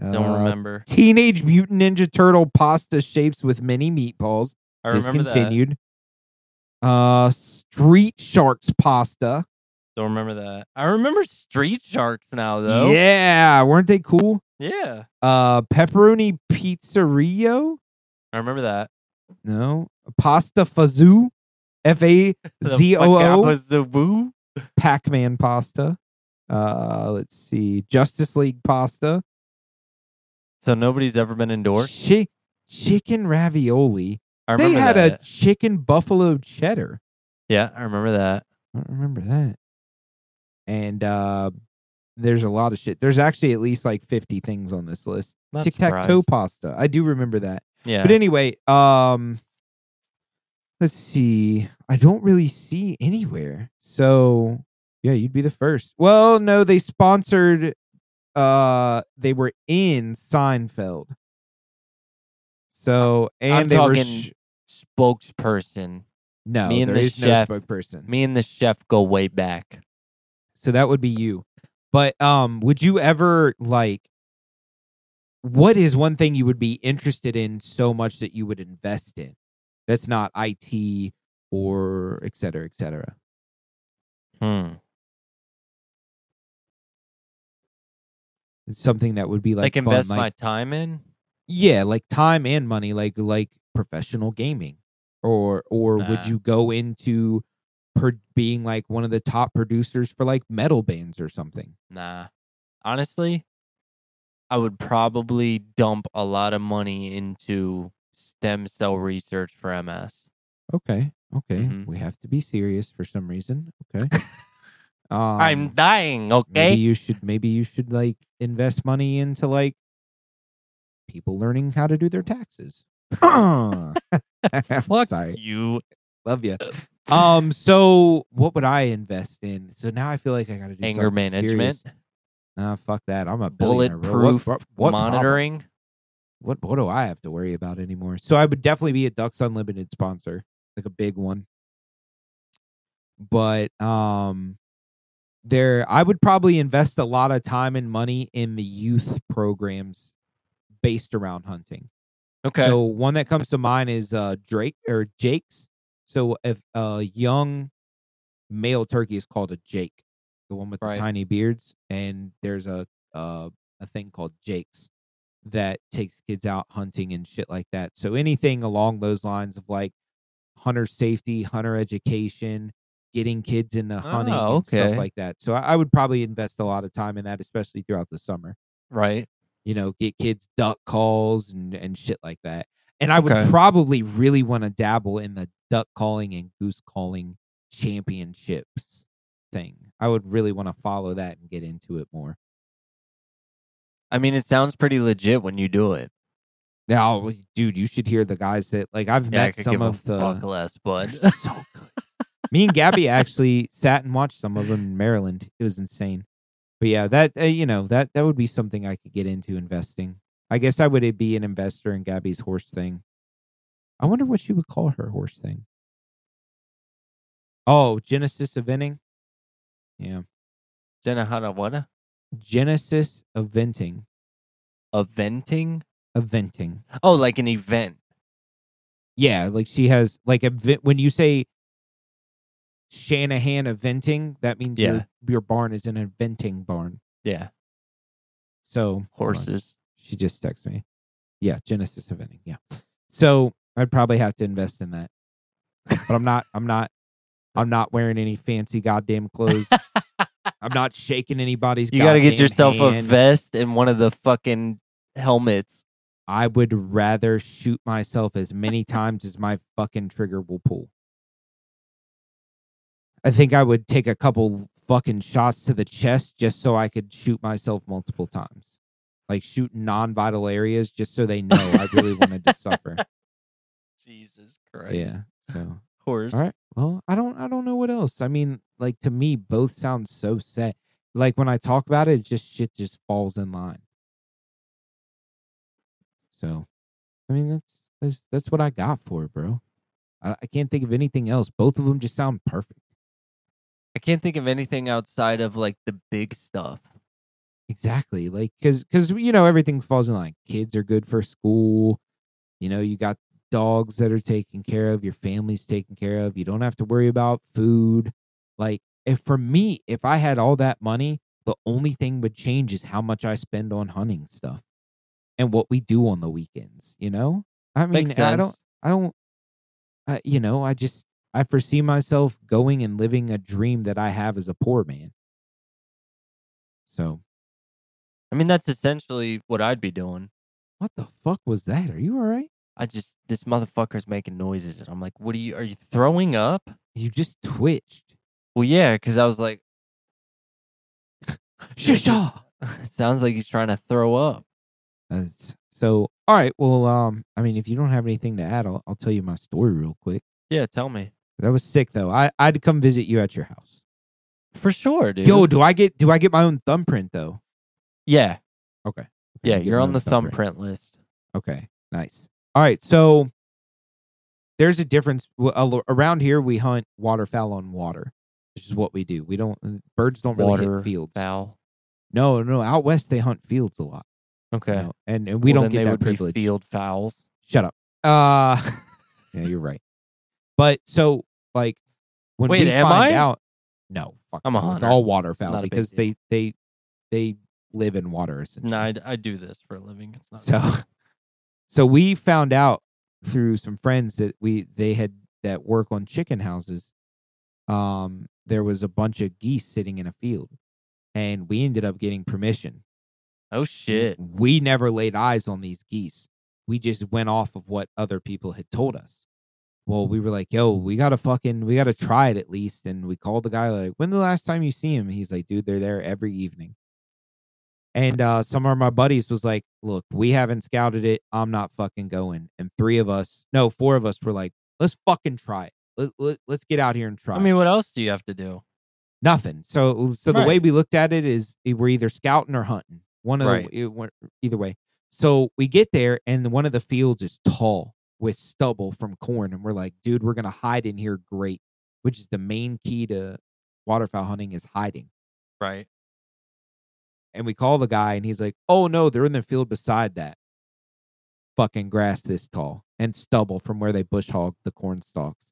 S1: Don't
S2: Uh,
S1: remember.
S2: Teenage Mutant Ninja Turtle pasta shapes with mini meatballs
S1: I remember that.
S2: discontinued. Uh, Street Sharks pasta.
S1: Don't remember that. I remember Street Sharks now though.
S2: Yeah, weren't they cool?
S1: Yeah.
S2: Uh, pepperoni pizzeria.
S1: I remember that.
S2: No, pasta fazoo. F a
S1: The
S2: z o
S1: fuck out
S2: o.
S1: was the woo.
S2: Pac-Man pasta. Uh, let's see, Justice League pasta.
S1: So nobody's ever been indoors.
S2: Chi- chicken ravioli.
S1: I
S2: They
S1: remember
S2: had
S1: that.
S2: a chicken buffalo cheddar.
S1: yeah, I remember that.
S2: I don't remember that. And uh, there's a lot of shit. There's actually at least like 50 things on this list.
S1: Not
S2: Tic Tac Toe
S1: surprised.
S2: pasta. I do remember that.
S1: Yeah.
S2: But anyway, um, let's see. I don't really see anywhere. So yeah, you'd be the first. Well, no, they sponsored. Uh, they were in Seinfeld. So and
S1: I'm
S2: they were
S1: talking-
S2: sh-
S1: Spokesperson.
S2: no,
S1: me
S2: there is
S1: and the chef.
S2: no spokesperson.
S1: Me and the chef go way back.
S2: So that would be you. But um, would you ever like? What is one thing you would be interested in so much that you would invest in? That's not IT or et cetera, et cetera.
S1: Hmm.
S2: It's something that would be
S1: Like,
S2: like fun,
S1: invest
S2: like-
S1: my time in.
S2: yeah, like time and money, like like professional gaming, or or
S1: Nah.
S2: would you go into per- being like one of the top producers for like metal bands or something?
S1: Nah. Honestly, I would probably dump a lot of money into stem cell research for MS.
S2: Okay, okay,
S1: Mhm.
S2: we have to be serious for some reason. Okay, um,
S1: I'm dying, okay?
S2: Maybe you should maybe you should like invest money into like people learning how to do their taxes.
S1: Fuck
S2: Sorry.
S1: you.
S2: Love you. Um so what would I invest in? So now I feel like I got to do
S1: Anger
S2: something serious.
S1: management,
S2: Nah, fuck that. I'm a billionaire, bro. What-
S1: bulletproof
S2: what- what problem?
S1: monitoring.
S2: What what do I have to worry about anymore? So I would definitely be a Ducks Unlimited sponsor, like a big one. But um there I would probably invest a lot of time and money in the youth programs based around hunting.
S1: Okay.
S2: So one that comes to mind is uh Drake or Jake's. So if a young male turkey is called a Jake, the one with
S1: Right.
S2: the tiny beards, and there's a uh, a thing called Jake's that takes kids out hunting and shit like that. So anything along those lines of like hunter safety, hunter education, getting kids into hunting
S1: Oh,
S2: and
S1: okay.
S2: stuff like that. So I, I would probably invest a lot of time in that, especially throughout the summer
S1: right.
S2: you know, get kids duck calls and, and shit like that. And I would
S1: Okay.
S2: probably really want to dabble in the duck calling and goose calling championships thing. I would really want to follow that and get into it more.
S1: I mean, it sounds pretty legit when you do it.
S2: Now, dude, you should hear the guys that like I've
S1: Yeah, I
S2: met
S1: could
S2: some
S1: give
S2: of
S1: a fuck
S2: the
S1: less,
S2: they're
S1: but
S2: so good. Me and Gabby actually sat and watched some of them in Maryland. It was insane. But yeah, that uh, you know that that would be something I could get into investing. I guess I would uh, be an investor in Gabby's horse thing. I wonder what she would call her horse thing. Oh, Genesis Eventing. Yeah,
S1: Jenna Hanawana.
S2: Genesis Eventing.
S1: eventing.
S2: eventing.
S1: Oh, like an event.
S2: Yeah, like she has like a vi- when you say Shanahan eventing, that means
S1: Yeah.
S2: your your barn is an eventing barn.
S1: Yeah,
S2: So hold on.
S1: horses.
S2: She just texted me. Yeah, Genesis eventing. Yeah. So I'd probably have to invest in that. But I'm not I'm not I'm not wearing any fancy goddamn clothes. I'm not shaking anybody's
S1: You got to get
S2: goddamn
S1: yourself a
S2: hand.
S1: vest and one of the fucking helmets.
S2: I would rather shoot myself as many times as my fucking trigger will pull. I think I would take a couple fucking shots to the chest just so I could shoot myself multiple times. Like shoot non vital areas just so they know I really wanted to suffer.
S1: Jesus Christ.
S2: Yeah. So
S1: Horse.
S2: all right. Well, I don't I don't know what else. I mean, like to me both sound so set. Like when I talk about it, it just shit just falls in line. So, I mean, that's that's that's what I got for it, bro. I, I can't think of anything else. Both of them just sound perfect.
S1: I can't think of anything outside of like the big stuff.
S2: Exactly. Like cuz cuz you know everything falls in line. Kids are good for school. You know, you got dogs that are taken care of, your family's taken care of. You don't have to worry about food. Like if for me, if I had all that money, the only thing would change is how much I spend on hunting stuff and what we do on the weekends, you know? I mean,
S1: Makes sense.
S2: I don't I don't I, you know, I just I foresee myself going and living a dream that I have as a poor man. So
S1: I mean, that's essentially what I'd be doing.
S2: What the fuck was that? Are you all right?
S1: I just this motherfucker's making noises, and I'm like, "What are you? Are you throwing up?"
S2: You just twitched.
S1: Well, yeah, because I was like,
S2: Shusha.
S1: it sounds like he's trying to throw up.
S2: That's- So, all right. Well, um, I mean, if you don't have anything to add, I'll, I'll tell you my story real quick.
S1: Yeah, tell me
S2: That was sick though. I I'd come visit you at your house.
S1: for sure, dude.
S2: Yo, do I get do I get my own thumbprint though?
S1: yeah,
S2: Okay. Okay,
S1: yeah,
S2: I get
S1: you're
S2: my
S1: on
S2: own
S1: the thumbprint list.
S2: Okay, nice. All right, so there's a difference w- a lo- around here. We hunt waterfowl on water, which is what we do. We don't uh, birds don't really
S1: Water
S2: hit fields.
S1: Foul.
S2: No, no, out west they hunt fields a lot.
S1: Okay,
S2: you know, and and we
S1: Well, then
S2: don't get
S1: they
S2: that
S1: would
S2: privilege.
S1: Be field fouls.
S2: Shut up. Uh yeah, you're right. But so like when
S1: Wait,
S2: we
S1: am
S2: find
S1: I?
S2: out, no, fuck
S1: I'm a
S2: no, It's
S1: hunter.
S2: all
S1: It's
S2: waterfowl
S1: not a big
S2: because
S1: deal.
S2: they they they live in water essentially.
S1: No, I, I do this for a living. It's not
S2: So, so we found out through some friends that we they had that work on chicken houses. Um, there was a bunch of geese sitting in a field, and we ended up getting permission.
S1: oh shit.
S2: We never laid eyes on these geese. We just went off of what other people had told us. Well, we were like, yo, we gotta fucking, we gotta try it at least. And we called the guy, like, when the last time you see him? He's like, dude, they're there every evening. And uh, some of my buddies was like, look, we haven't scouted it. I'm not fucking going. And three of us, no, four of us were like, let's fucking try it. Let, let, let's get out here and try
S1: I
S2: it."
S1: mean, what else do you have to do?
S2: nothing. So so the way
S1: Right.
S2: we looked at it is eh, we're either scouting or hunting. One of
S1: Right.
S2: the, it went- either way. So we get there and one of the fields is tall with stubble from corn, and we're like, dude, we're gonna hide in here. Great, which is the main key to waterfowl hunting is hiding.
S1: Right.
S2: And we call the guy, and he's like, oh no, they're in the field beside that fucking grass this tall and stubble from where they bush hog the corn stalks.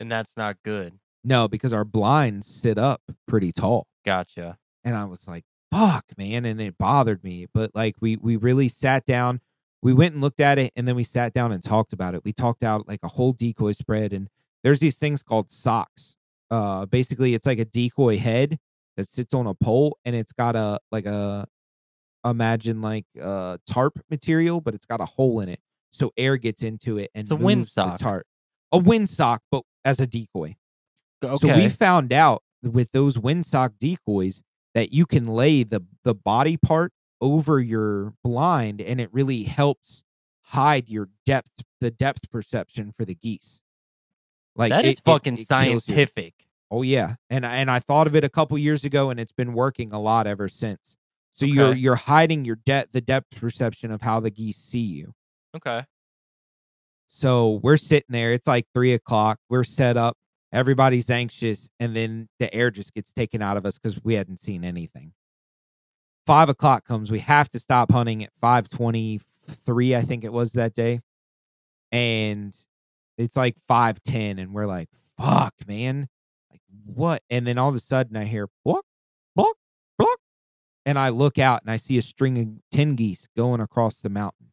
S1: And that's not good.
S2: No, because our blinds sit up pretty tall.
S1: Gotcha.
S2: and I was like, "Fuck, man!" And it bothered me. But like, we we really sat down, we went and looked at it, and then we sat down and talked about it. We talked out like a whole decoy spread, and there's these things called socks. Uh, basically, it's like a decoy head that sits on a pole, and it's got a like a imagine like a tarp material, but it's got a hole in it, so air gets into it and
S1: It's a
S2: moves the
S1: windsock.
S2: tarp. A windsock, but as a decoy.
S1: Okay.
S2: So we found out with those windsock decoys that you can lay the the body part over your blind, and it really helps hide your depth, the depth perception for the geese. Like
S1: that
S2: it-
S1: is
S2: it-
S1: fucking
S2: it kills you.
S1: scientific.
S2: Oh yeah, and I- and I thought of it a couple years ago, and it's been working a lot ever since. So you're
S1: Okay.
S2: you're hiding your depth, the depth perception of how the geese see you.
S1: Okay.
S2: So we're sitting there. It's like three o'clock. We're set up. Everybody's anxious. And then the air just gets taken out of us because we hadn't seen anything. five o'clock comes. We have to stop hunting at five twenty-three, I think it was that day, and it's like five ten, and we're like, "Fuck, man, like what?" And then all of a sudden, I hear block, block, block, and I look out and I see a string of ten geese going across the mountain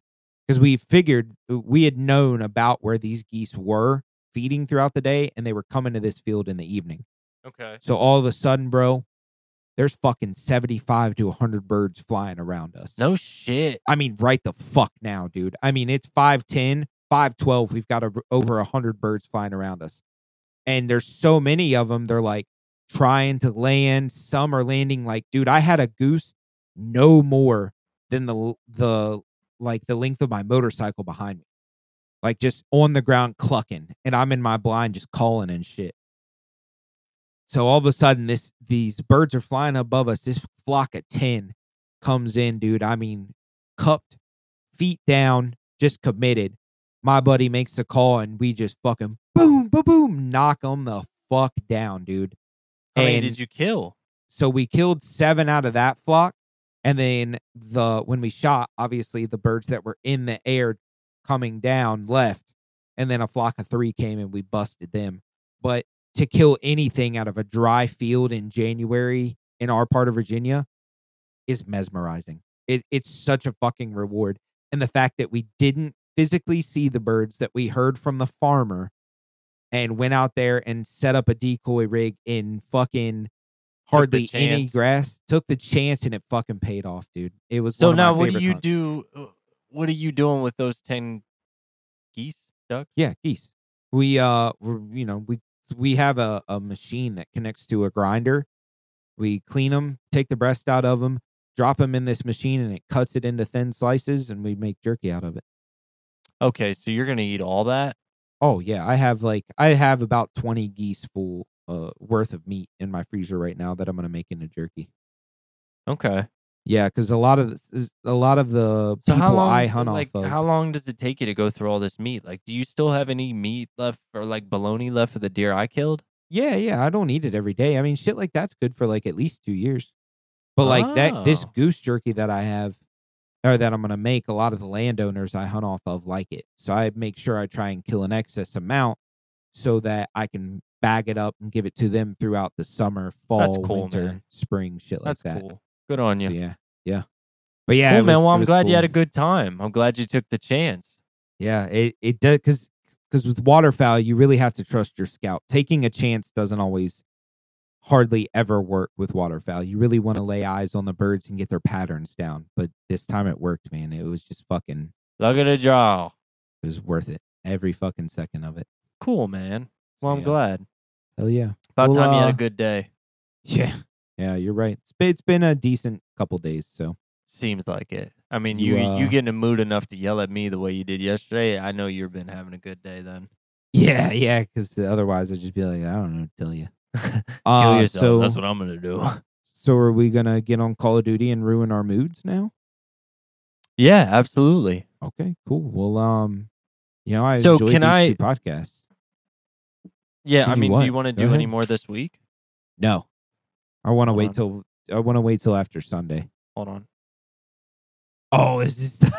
S2: because we figured uh, we had known about where these geese were feeding throughout the day, and they were coming to this field in the evening.
S1: Okay.
S2: So all of a sudden, bro, there's fucking 75 to 100 birds flying around us.
S1: No shit.
S2: I mean, right the fuck now, dude. I mean, it's 510, 512. We've got a, over 100 birds flying around us. And there's so many of them. They're like trying to land. Some are landing like, dude, I had a goose no more than the, the, like the length of my motorcycle behind me, like just on the ground clucking. And I'm in my blind just calling and shit. So all of a sudden, this these birds are flying above us. This flock of ten comes in, dude. I mean, cupped, feet down, just committed. My buddy makes the call, and we just fucking boom, boom, boom, knock them the fuck down, dude.
S1: How many
S2: And-
S1: did you kill?
S2: So we killed seven out of that flock, and then the when we shot, obviously the birds that were in the air coming down left, and then a flock of three came and we busted them. But to kill anything out of a dry field in January in our part of Virginia is mesmerizing. It, it's such a fucking reward, and the fact that we didn't physically see the birds that we heard from the farmer and went out there and set up a decoy rig in fucking
S1: the
S2: hardly any
S1: chance.
S2: grass took the chance and it fucking paid off dude it was
S1: So
S2: one of my
S1: now, what do
S2: favorite
S1: you
S2: hunts.
S1: do? uh, What are you doing with those ten geese, ducks?
S2: yeah geese we uh we're, you know we we have a, a machine that connects to a grinder we clean them take the breast out of them drop them in this machine and it cuts it into thin slices and we make jerky out of it
S1: Okay, so you're gonna eat all that?
S2: oh yeah i have like i have about 20 geese full uh worth of meat in my freezer right now that i'm gonna make into jerky
S1: Okay.
S2: yeah because a lot of this is- a lot of the
S1: So
S2: people
S1: how long?
S2: i hunt
S1: like,
S2: off of
S1: how long does it take you to go through all this meat? Like, do you still have any meat left, or like bologna left for the deer I killed?
S2: Yeah, yeah. I don't eat it every day. I mean, shit like that's good for like at least two years. But like that, this
S1: Oh.
S2: goose jerky that I have or that I'm going to make, a lot of the landowners I hunt off of like it. So I make sure I try and kill an excess amount so that I can bag it up and give it to them throughout the summer, fall,
S1: cool,
S2: winter,
S1: man.
S2: spring, shit like
S1: That's
S2: that.
S1: cool. Good on you.
S2: So, yeah. Yeah. But yeah,
S1: cool,
S2: it
S1: man.
S2: was-
S1: Well,
S2: it
S1: I'm
S2: was
S1: glad you had a
S2: cool.
S1: good time. I'm glad you took the chance.
S2: Yeah, it it does because because with waterfowl you really have to trust your scout. Taking a chance doesn't always, hardly ever work with waterfowl. You really want to lay eyes on the birds and get their patterns down. But this time it worked, man. It was just fucking.
S1: Look at the draw.
S2: It was worth it. Every fucking second of it.
S1: Cool, man. Well, I'm
S2: Yeah.
S1: glad.
S2: Hell yeah.
S1: About
S2: Well,
S1: time you had
S2: uh,
S1: a good day.
S2: Yeah. Yeah, you're right. It's been, it's been a decent couple days. So
S1: Seems like it. I mean, you
S2: you,
S1: you,
S2: uh,
S1: get in a mood enough to yell at me the way you did yesterday. I know you've been having a good day then.
S2: yeah, yeah. Because otherwise I'd just be like, I don't know, what to tell you.
S1: Kill
S2: Uh,
S1: yourself.
S2: So
S1: That's what I'm gonna do.
S2: so are we gonna get on Call of Duty and ruin our moods now?
S1: yeah, absolutely.
S2: Okay, cool. Well, um, you know, I
S1: So
S2: enjoyed
S1: can
S2: these
S1: I-
S2: two podcasts.
S1: Yeah,
S2: Can
S1: I
S2: do
S1: mean, do
S2: what?
S1: you want to
S2: Go
S1: do any
S2: ahead.
S1: more this week?
S2: No, I want to
S1: Hold
S2: wait
S1: on.
S2: till I want to wait till after Sunday.
S1: Hold on.
S2: Oh, is this?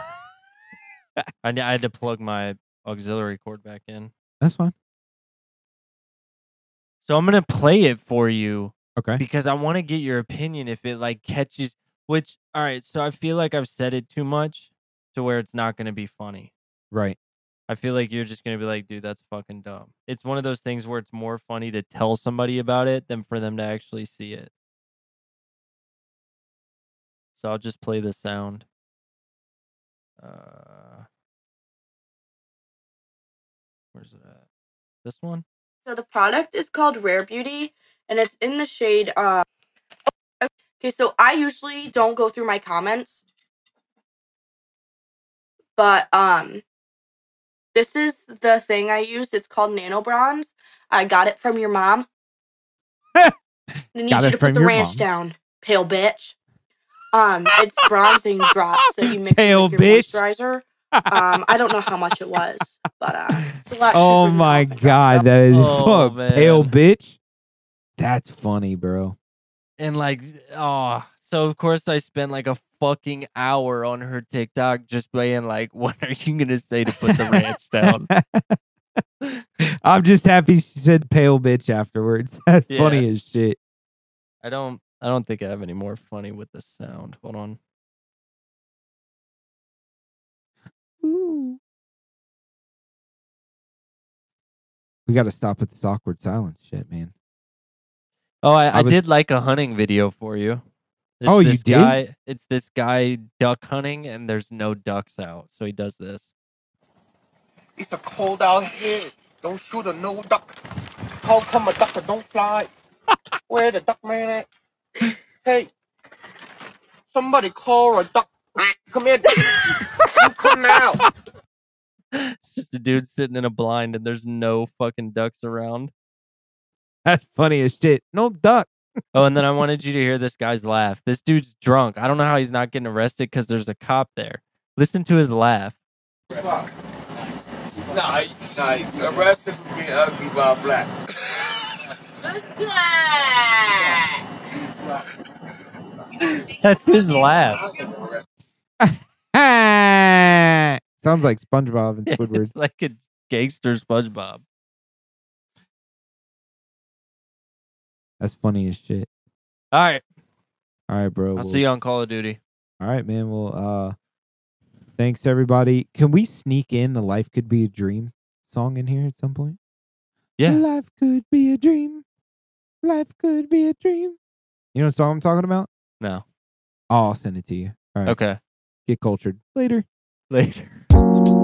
S1: I, I had to plug my auxiliary cord back in.
S2: That's fine.
S1: So I'm gonna play it for you
S2: Okay.
S1: because I want to get your opinion if it like catches. Which all right, so I feel like I've said it too much to where it's not gonna be funny.
S2: Right.
S1: I feel like you're just gonna be like, dude, that's fucking dumb. It's one of those things where it's more funny to tell somebody about it than for them to actually see it. So I'll just play the sound. Uh, where's it at? This one?
S4: So the product is called Rare Beauty, and it's in the shade. Uh, okay, so I usually don't go through my comments, but um, this is the thing I used. It's called Nano Bronze. I got it from your mom. I need
S2: Got
S4: you
S2: it
S4: to
S2: from
S4: put the
S2: your
S4: ranch
S2: mom.
S4: down, pale bitch. Um, it's bronzing drops that you mix
S2: Pale
S4: with your
S2: bitch.
S4: moisturizer. Um, I don't know how much it was, but uh, it's a lot.
S2: oh
S4: cheaper than
S2: my
S4: Alpha drops.
S2: god, that is
S1: Oh,
S2: fuck pale
S1: man.
S2: bitch. That's funny, bro.
S1: And like, oh, So of course I spent like a fucking hour on her TikTok just being like, "What are you gonna say to put the ranch down?"
S2: I'm just happy she said pale bitch afterwards. That's
S1: Yeah.
S2: funny as shit.
S1: I don't. I don't think I have any more funny with the sound. Hold on.
S2: We got to stop with this awkward silence shit, man.
S1: Oh, I, I,
S2: I was-
S1: did like a hunting video for you. It's
S2: Oh, you
S1: this
S2: did?
S1: Guy, it's this guy duck hunting, and there's no ducks out, so he does this.
S5: It's a cold out here. Don't shoot a no duck. How come a duck don't fly? Where the duck man at? Hey, somebody call a duck. Come here. duck. you come now.
S1: It's just a dude sitting in a blind, and there's no fucking ducks around.
S2: That's funny as shit. No duck.
S1: Oh, and then I wanted you to hear this guy's laugh. This dude's drunk. I don't know how he's not getting arrested because there's a cop there. Listen to his laugh.
S6: Nah, you- nah, you arrested for being ugly while black.
S1: That's his laugh.
S2: Ah! Sounds like SpongeBob and Squidward.
S1: It's like a gangster SpongeBob.
S2: That's funny as shit.
S1: All right,
S2: All right, bro.
S1: I'll
S2: well-
S1: see you on Call of Duty.
S2: All right, man. Well, uh, thanks everybody. Can we sneak in the "Life Could Be a Dream" song in here at some point?
S1: Yeah.
S2: Life could be a dream. Life could be a dream. You know what song I'm talking about?
S1: No.
S2: Oh, I'll send it to you. All right.
S1: Okay.
S2: Get cultured later.
S1: Later.